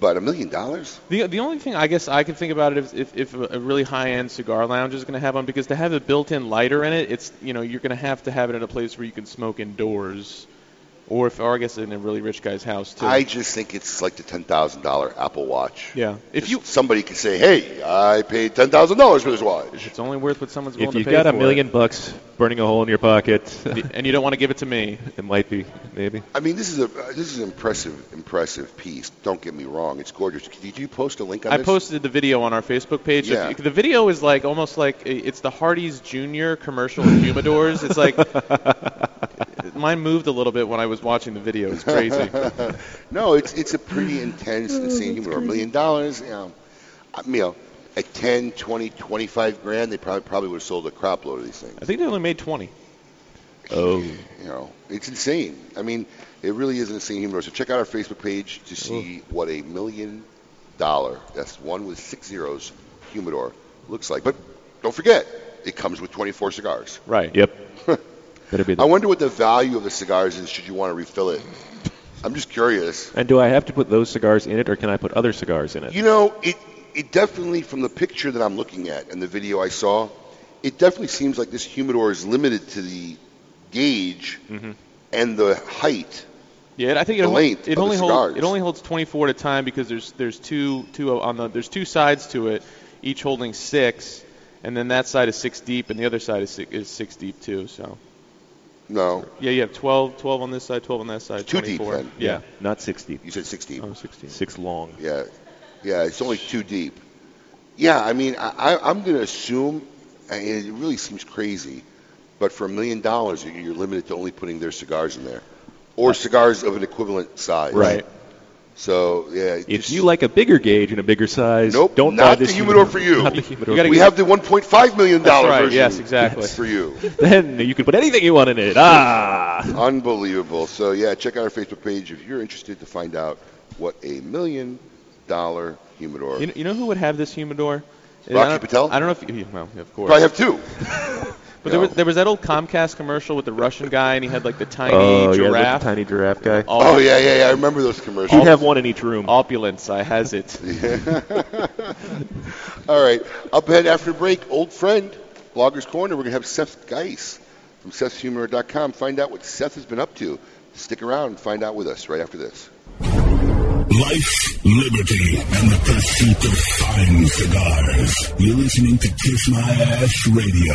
[SPEAKER 3] But a million dollars?
[SPEAKER 6] The, the only thing I guess I can think about it is if, if a really high end cigar lounge is going to have one because to have a built in lighter in it, it's you know you're going to have to have it in a place where you can smoke indoors, or if or I guess in a really rich guy's house too.
[SPEAKER 3] I just think it's like the ten thousand dollar Apple Watch.
[SPEAKER 6] yeah,
[SPEAKER 3] If you somebody can say, "Hey, I paid ten thousand dollars for this watch,"
[SPEAKER 6] it's only worth what someone's willing
[SPEAKER 7] If you've
[SPEAKER 6] to pay
[SPEAKER 7] got a
[SPEAKER 6] for
[SPEAKER 7] million bucks burning a hole in your pocket,
[SPEAKER 6] it. and you don't want to give it to me,
[SPEAKER 7] it might be maybe.
[SPEAKER 3] I mean, this is a this is an impressive impressive piece. Don't get me wrong; it's gorgeous. Did you post a link on
[SPEAKER 6] I
[SPEAKER 3] this?
[SPEAKER 6] posted the video on our Facebook page.
[SPEAKER 3] Yeah.
[SPEAKER 6] The video is like almost like it's the Hardy's Junior commercial in humidors. It's like mine moved a little bit when I was watching the video. It's crazy.
[SPEAKER 3] no, it's it's a pretty intense, insane humor. A million dollars, you know, I- you know, at 10, 20, 25 grand, they probably probably would have sold a crop load of these things.
[SPEAKER 6] I think they only made 20.
[SPEAKER 7] Oh,
[SPEAKER 3] you know, it's insane. I mean, it really is an insane humor. So check out our Facebook page to see what a million dollar that's one with six zeros humidor looks like. But don't forget, it comes with 24 cigars.
[SPEAKER 6] Right.
[SPEAKER 7] Yep. Better be
[SPEAKER 3] I
[SPEAKER 7] the-
[SPEAKER 3] wonder what the value of the cigars is. Should you want to refill it? I'm just curious.
[SPEAKER 7] and do I have to put those cigars in it, or can I put other cigars in it?
[SPEAKER 3] You know, it it definitely from the picture that I'm looking at and the video I saw, it definitely seems like this humidor is limited to the gauge
[SPEAKER 6] Mm-hmm.
[SPEAKER 3] and the height.
[SPEAKER 6] Yeah, I think it,
[SPEAKER 3] The
[SPEAKER 6] hol-
[SPEAKER 3] length of
[SPEAKER 6] it
[SPEAKER 3] the
[SPEAKER 6] only
[SPEAKER 3] cigars.
[SPEAKER 6] holds it only holds 24 at a time because there's there's two two on the there's two sides to it, each holding six, and then that side is six deep and the other side is six, is six deep too. So
[SPEAKER 3] No,
[SPEAKER 6] yeah, you have 12 12 on this side, 12 on that side,
[SPEAKER 3] Two deep,
[SPEAKER 6] 24.
[SPEAKER 3] then.
[SPEAKER 6] Yeah.
[SPEAKER 7] Not six deep.
[SPEAKER 3] You said six deep.
[SPEAKER 6] Oh, six deep.
[SPEAKER 7] Six long.
[SPEAKER 3] Yeah, yeah, it's only two deep. Yeah, I mean, I, I, I'm going to assume, and it really seems crazy, but for a million dollars, you- you're limited to only putting their cigars in there, or cigars of an equivalent size.
[SPEAKER 7] Right.
[SPEAKER 3] So yeah,
[SPEAKER 7] If you like a bigger gauge and a bigger size,
[SPEAKER 3] Nope,
[SPEAKER 7] don't buy
[SPEAKER 3] not
[SPEAKER 7] this
[SPEAKER 3] the humidor for you.
[SPEAKER 7] Not the humidor.
[SPEAKER 3] You gotta We get- have the 1.5 million dollar
[SPEAKER 7] That's right,
[SPEAKER 3] version.
[SPEAKER 7] yes, exactly.
[SPEAKER 3] for you.
[SPEAKER 7] then you can put anything you want in it. Ah.
[SPEAKER 3] Unbelievable. So yeah, check out our Facebook page if you're interested to find out what a million dollar humidor.
[SPEAKER 6] You know, you know who would have this humidor? I
[SPEAKER 3] Rocky
[SPEAKER 6] don't-
[SPEAKER 3] Patel?
[SPEAKER 6] I don't know if you, well, of course.
[SPEAKER 3] Probably have two.
[SPEAKER 6] But there
[SPEAKER 3] No.
[SPEAKER 6] was, there was that old Comcast commercial with the Russian guy, and he had like the tiny
[SPEAKER 7] oh, yeah,
[SPEAKER 6] giraffe.
[SPEAKER 7] the tiny giraffe guy.
[SPEAKER 3] Oh, yeah, yeah, yeah. I remember those commercials.
[SPEAKER 7] You have one in each room.
[SPEAKER 6] Opulence, I has it.
[SPEAKER 3] All right. Up ahead after the break, old friend, Blogger's Corner. We're going to have Seth Geiss from Seth'sHumor.com. Find out what Seth has been up to. Stick around and find out with us right after this.
[SPEAKER 4] Life, liberty, and the pursuit of fine cigars. You're listening to Kiss My Ash Radio.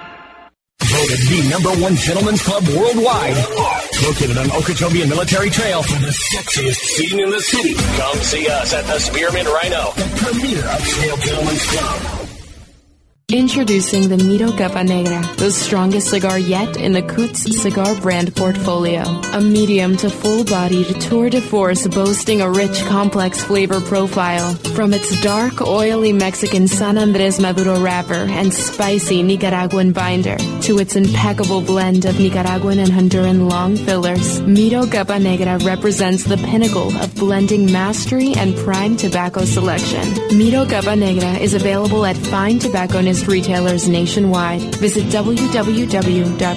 [SPEAKER 34] Voted the number one gentleman's club worldwide. Located on Okeechobee and Military Trail for the sexiest scene in the city. Come see us at the Spearmint Rhino, the premier upscale gentleman's club.
[SPEAKER 8] Introducing the Miro Capa Negra, the strongest cigar yet in the Kutz cigar brand portfolio. A medium to full-bodied tour de force boasting a rich, complex flavor profile. From its dark, oily Mexican San Andres Maduro wrapper and spicy Nicaraguan binder, to its impeccable blend of Nicaraguan and Honduran long fillers, Miro Capa Negra represents the pinnacle of blending mastery and prime tobacco selection. Miro Capa Negra is available at fine tobacconist retailers nationwide. Visit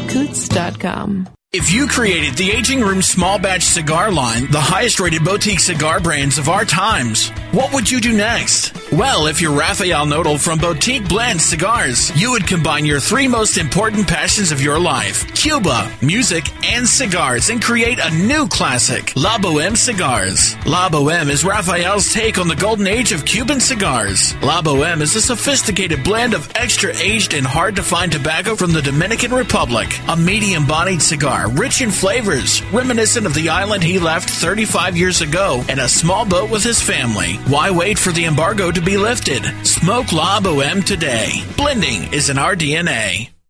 [SPEAKER 8] www.coots.com.
[SPEAKER 15] If you created the Aging Room Small Batch Cigar Line, the highest rated boutique cigar brands of our times, what would you do next? Well, if you're Raphael Nodal from Boutique Blend Cigars, you would combine your three most important passions of your life Cuba, music, and cigars and create a new classic, La Boheme Cigars. La Boheme is Raphael's take on the golden age of Cuban cigars. La Boheme is a sophisticated blend of extra aged and hard to find tobacco from the Dominican Republic. A medium bodied cigar, rich in flavors, reminiscent of the island he left 35 years ago in a small boat with his family. Why wait for the embargo to be lifted? Smoke La Boheme today. Blending is in our DNA.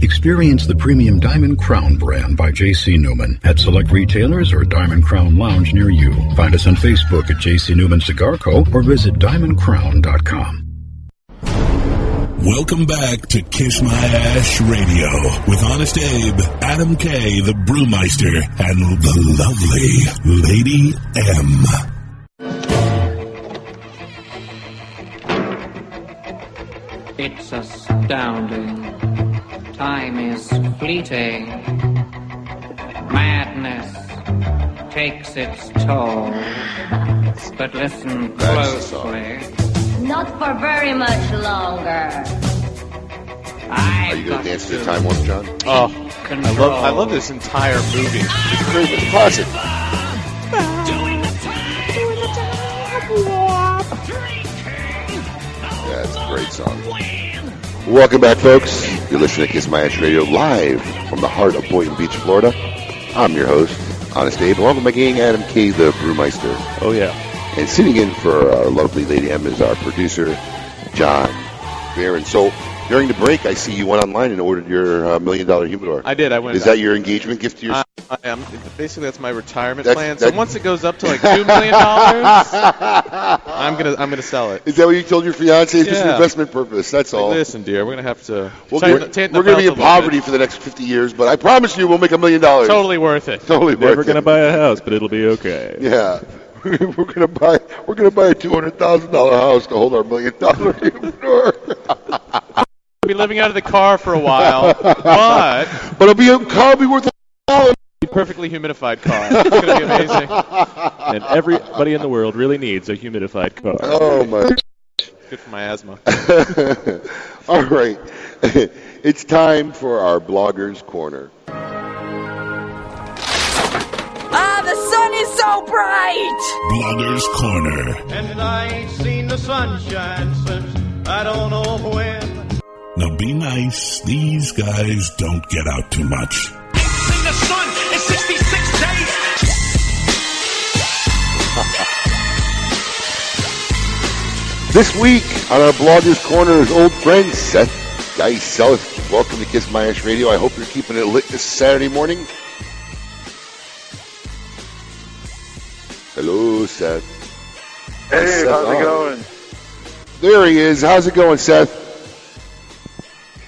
[SPEAKER 2] Experience the premium Diamond Crown brand by J.C. Newman at select retailers or Diamond Crown Lounge near you. Find us on Facebook at J.C. Newman Cigar Co. or visit diamondcrown.com.
[SPEAKER 4] Welcome back to Kiss My Ash Radio with Honest Abe, Adam K, the Brewmeister, and the lovely Lady M.
[SPEAKER 26] It's astounding. Time is fleeting. Madness takes its toll. But listen
[SPEAKER 3] That's the
[SPEAKER 26] closely.
[SPEAKER 35] Not for very much longer.
[SPEAKER 3] Are you going to dance to the time warp, John?
[SPEAKER 6] Oh, I love I love this entire movie.
[SPEAKER 3] It's great with the closet. Yeah, it's a great song. Welcome back, folks. You're listening to Kiss My Ash Radio live from the heart of Boynton Beach, Florida. I'm your host, Honest Abe, along with my gang, Adam K., the Brewmeister.
[SPEAKER 6] Oh yeah.
[SPEAKER 3] And sitting in for our lovely Lady M is our producer, John Barron. So during the break, I see you went online and ordered your uh, million dollar humidor.
[SPEAKER 6] I did. I went. Uh,
[SPEAKER 3] Is that your engagement gift to your?
[SPEAKER 6] I, I am basically that's my retirement
[SPEAKER 3] That's-
[SPEAKER 6] plan.
[SPEAKER 3] that-
[SPEAKER 6] so once it goes up to like two million dollars, I'm gonna I'm gonna sell it.
[SPEAKER 3] Is that what you told your fiance? It's just an
[SPEAKER 6] Yeah.
[SPEAKER 3] investment purpose. That's all.
[SPEAKER 6] Listen, dear, we're gonna have to.
[SPEAKER 3] We'll-
[SPEAKER 6] tighten
[SPEAKER 3] we're
[SPEAKER 6] the- tighten the
[SPEAKER 3] we're going to be in
[SPEAKER 6] belt a little
[SPEAKER 3] poverty for the next 50 years, but I promise you we'll make a million dollars.
[SPEAKER 6] bit. Totally worth it.
[SPEAKER 3] Totally
[SPEAKER 7] Never
[SPEAKER 3] worth
[SPEAKER 7] gonna
[SPEAKER 3] it.
[SPEAKER 7] buy a house, but it'll be okay.
[SPEAKER 3] Yeah. we're gonna buy we're gonna buy a two hundred thousand dollar house to hold our million dollar humidor.
[SPEAKER 6] We'll be living out of the car for a while, but
[SPEAKER 3] but it'll be a car will be worth a dollar.
[SPEAKER 6] a perfectly humidified car. It's gonna be amazing.
[SPEAKER 7] And everybody in the world really needs a humidified car.
[SPEAKER 3] Oh my
[SPEAKER 6] Good for my asthma.
[SPEAKER 3] All right. it's time for our bloggers corner.
[SPEAKER 5] Ah, the sun is so bright!
[SPEAKER 4] Blogger's Corner.
[SPEAKER 5] And I ain't seen the sunshine since I don't know when.
[SPEAKER 4] Now be nice. These guys don't get out too much.
[SPEAKER 5] Seen the sun in 66 days!
[SPEAKER 3] This week on our bloggers corner is old friend Seth Geisel. Welcome to Kiss My Ash Radio. I hope you're keeping it lit this Saturday morning. Hello, Seth.
[SPEAKER 17] Hey,
[SPEAKER 3] Seth
[SPEAKER 17] how's it
[SPEAKER 3] on.
[SPEAKER 17] going?
[SPEAKER 3] There he is. How's it going, Seth?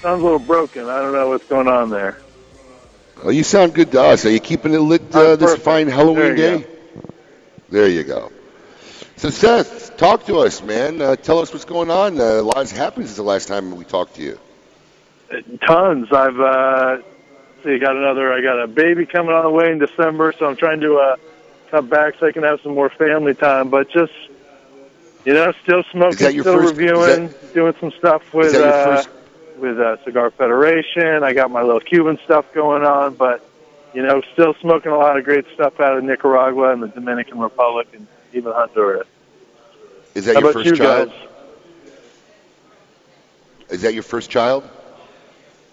[SPEAKER 17] Sounds a little broken. I don't know what's going on there.
[SPEAKER 3] Well, Oh, you sound good to us. Are you keeping it lit uh, this fine Halloween
[SPEAKER 17] There you
[SPEAKER 3] day? There you go. So, Seth, talk to us, man. Uh, tell us what's going on. Uh, a lot's happened since the last time we talked to you.
[SPEAKER 17] Tons. I've uh, see, got another. I got a baby coming on the way in December, so I'm trying to uh, cut back so I can have some more family time. But just you know, still smoking,
[SPEAKER 3] that your
[SPEAKER 17] still
[SPEAKER 3] first- is
[SPEAKER 17] reviewing, doing some stuff with
[SPEAKER 3] is that your
[SPEAKER 17] uh,
[SPEAKER 3] first?
[SPEAKER 17] with uh, Cigar Federation. I got my little Cuban stuff going on, but you know, still smoking a lot of great stuff out of Nicaragua and the Dominican Republic and even Honduras.
[SPEAKER 3] Is that
[SPEAKER 17] How
[SPEAKER 3] your
[SPEAKER 17] about
[SPEAKER 3] first
[SPEAKER 17] you
[SPEAKER 3] child?
[SPEAKER 17] guys?
[SPEAKER 3] Is that your first child?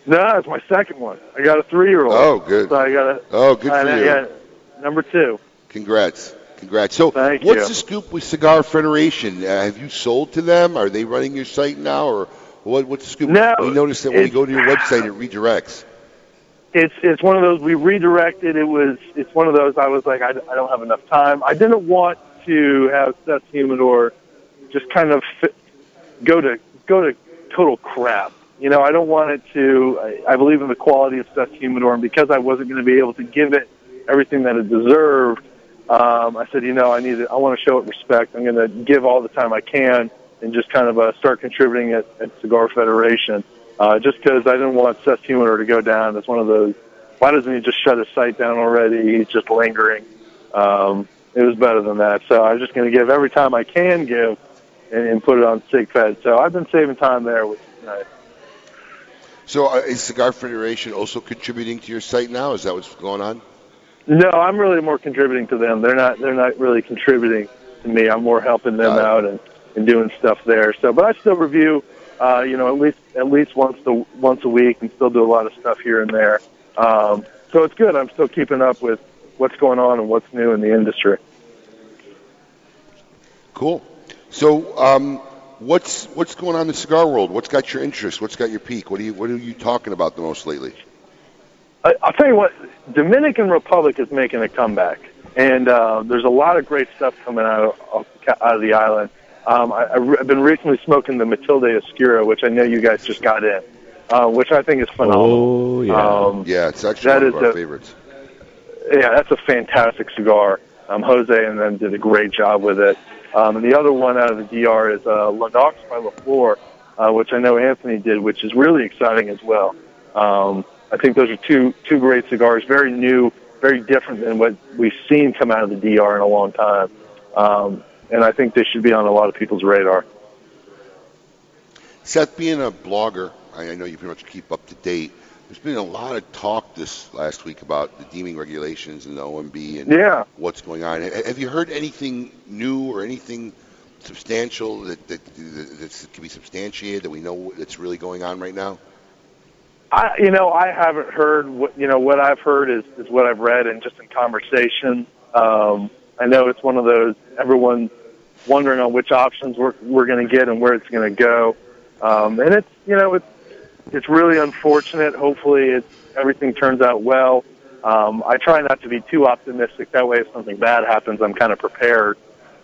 [SPEAKER 17] No, it's my second one. I got a three year old.
[SPEAKER 3] Oh, good.
[SPEAKER 17] So I got a.
[SPEAKER 3] Oh, good
[SPEAKER 17] I
[SPEAKER 3] for
[SPEAKER 17] know,
[SPEAKER 3] you.
[SPEAKER 17] yeah. number two.
[SPEAKER 3] Congrats. Congrats. So,
[SPEAKER 17] Thank
[SPEAKER 3] what's
[SPEAKER 17] you.
[SPEAKER 3] the scoop with Cigar Federation? Uh, have you sold to them? Are they running your site now, or what, what's the scoop?
[SPEAKER 17] No,
[SPEAKER 3] we noticed that when you
[SPEAKER 17] it's-
[SPEAKER 3] go to your website, it redirects.
[SPEAKER 17] It's it's one of those we redirected. It was it's one of those I was like I, I don't have enough time. I didn't want to have Seth Humidor just kind of fit, go to go to total crap. You know, I don't want it to. I, I believe in the quality of Seth Humidor, and because I wasn't going to be able to give it everything that it deserved, um, I said, you know, I need to, I want to show it respect. I'm going to give all the time I can and just kind of uh, start contributing at, at Cigar Federation. Uh, just because I didn't want Seth Humidor to go down as one of those. Why doesn't he just shut his site down already? He's just lingering. Um, it was better than that. So I'm just going to give every time I can give and, and put it on SigFed. So I've been saving time there, uh, which is nice.
[SPEAKER 3] So, uh, is Cigar Federation also contributing to your site now? Is that what's going on?
[SPEAKER 17] No, I'm really more contributing to them. They're not. They're not really contributing to me. I'm more helping them out and, and doing stuff there. So, but I still review, uh, you know, at least at least once the once a week, and still do a lot of stuff here and there. Um, so it's good. I'm still keeping up with what's going on and what's new in the industry.
[SPEAKER 3] Cool. So, um, what's what's going on in the cigar world? What's got your interest? What's got your peak? What are you What are you talking about the most lately?
[SPEAKER 17] I, I'll tell you what, Dominican Republic is making a comeback, and uh, there's a lot of great stuff coming out of, out of the island. Um, I, I've been recently smoking the Matilde Oscura, which I know you guys just got in, uh, which I think is phenomenal.
[SPEAKER 3] Oh
[SPEAKER 17] yeah. Um,
[SPEAKER 3] yeah, it's actually
[SPEAKER 17] that
[SPEAKER 3] one of
[SPEAKER 17] is
[SPEAKER 3] our
[SPEAKER 17] a-
[SPEAKER 3] favorites.
[SPEAKER 17] Yeah, that's a fantastic cigar. Um, Jose and them did a great job with it. Um, and the other one out of the DR is uh, Lennox by LaFleur, uh, which I know Anthony did, which is really exciting as well. Um, I think those are two two great cigars, very new, very different than what we've seen come out of the DR in a long time. Um, and I think they should be on a lot of people's radar.
[SPEAKER 3] Seth, being a blogger, I I know you pretty much keep up to date. There's been a lot of talk this last week about the deeming regulations and the OMB and
[SPEAKER 17] Yeah.
[SPEAKER 3] what's going on. Ha- Have you heard anything new or anything substantial that, that, that, that can be substantiated that we know that's really going on right now?
[SPEAKER 17] I, you know, I haven't heard what you know. What I've heard is is what I've read, and just in conversation. Um, I know it's one of those everyone wondering on which options we're we're going to get and where it's going to go. Um, and it's you know it's it's really unfortunate. Hopefully, it's everything turns out well. Um, I try not to be too optimistic. That way, if something bad happens, I'm kind of prepared.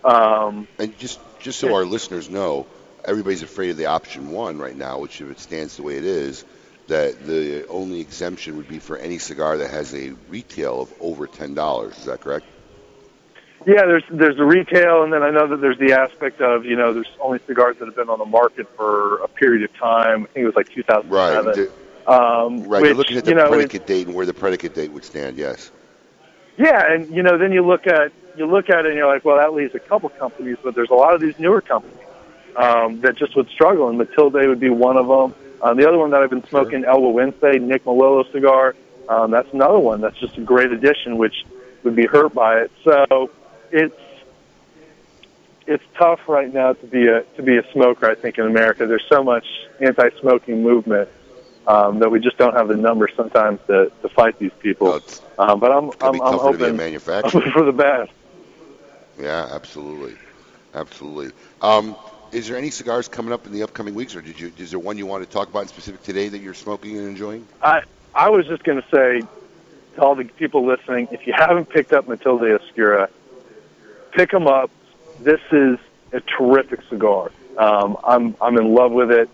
[SPEAKER 17] Um,
[SPEAKER 3] And just just so our listeners know, everybody's afraid of the option one right now, which if it stands the way it is, that the only exemption would be for any cigar that has a retail of over ten dollars. Is that correct?
[SPEAKER 17] Yeah, there's there's the retail, and then I know that there's the aspect of you know there's only cigars that have been on the market for a period of time. I think it was like 2007.
[SPEAKER 3] Right.
[SPEAKER 17] Um,
[SPEAKER 3] Right.
[SPEAKER 17] Which,
[SPEAKER 3] You're looking at the
[SPEAKER 17] you know, is-
[SPEAKER 3] predicate date and where the predicate date would stand. Yes.
[SPEAKER 17] yeah, and you know then you look at you look at it and you're like, well, that leaves a couple companies, but there's a lot of these newer companies um, that just would struggle, and Matilde would be one of them. Um, the other one that I've been smoking, Elwa Wednesday, Nick Malillo cigar. Um, that's another one that's just a great addition, which would be hurt by it. So it's it's tough right now to be a to be a smoker. I think in America, there's so much anti-smoking movement um, that we just don't have the numbers sometimes to, to fight these people. Um, but I'm
[SPEAKER 3] It'd
[SPEAKER 17] I'm,
[SPEAKER 3] be
[SPEAKER 17] I'm
[SPEAKER 3] tougher to be a
[SPEAKER 17] hoping
[SPEAKER 3] manufacturer.
[SPEAKER 17] for the best.
[SPEAKER 3] yeah, absolutely, absolutely. Um, is there any cigars coming up in the upcoming weeks, or did you? Is there one you want to talk about in specific today that you're smoking and enjoying?
[SPEAKER 17] I I was just going to say to all the people listening, if you haven't picked up Matilde Oscura, pick them up. This is a terrific cigar. Um, I'm I'm in love with it.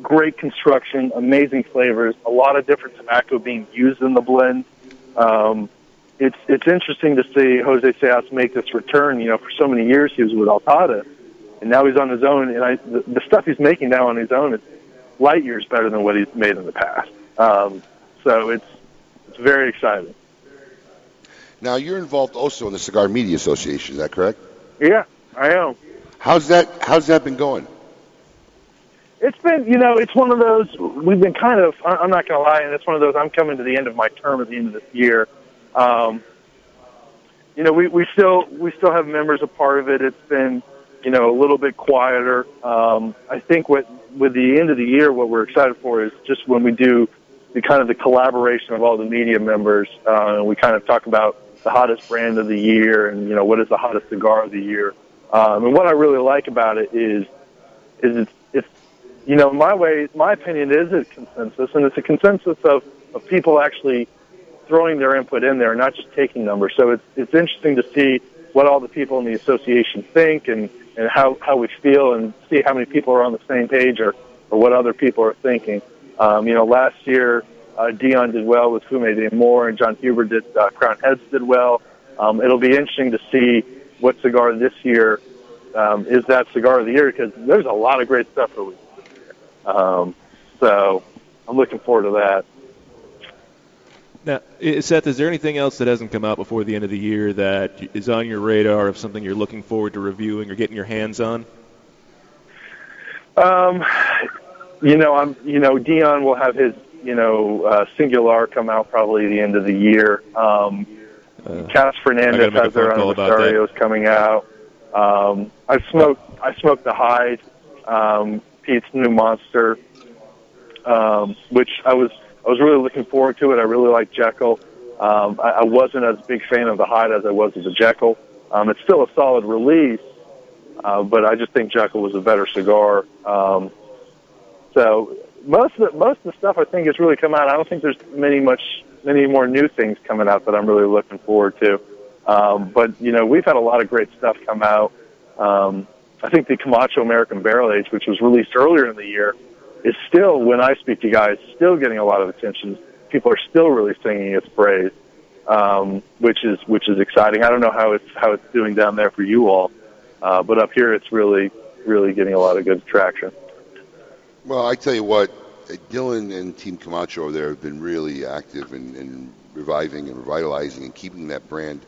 [SPEAKER 17] Great construction, amazing flavors, a lot of different tobacco being used in the blend. Um, it's it's interesting to see Jose Seas make this return. You know, for so many years he was with Altada, and now he's on his own. And I, the, the stuff he's making now on his own is light years better than what he's made in the past. Um, so it's it's very exciting.
[SPEAKER 3] Now you're involved also in the Cigar Media Association. Is that correct?
[SPEAKER 17] Yeah, I am.
[SPEAKER 3] How's that? How's that been going?
[SPEAKER 17] It's been, you know, it's one of those. We've been kind of. I- I'm not going to lie, and it's one of those. I'm coming to the end of my term at the end of this year. Um, you know, we, we still we still have members a part of it. It's been, you know, a little bit quieter. Um, I think what with the end of the year, what we're excited for is just when we do the kind of the collaboration of all the media members, uh, and we kind of talk about the hottest brand of the year and you know what is the hottest cigar of the year. Um, and what I really like about it is is it's, it's you know my way my opinion is a consensus and it's a consensus of, of people actually throwing their input in there, not just taking numbers. So it's it's interesting to see what all the people in the association think and, and how, how we feel and see how many people are on the same page or, or what other people are thinking. Um, you know, last year, uh, Dion did well with Fume de Moore and John Huber did, uh, Crown Heads did well. Um, it'll be interesting to see what cigar this year um, is that cigar of the year because there's a lot of great stuff released this year. Um, so I'm looking forward to that.
[SPEAKER 7] Now, i- Seth, is there anything else that hasn't come out before the end of the year that is on your radar of something you're looking forward to reviewing or getting your hands on?
[SPEAKER 17] Um, you know, I'm. You know, Dion will have his. You know, uh, Singular come out probably the end of the year. Um, Cass
[SPEAKER 7] Uh, I gotta
[SPEAKER 17] Fernandez
[SPEAKER 7] make a
[SPEAKER 17] has their
[SPEAKER 7] phone call
[SPEAKER 17] own
[SPEAKER 7] about that.
[SPEAKER 17] Rosario's coming out. Um, I smoked. I smoked the Hyde, um, Pete's new monster, um, which I was. I was really looking forward to it. I really like Jekyll. Um, I, I wasn't as big fan of the Hyde as I was of the Jekyll. Um, it's still a solid release, uh, but I just think Jekyll was a better cigar. Um, so most of the, most of the stuff I think has really come out. I don't think there's many much many more new things coming out that I'm really looking forward to. Um, but you know, we've had a lot of great stuff come out. Um, I think the Camacho American Barrel Age, which was released earlier in the year, is still when I speak to guys, still getting a lot of attention. People are still really singing its praise, um, which is which is exciting. I don't know how it's how it's doing down there for you all, uh, but up here it's really really getting a lot of good traction.
[SPEAKER 3] Well, I tell you what, uh, Dylan and Team Camacho over there have been really active in, in reviving and revitalizing and keeping that brand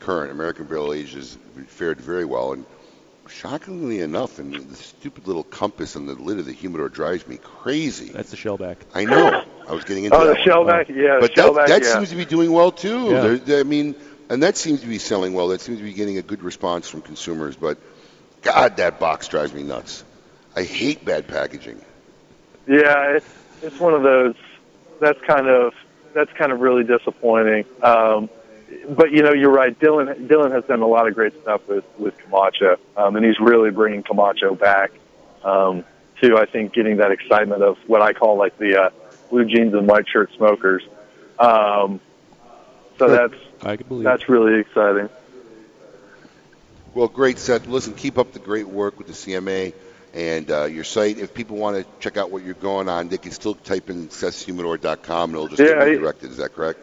[SPEAKER 3] current. American Barrel Age has fared very well, and shockingly enough, and the stupid little compass on the lid of the humidor drives me crazy. That's
[SPEAKER 7] the shellback.
[SPEAKER 3] I know. I was getting into
[SPEAKER 17] Oh, the
[SPEAKER 3] that one.
[SPEAKER 17] shellback, yeah,
[SPEAKER 3] But
[SPEAKER 17] the
[SPEAKER 3] that,
[SPEAKER 17] shellback,
[SPEAKER 3] that
[SPEAKER 17] yeah.
[SPEAKER 3] seems to be doing well too.
[SPEAKER 17] Yeah.
[SPEAKER 3] There- there- I mean, and that seems to be selling well. That seems to be getting a good response from consumers. But God, that box drives me nuts. I hate bad packaging.
[SPEAKER 17] Yeah, it's it's one of those. That's kind of that's kind of really disappointing. Um, but you know, you're right. Dylan Dylan has done a lot of great stuff with with Camacho, um, and he's really bringing Camacho back um, to I think getting that excitement of what I call like the uh, blue jeans and white shirt smokers. Um, so that's
[SPEAKER 7] I can believe
[SPEAKER 17] that's really exciting.
[SPEAKER 3] Well, great, Seth. Listen, keep up the great work with the CMA and uh, your site. If people want to check out what you're going on, they can still type in sethshumidor.com and it'll just
[SPEAKER 17] Yeah, I-
[SPEAKER 3] get redirected. Is that correct?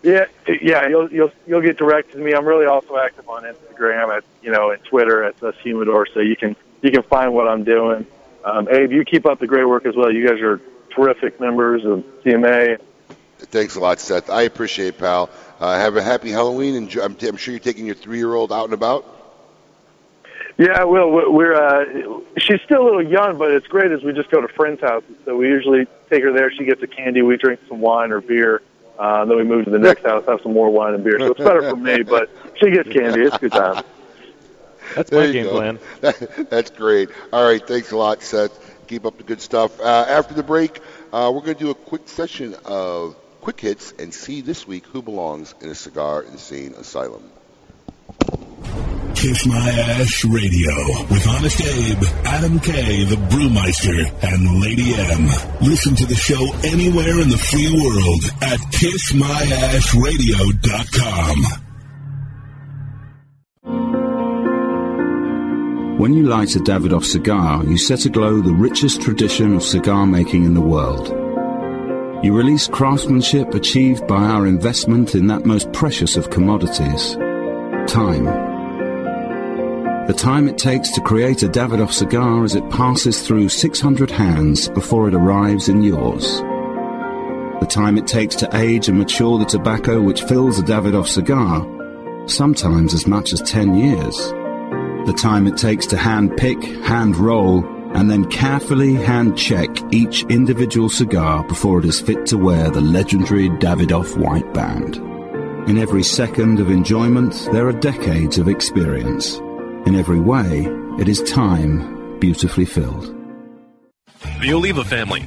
[SPEAKER 17] Yeah, yeah, you'll you'll you'll get directed to me. I'm really also active on Instagram at you know and Twitter at Thus Humidor, so you can you can find what I'm doing. Um, Abe, you keep up the great work as well. You guys are terrific members of CMA.
[SPEAKER 3] Thanks a lot, Seth. I appreciate it, pal. Uh, have a happy Halloween. And I'm, I'm sure you're taking your three-year-old out and about.
[SPEAKER 17] Yeah, well, we're, we're uh, she's still a little young, but it's great as we just go to friends' houses. So we usually take her there. She gets a candy. We drink some wine or beer. Uh, then we move to the next house, have some more wine and beer. So it's better for me, but she gets candy. It's a good time.
[SPEAKER 7] That's
[SPEAKER 17] my game plan.
[SPEAKER 3] That's great. All right, thanks a lot, Seth. Keep up the good stuff. Uh, after the break, uh, we're going to do a quick session of quick hits and see this week who belongs in a cigar insane asylum.
[SPEAKER 4] Kiss My Ash Radio with Honest Abe, Adam K, the Brewmeister, and Lady M. Listen to the show anywhere in the free world at kissmyashradio.com.
[SPEAKER 36] When you light a Davidoff cigar, you set aglow the richest tradition of cigar making in the world. You release craftsmanship achieved by our investment in that most precious of commodities time. The time it takes to create a Davidoff cigar as it passes through 600 hands before it arrives in yours. The time it takes to age and mature the tobacco which fills a Davidoff cigar, sometimes as much as 10 years the time it takes to hand pick, hand roll, and then carefully hand check each individual cigar before it is fit to wear the legendary Davidoff white band. In every second of enjoyment, there are decades of experience. In every way, it is time beautifully filled.
[SPEAKER 1] The Oliva family,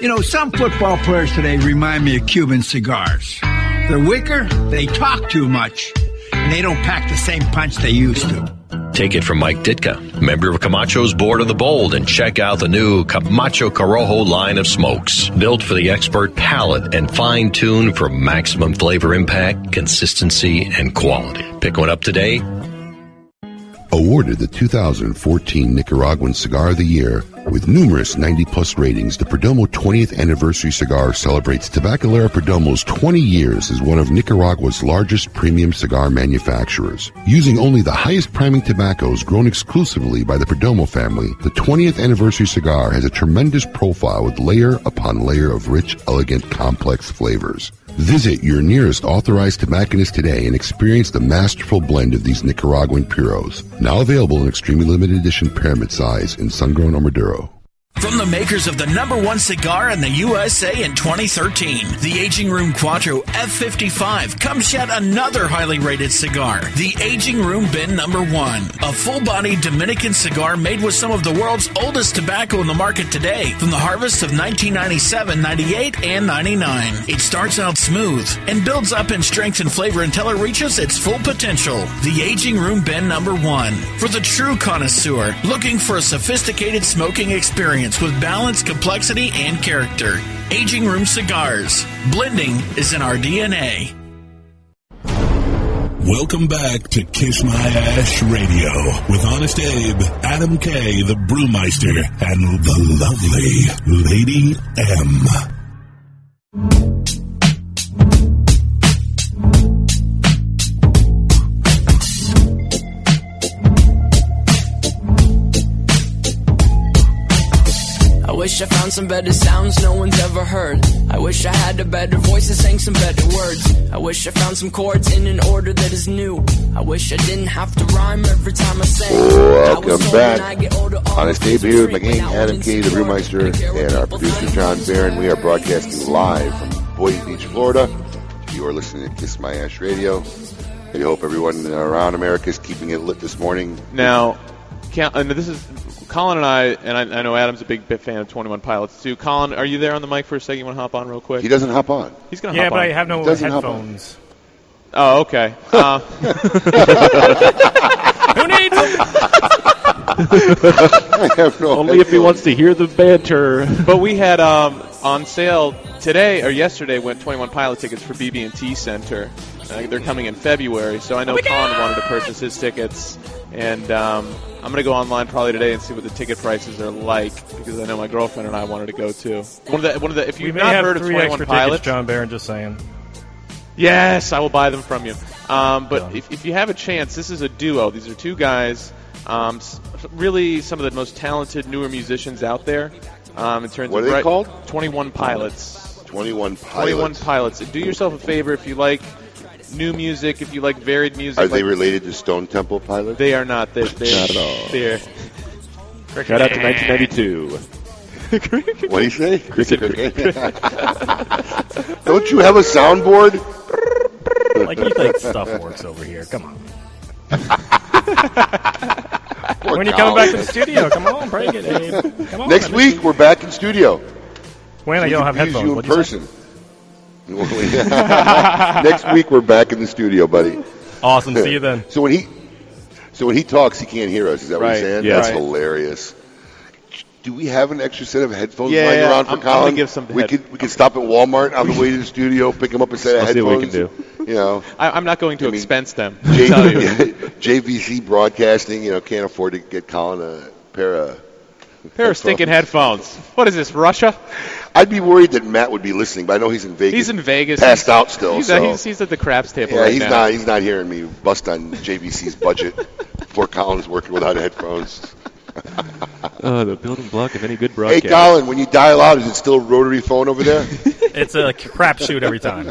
[SPEAKER 37] You know, some football players today remind me of Cuban cigars. They're wicker, they talk too much, and they don't pack the same punch they used to.
[SPEAKER 19] Take it from Mike Ditka, member of Camacho's Board of the Bold, and check out the new Camacho Corojo line of smokes. Built for the expert palate and fine tuned for maximum flavor impact, consistency, and quality. Pick one up today.
[SPEAKER 38] Awarded the 2014 Nicaraguan Cigar of the Year with numerous 90 plus ratings, the Perdomo 20th Anniversary Cigar celebrates Tabacalera Perdomo's 20 years as one of Nicaragua's largest premium cigar manufacturers. Using only the highest priming tobaccos grown exclusively by the Perdomo family, the 20th Anniversary Cigar has a tremendous profile with layer upon layer of rich, elegant, complex flavors. Visit your nearest authorized tobacconist today and experience the masterful blend of these Nicaraguan puros. Now available in extremely limited edition pyramid size in sun-grown or Maduro.
[SPEAKER 15] From the makers of the number one cigar in the USA in 2013, the Aging Room Quattro F55 comes yet another highly rated cigar, the Aging Room Bin Number One, a full bodied Dominican cigar made with some of the world's oldest tobacco in the market today, from the harvests of 1997, 98, and 99. It starts out smooth and builds up in strength and flavor until it reaches its full potential. The Aging Room Bin Number One, for the true connoisseur looking for a sophisticated smoking experience with balance, complexity, and character. Aging Room Cigars. Blending is in our DNA.
[SPEAKER 4] Welcome back to Kiss My Ash Radio with Honest Abe, Adam K, the Brewmeister, and the lovely Lady M.
[SPEAKER 5] I wish I found some better sounds no one's ever heard. I wish I had a better voice that sang some better words. I wish I found some chords in an order that is new. I wish I didn't have to rhyme every time I sang.
[SPEAKER 3] Welcome back. On his debut, with my gang Adam K, the Brewmeister, and our producer John Barron. We are broadcasting live from Boynton Beach, Florida. You are listening to Kiss My Ash Radio. We hope everyone around America is keeping it lit this morning.
[SPEAKER 6] Now, count, and this is Colin and I, and I, I know Adam's a big bit fan of Twenty One Pilots too. Colin, are you there on the mic for a second? You want to hop on real quick?
[SPEAKER 3] He doesn't hop on.
[SPEAKER 6] He's gonna
[SPEAKER 24] yeah,
[SPEAKER 6] hop
[SPEAKER 24] but
[SPEAKER 6] on.
[SPEAKER 24] I have no headphones.
[SPEAKER 6] Oh, okay. Uh,
[SPEAKER 24] Who needs
[SPEAKER 39] Only if he wants to hear the banter.
[SPEAKER 6] but we had um, on sale today or yesterday went 21 pilot tickets for BB&T Center. Uh, they're coming in February, so I know Colin wanted to purchase his tickets, and um, I'm gonna go online probably today and see what the ticket prices are like because I know my girlfriend and I wanted to go too. One of the one of the if
[SPEAKER 24] We
[SPEAKER 6] you've
[SPEAKER 24] may
[SPEAKER 6] not
[SPEAKER 24] have
[SPEAKER 6] heard of
[SPEAKER 24] three
[SPEAKER 6] 21
[SPEAKER 24] extra
[SPEAKER 6] Pilots,
[SPEAKER 24] tickets, John Barron. Just saying.
[SPEAKER 6] Yes, I will buy them from you. Um, but if, if you have a chance, this is a duo. These are two guys, um, s- really some of the most talented newer musicians out there. Um, in terms
[SPEAKER 3] What
[SPEAKER 6] of
[SPEAKER 3] are they
[SPEAKER 6] right-
[SPEAKER 3] called?
[SPEAKER 6] 21 Pilots.
[SPEAKER 3] 21
[SPEAKER 6] 21
[SPEAKER 3] Pilots.
[SPEAKER 6] Pilots. Do yourself a favor if you like new music, if you like varied music.
[SPEAKER 3] Are they
[SPEAKER 6] like-
[SPEAKER 3] related to Stone Temple Pilots?
[SPEAKER 6] They are not. They're, they're,
[SPEAKER 3] Not at all.
[SPEAKER 6] They're,
[SPEAKER 39] Shout out to 1992.
[SPEAKER 3] What do you say?
[SPEAKER 39] Cricket, cricket.
[SPEAKER 3] Don't you have a soundboard?
[SPEAKER 24] Like you think stuff works over here? Come on.
[SPEAKER 3] Poor
[SPEAKER 24] when are you
[SPEAKER 3] Colin.
[SPEAKER 24] coming back to the studio? Come on, break it, Abe. Come on.
[SPEAKER 3] Next week we're back in studio.
[SPEAKER 24] When I
[SPEAKER 3] We
[SPEAKER 24] don't have
[SPEAKER 3] can use
[SPEAKER 24] headphones.
[SPEAKER 3] You in
[SPEAKER 24] what'd you say?
[SPEAKER 3] person. Next week we're back in the studio, buddy.
[SPEAKER 24] Awesome. See you then.
[SPEAKER 3] So when he, so when he talks, he can't hear us. Is that what he's
[SPEAKER 6] Right,
[SPEAKER 3] saying?
[SPEAKER 6] yeah.
[SPEAKER 3] That's
[SPEAKER 6] Right.
[SPEAKER 3] hilarious. Do we have an extra set of headphones
[SPEAKER 6] Yeah,
[SPEAKER 3] lying around for
[SPEAKER 6] I'm- I'm
[SPEAKER 3] Colin?
[SPEAKER 6] gonna give some to
[SPEAKER 3] we
[SPEAKER 6] head-
[SPEAKER 3] could we could stop at Walmart on the way to the studio, pick him up a set of
[SPEAKER 39] I'll see what we
[SPEAKER 3] headphones.
[SPEAKER 39] can do.
[SPEAKER 3] You know,
[SPEAKER 6] I, I'm not going to expense them.
[SPEAKER 3] J-
[SPEAKER 6] I tell you.
[SPEAKER 3] JVC Broadcasting, you know, can't afford to get Colin a pair of
[SPEAKER 6] Pair of stinking headphones. What is this, Russia?
[SPEAKER 3] I'd be worried that Matt would be listening, but I know he's in Vegas.
[SPEAKER 6] He's in Vegas.
[SPEAKER 3] Passed
[SPEAKER 6] He's-
[SPEAKER 3] out still.
[SPEAKER 6] He's, uh,
[SPEAKER 3] so.
[SPEAKER 6] he's, he's at the craps table
[SPEAKER 3] yeah,
[SPEAKER 6] right
[SPEAKER 3] he's
[SPEAKER 6] now.
[SPEAKER 3] not. He's not hearing me bust on JVC's budget. Poor Colin's working without headphones.
[SPEAKER 7] Uh, the building block of any good
[SPEAKER 3] Hey,
[SPEAKER 7] broadcast.
[SPEAKER 3] Colin, when you dial out, is it still a rotary phone over there?
[SPEAKER 22] It's a crapshoot every time.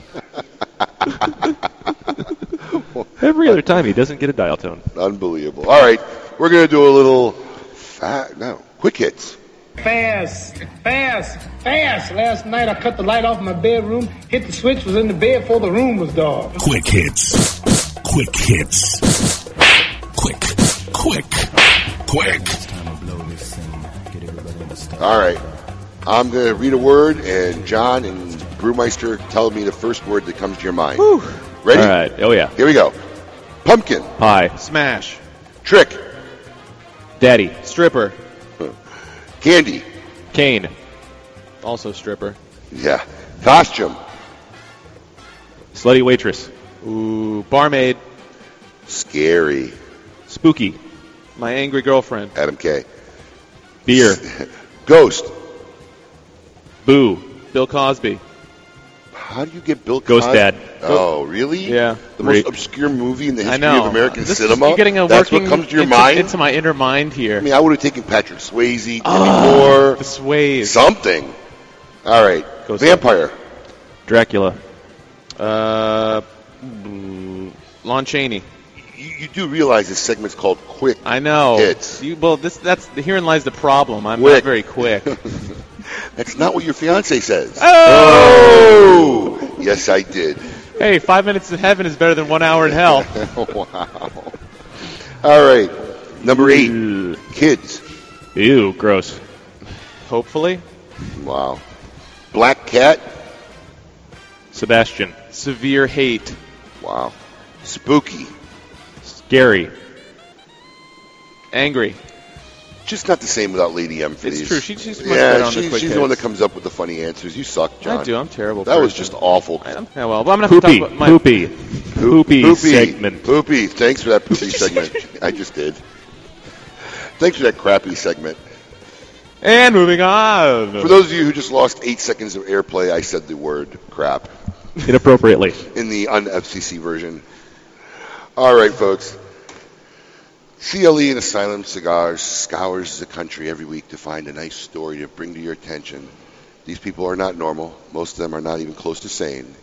[SPEAKER 7] Every other time he doesn't get a dial tone.
[SPEAKER 3] Unbelievable. All right, we're going to do a little fa no, quick hits.
[SPEAKER 5] Fast, fast, fast. Last night I cut the light off my bedroom, hit the switch, was in the bed before the room was dark.
[SPEAKER 4] Quick hits. Quick hits. Quick. Quick. Quick.
[SPEAKER 3] All right, I'm going to read a word, and John and Brewmeister tell me the first word that comes to your mind. Ready?
[SPEAKER 7] All right. Oh yeah.
[SPEAKER 3] Here we go. Pumpkin.
[SPEAKER 7] Pie.
[SPEAKER 6] Smash.
[SPEAKER 3] Trick.
[SPEAKER 7] Daddy.
[SPEAKER 6] Stripper.
[SPEAKER 3] Candy.
[SPEAKER 7] Cane.
[SPEAKER 6] Also stripper.
[SPEAKER 3] Yeah. Costume.
[SPEAKER 7] Slutty waitress.
[SPEAKER 6] Ooh, barmaid.
[SPEAKER 3] Scary.
[SPEAKER 7] Spooky.
[SPEAKER 6] My angry girlfriend.
[SPEAKER 3] Adam K.
[SPEAKER 7] Beer.
[SPEAKER 3] Ghost.
[SPEAKER 7] Boo.
[SPEAKER 6] Bill Cosby.
[SPEAKER 3] How do you get Bill
[SPEAKER 7] Ghost
[SPEAKER 3] Cosby?
[SPEAKER 7] Dad.
[SPEAKER 3] Oh, really?
[SPEAKER 6] Yeah.
[SPEAKER 3] The
[SPEAKER 7] Great.
[SPEAKER 3] most obscure movie in the
[SPEAKER 6] I
[SPEAKER 3] history
[SPEAKER 6] know.
[SPEAKER 3] of American
[SPEAKER 6] This is-
[SPEAKER 3] cinema.
[SPEAKER 6] you're getting a
[SPEAKER 3] That's what
[SPEAKER 6] working
[SPEAKER 3] comes to your
[SPEAKER 6] into,
[SPEAKER 3] mind.
[SPEAKER 6] Into my inner mind here. Ah,
[SPEAKER 3] I mean, I would have taken Patrick Swayze, Demi Moore,
[SPEAKER 6] the Sways.
[SPEAKER 3] something. All right,
[SPEAKER 7] Ghost
[SPEAKER 3] vampire,
[SPEAKER 7] Dracula.
[SPEAKER 6] Uh, mm, Lon Chaney.
[SPEAKER 3] You, you do realize this segment's called Quick.
[SPEAKER 6] I know.
[SPEAKER 3] Hits.
[SPEAKER 6] You, well, this that's herein lies the problem. I'm
[SPEAKER 3] Quick.
[SPEAKER 6] not very quick.
[SPEAKER 3] That's not what your fiance says.
[SPEAKER 6] Oh!
[SPEAKER 3] Oh! Yes, I did.
[SPEAKER 6] hey, five minutes in heaven is better than one hour in hell.
[SPEAKER 3] wow. All right, number eight,
[SPEAKER 7] Ew.
[SPEAKER 3] kids.
[SPEAKER 7] Ew. Gross.
[SPEAKER 6] Hopefully,
[SPEAKER 3] Wow. Black cat.
[SPEAKER 7] Sebastian.
[SPEAKER 6] severe hate.
[SPEAKER 3] Wow. Spooky.
[SPEAKER 7] Scary.
[SPEAKER 6] Angry.
[SPEAKER 3] Just not the same without Lady M for
[SPEAKER 6] It's
[SPEAKER 3] these.
[SPEAKER 6] true. She- she's much better
[SPEAKER 3] yeah,
[SPEAKER 6] on the
[SPEAKER 3] she,
[SPEAKER 6] quick
[SPEAKER 3] she's the one that
[SPEAKER 6] hits.
[SPEAKER 3] comes up with the funny answers. You suck, John.
[SPEAKER 6] I do. I'm terrible.
[SPEAKER 3] That was
[SPEAKER 6] person.
[SPEAKER 3] just awful.
[SPEAKER 6] Yeah, well, but I'm gonna have
[SPEAKER 7] Poopy.
[SPEAKER 6] to talk about my
[SPEAKER 7] Poopy. Poopy, segment.
[SPEAKER 3] Poopy. Thanks for that poopy segment. I just did. Thanks for that crappy segment.
[SPEAKER 6] And moving on.
[SPEAKER 3] For those of you who just lost eight seconds of airplay, I said the word crap
[SPEAKER 7] Inappropriately.
[SPEAKER 3] in the un-FCC version. All right, folks. CLE and Asylum Cigars scours the country every week to find a nice story to bring to your attention. These people are not normal. Most of them are not even close to sane.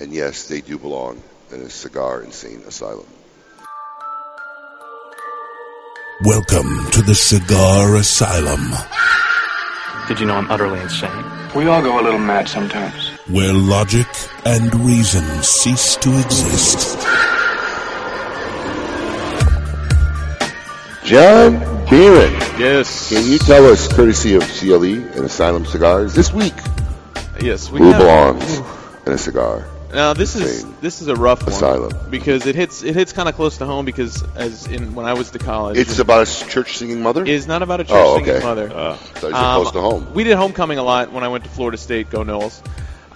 [SPEAKER 3] And yes, they do belong in a cigar insane asylum.
[SPEAKER 4] Welcome to the Cigar Asylum,
[SPEAKER 22] Did you know I'm utterly insane?
[SPEAKER 13] We all go a little mad sometimes.
[SPEAKER 4] where logic and reason cease to exist.
[SPEAKER 3] John Beeran,
[SPEAKER 6] Yes.
[SPEAKER 3] can you tell us, courtesy of CLE and Asylum Cigars, this week
[SPEAKER 6] Yes, we
[SPEAKER 3] who
[SPEAKER 6] have-
[SPEAKER 3] belongs in a cigar?
[SPEAKER 6] Now this is
[SPEAKER 3] Same.
[SPEAKER 6] this is a rough one
[SPEAKER 3] Asylum.
[SPEAKER 6] because it hits it hits kind of close to home because as in when I was to college,
[SPEAKER 3] It's about a church singing mother?
[SPEAKER 6] it is not about a church
[SPEAKER 3] Oh,
[SPEAKER 6] singing
[SPEAKER 3] okay.
[SPEAKER 6] mother.
[SPEAKER 3] so it's
[SPEAKER 6] Um,
[SPEAKER 3] close to home.
[SPEAKER 6] We did homecoming a lot when I went to Florida State. Go Knowles.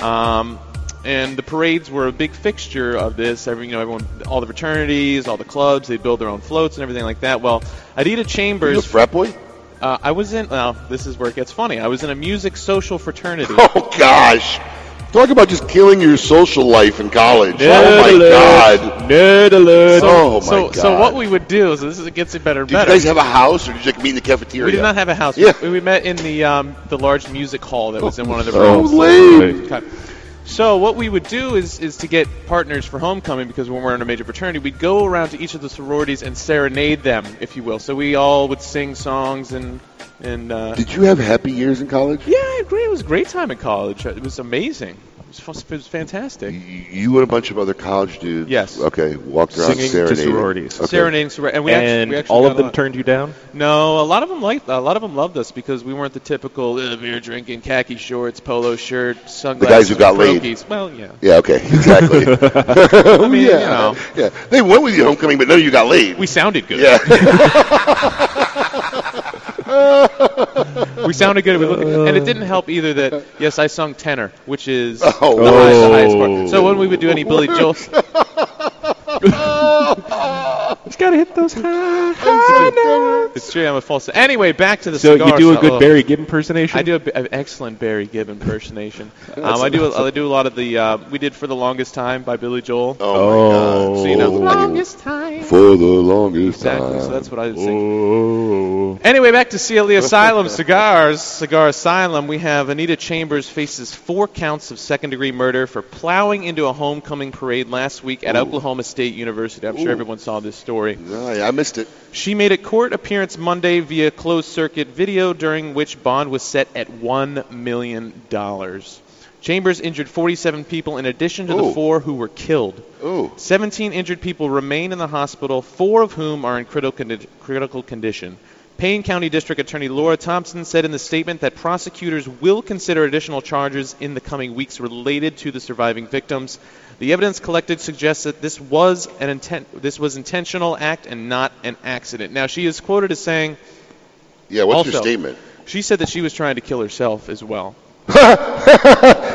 [SPEAKER 6] Um, and the parades were a big fixture of this. Every, you know, everyone, all the fraternities, all the clubs, they build their own floats and everything like that. Well, Adita
[SPEAKER 3] Are you a
[SPEAKER 6] Chambers,
[SPEAKER 3] frat boy?
[SPEAKER 6] uh, I was in. Well, this is where it gets funny. I was in a music social fraternity.
[SPEAKER 3] Oh gosh. Talk about just killing your social life in college. oh my god.
[SPEAKER 7] Nerd alert.
[SPEAKER 3] oh my
[SPEAKER 6] so,
[SPEAKER 3] god.
[SPEAKER 6] so what we would do? So this is, it gets it better and
[SPEAKER 3] did you
[SPEAKER 6] better.
[SPEAKER 3] guys have a house or did you just meet in the cafeteria?
[SPEAKER 6] We did not have a house.
[SPEAKER 3] Yeah.
[SPEAKER 6] We, we met in the um, the large music hall that was in one of the
[SPEAKER 3] Oh,
[SPEAKER 6] rooms.
[SPEAKER 3] lame.
[SPEAKER 6] Cut. So what we would do is is to get partners for homecoming because when we're in a major fraternity, we'd go around to each of the sororities and serenade them, if you will. So we all would sing songs and and uh,
[SPEAKER 3] Did you have happy years in college?
[SPEAKER 6] yeah, I agree. It was a great time in college. It was amazing. It was, fu- it was fantastic.
[SPEAKER 3] You and a bunch of other college dudes.
[SPEAKER 6] Yes.
[SPEAKER 3] Okay, walked around
[SPEAKER 7] Singing to
[SPEAKER 3] serenading.
[SPEAKER 7] sororities.
[SPEAKER 3] Okay.
[SPEAKER 6] Serenading, soror- and we
[SPEAKER 7] and
[SPEAKER 6] actually, we actually
[SPEAKER 7] all
[SPEAKER 6] got
[SPEAKER 7] of
[SPEAKER 6] a
[SPEAKER 7] them
[SPEAKER 6] lot-
[SPEAKER 7] turned you down?
[SPEAKER 6] No, a lot of them liked a lot of them loved us because we weren't the typical uh, beer drinking, khaki shorts, polo shirt, sunglasses.
[SPEAKER 3] guys who got laid.
[SPEAKER 6] brokies. Well, yeah.
[SPEAKER 3] Yeah, okay, exactly.
[SPEAKER 6] I mean,
[SPEAKER 3] yeah.
[SPEAKER 6] you know.
[SPEAKER 3] yeah. They went with you homecoming, but none of you got laid.
[SPEAKER 6] We sounded good.
[SPEAKER 3] yeah. Oh
[SPEAKER 6] we sounded good. We looked, and it didn't help either that yes, I sung tenor, which is
[SPEAKER 3] Oh,
[SPEAKER 6] the, highest, the highest
[SPEAKER 7] Oh.
[SPEAKER 6] part. So when we would do any Billy Joel,
[SPEAKER 7] Just gotta hit those high,
[SPEAKER 6] it's true. I'm a false. Anyway, back to the
[SPEAKER 7] So
[SPEAKER 6] cigar.
[SPEAKER 7] you do a good
[SPEAKER 6] oh.
[SPEAKER 7] Barry Gibb impersonation?
[SPEAKER 6] I do a b- an excellent Barry Gibb impersonation. um, I do a, I do a lot of the uh, we did for the longest time by Billy Joel.
[SPEAKER 3] Oh, my God.
[SPEAKER 6] Oh. So you know the longest time.
[SPEAKER 3] For the longest
[SPEAKER 6] Exactly.
[SPEAKER 3] time.
[SPEAKER 6] So that's what I would sing.
[SPEAKER 7] Oh.
[SPEAKER 3] Woo.
[SPEAKER 6] Anyway, back to CLE Asylum cigars. Cigar Asylum. We have Anita Chambers faces four counts of second-degree murder for plowing into a homecoming parade last week at Oklahoma State University. I'm sure
[SPEAKER 3] Ooh.
[SPEAKER 6] everyone saw this story.
[SPEAKER 3] I missed it.
[SPEAKER 6] She made a court appearance Monday via closed-circuit video, during which bond was set at one million dollars. Chambers injured 47 people in addition to the
[SPEAKER 3] Ooh.
[SPEAKER 6] four who were killed.
[SPEAKER 3] Ooh.
[SPEAKER 6] 17 injured people remain in the hospital, four of whom are in critical, condi- critical condition. Payne County District Attorney Laura Thompson said in the statement that prosecutors will consider additional charges in the coming weeks related to the surviving victims. The evidence collected suggests that this was an intent this was intentional act and not an accident. Now she is quoted as saying
[SPEAKER 3] Yeah, what's your
[SPEAKER 6] Also,
[SPEAKER 3] statement?
[SPEAKER 6] she said that she was trying to kill herself as well.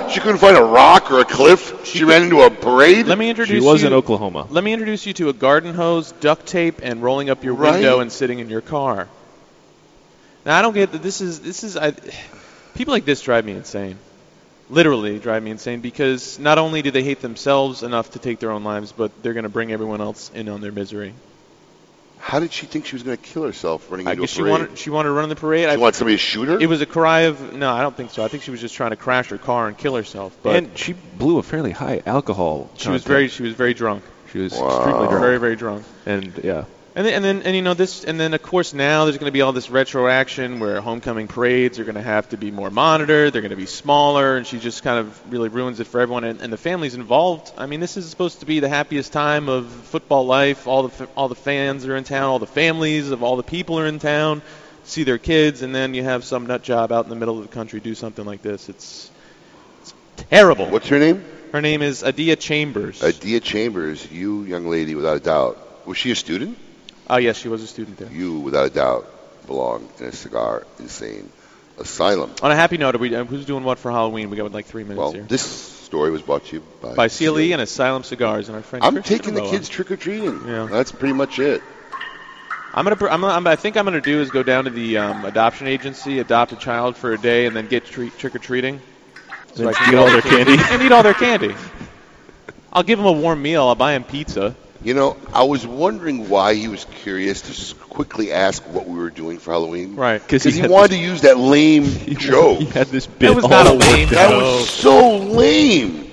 [SPEAKER 3] She couldn't find a rock or a cliff. She, ran into a parade.
[SPEAKER 6] Let me introduce you.
[SPEAKER 7] Oklahoma.
[SPEAKER 6] Let me introduce you to a garden hose, duct tape, and rolling up your
[SPEAKER 3] Right.
[SPEAKER 6] window and sitting in your car. Now I don't get that. This is this is I. People like this drive me insane. Literally drive me insane because not only do they hate themselves enough to take their own lives, but they're going to bring everyone else in on their misery.
[SPEAKER 3] How did she think she was going to kill herself running
[SPEAKER 6] I
[SPEAKER 3] into
[SPEAKER 6] guess
[SPEAKER 3] a
[SPEAKER 6] she
[SPEAKER 3] parade?
[SPEAKER 6] wanted she wanted to run in the parade. I,
[SPEAKER 3] She wanted somebody to shoot her.
[SPEAKER 6] it was a cry of no, I don't think so. I think she was just trying to crash her car and kill herself. But
[SPEAKER 7] and she blew a fairly high alcohol.
[SPEAKER 6] she
[SPEAKER 7] content.
[SPEAKER 6] was very she was very drunk.
[SPEAKER 7] She was extremely drunk.
[SPEAKER 6] Very very drunk.
[SPEAKER 7] And yeah,
[SPEAKER 6] And then, and then, and you know this, and then of course now there's going to be all this retro action where homecoming parades are going to have to be more monitored, they're going to be smaller, and she just kind of really ruins it for everyone and, and the families involved. I mean, this is supposed to be the happiest time of football life. All the f- all the fans are in town, all the families of all the people are in town, see their kids, and then you have some nut job out in the middle of the country do something like this. It's it's terrible.
[SPEAKER 3] What's her name?
[SPEAKER 6] Her name is Adia Chambers.
[SPEAKER 3] Adia Chambers, you young lady, without a doubt. Was she a student?
[SPEAKER 6] Oh yes, she was a student there.
[SPEAKER 3] You, without a doubt, belong in a cigar insane asylum.
[SPEAKER 6] On a happy note, are we, uh, who's doing what for Halloween? We got like three minutes
[SPEAKER 3] Well,
[SPEAKER 6] here.
[SPEAKER 3] this story was brought to you by.
[SPEAKER 6] by CLE and Asylum Cigars and our friend.
[SPEAKER 3] I'm
[SPEAKER 6] Christian
[SPEAKER 3] taking the
[SPEAKER 6] Roa.
[SPEAKER 3] kids trick or treating.
[SPEAKER 6] Yeah.
[SPEAKER 3] That's pretty much it.
[SPEAKER 6] I'm gonna. pr- I'm, gonna- I'm, I think I'm gonna do is go down to the um, adoption agency, adopt a child for a day, and then get treat, trick or treating.
[SPEAKER 7] Then eat all their candy.
[SPEAKER 6] and eat all their candy. I'll give them a warm meal. I'll buy them pizza.
[SPEAKER 3] You know, I was wondering why he was curious to just quickly ask what we were doing for Halloween.
[SPEAKER 6] Right.
[SPEAKER 3] Because he, wanted to use that lame joke.
[SPEAKER 7] he had this bit.
[SPEAKER 6] That was
[SPEAKER 7] all
[SPEAKER 6] not a
[SPEAKER 7] worked
[SPEAKER 6] lame
[SPEAKER 3] That
[SPEAKER 7] out.
[SPEAKER 3] was so lame.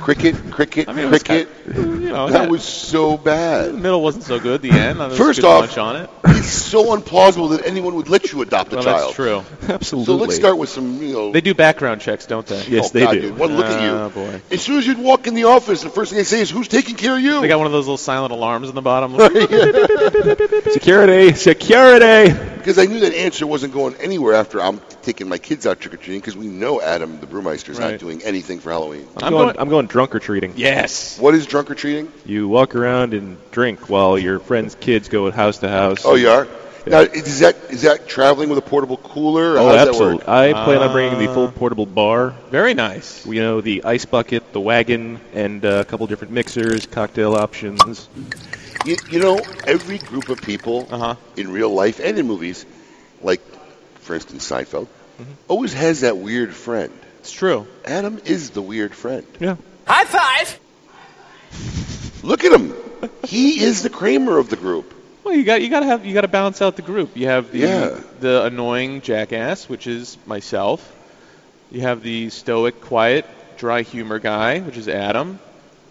[SPEAKER 3] cricket, cricket,
[SPEAKER 6] mean, it was
[SPEAKER 3] cricket.
[SPEAKER 6] You know,
[SPEAKER 3] that was so
[SPEAKER 6] the
[SPEAKER 3] bad.
[SPEAKER 6] middle wasn't so good. The end. There was
[SPEAKER 3] First
[SPEAKER 6] good
[SPEAKER 3] off-
[SPEAKER 6] lunch on it.
[SPEAKER 3] It's so implausible that anyone would let you adopt a
[SPEAKER 6] Well,
[SPEAKER 3] child.
[SPEAKER 6] that's true.
[SPEAKER 3] So
[SPEAKER 7] Absolutely.
[SPEAKER 3] let's start with some, you know.
[SPEAKER 6] They do background checks, don't they?
[SPEAKER 7] Yes,
[SPEAKER 3] oh,
[SPEAKER 7] they
[SPEAKER 3] God,
[SPEAKER 7] do.
[SPEAKER 3] dude, one look at
[SPEAKER 6] Oh,
[SPEAKER 3] you.
[SPEAKER 6] boy.
[SPEAKER 3] As soon as you'd walk in the office, the first thing they say is, "Who's taking care of you?"
[SPEAKER 6] They got one of those little silent alarms on the bottom.
[SPEAKER 7] Security, security.
[SPEAKER 3] Because I knew that answer wasn't going anywhere after I'm taking my kids out trick or treating. Because we know Adam the Brewmeister's
[SPEAKER 6] Right.
[SPEAKER 3] not doing anything for Halloween.
[SPEAKER 7] I'm,
[SPEAKER 6] I'm
[SPEAKER 7] going,
[SPEAKER 6] going-
[SPEAKER 7] I'm going drunk or treating.
[SPEAKER 6] yes.
[SPEAKER 3] What is drunk or treating?
[SPEAKER 7] You walk around and drink while your friends' kids go house to house.
[SPEAKER 3] Oh, you are. Now, is that is that traveling with a portable cooler? Or
[SPEAKER 7] Oh,
[SPEAKER 3] how does
[SPEAKER 7] absolutely.
[SPEAKER 3] That work? Uh,
[SPEAKER 7] I plan on bringing
[SPEAKER 6] Ah.
[SPEAKER 7] the full portable bar.
[SPEAKER 6] Very nice.
[SPEAKER 7] You know, the ice bucket, the wagon, and uh, a couple different mixers, cocktail options.
[SPEAKER 3] You, you know, every group of people
[SPEAKER 7] Uh-huh.
[SPEAKER 6] Uh huh.
[SPEAKER 3] in real life and in movies, like for instance Seinfeld,
[SPEAKER 7] Mm-hmm.
[SPEAKER 3] always has that weird friend.
[SPEAKER 6] It's true.
[SPEAKER 3] Adam is the weird friend.
[SPEAKER 12] High five!
[SPEAKER 3] Look at him. He is the Kramer of the group.
[SPEAKER 6] Well, you got you got to have you got to balance out the group. You have the
[SPEAKER 3] Yeah.
[SPEAKER 6] the annoying jackass, which is myself. You have the stoic, quiet, dry humor guy, which is Adam.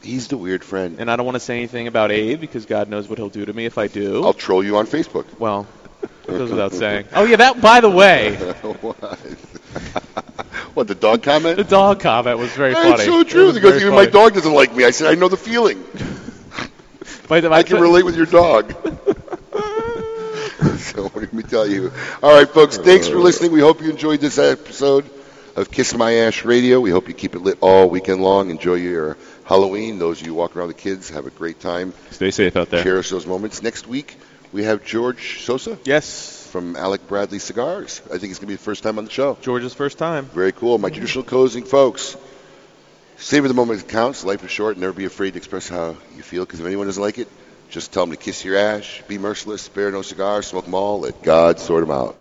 [SPEAKER 3] He's the weird friend.
[SPEAKER 6] And I don't want to say anything about Abe because God knows what he'll do to me if I do.
[SPEAKER 3] I'll troll you on Facebook.
[SPEAKER 6] Well, it goes without saying. Oh yeah, that by the way,
[SPEAKER 3] what? what the dog comment?
[SPEAKER 6] the dog comment was very
[SPEAKER 3] Hey,
[SPEAKER 6] funny.
[SPEAKER 3] It's so true.
[SPEAKER 6] It was
[SPEAKER 3] He goes,
[SPEAKER 6] very
[SPEAKER 3] even my
[SPEAKER 6] funny.
[SPEAKER 3] dog doesn't like me. I said, I know the feeling.
[SPEAKER 6] My- my-
[SPEAKER 3] I can relate with your dog. so what do we tell you? All right, folks. Thanks
[SPEAKER 6] Uh.
[SPEAKER 3] for listening. We hope you enjoyed this episode of Kiss My Ash Radio. We hope you keep it lit all weekend long. Enjoy your Halloween. Those of you walking around with kids, have a great time.
[SPEAKER 7] Stay safe out there.
[SPEAKER 3] Cherish those moments. Next week we have George Sosa
[SPEAKER 6] Yes,
[SPEAKER 3] from Alec Bradley Cigars. I think it's gonna be the first time on the show.
[SPEAKER 6] George's first time.
[SPEAKER 3] Very cool. My judicial closing, folks. Savor the moment it counts. Life is short. Never be afraid to express how you feel, because if anyone doesn't like it, just tell them to kiss your ash, be merciless, spare no cigar, smoke 'em all, let God sort 'em out.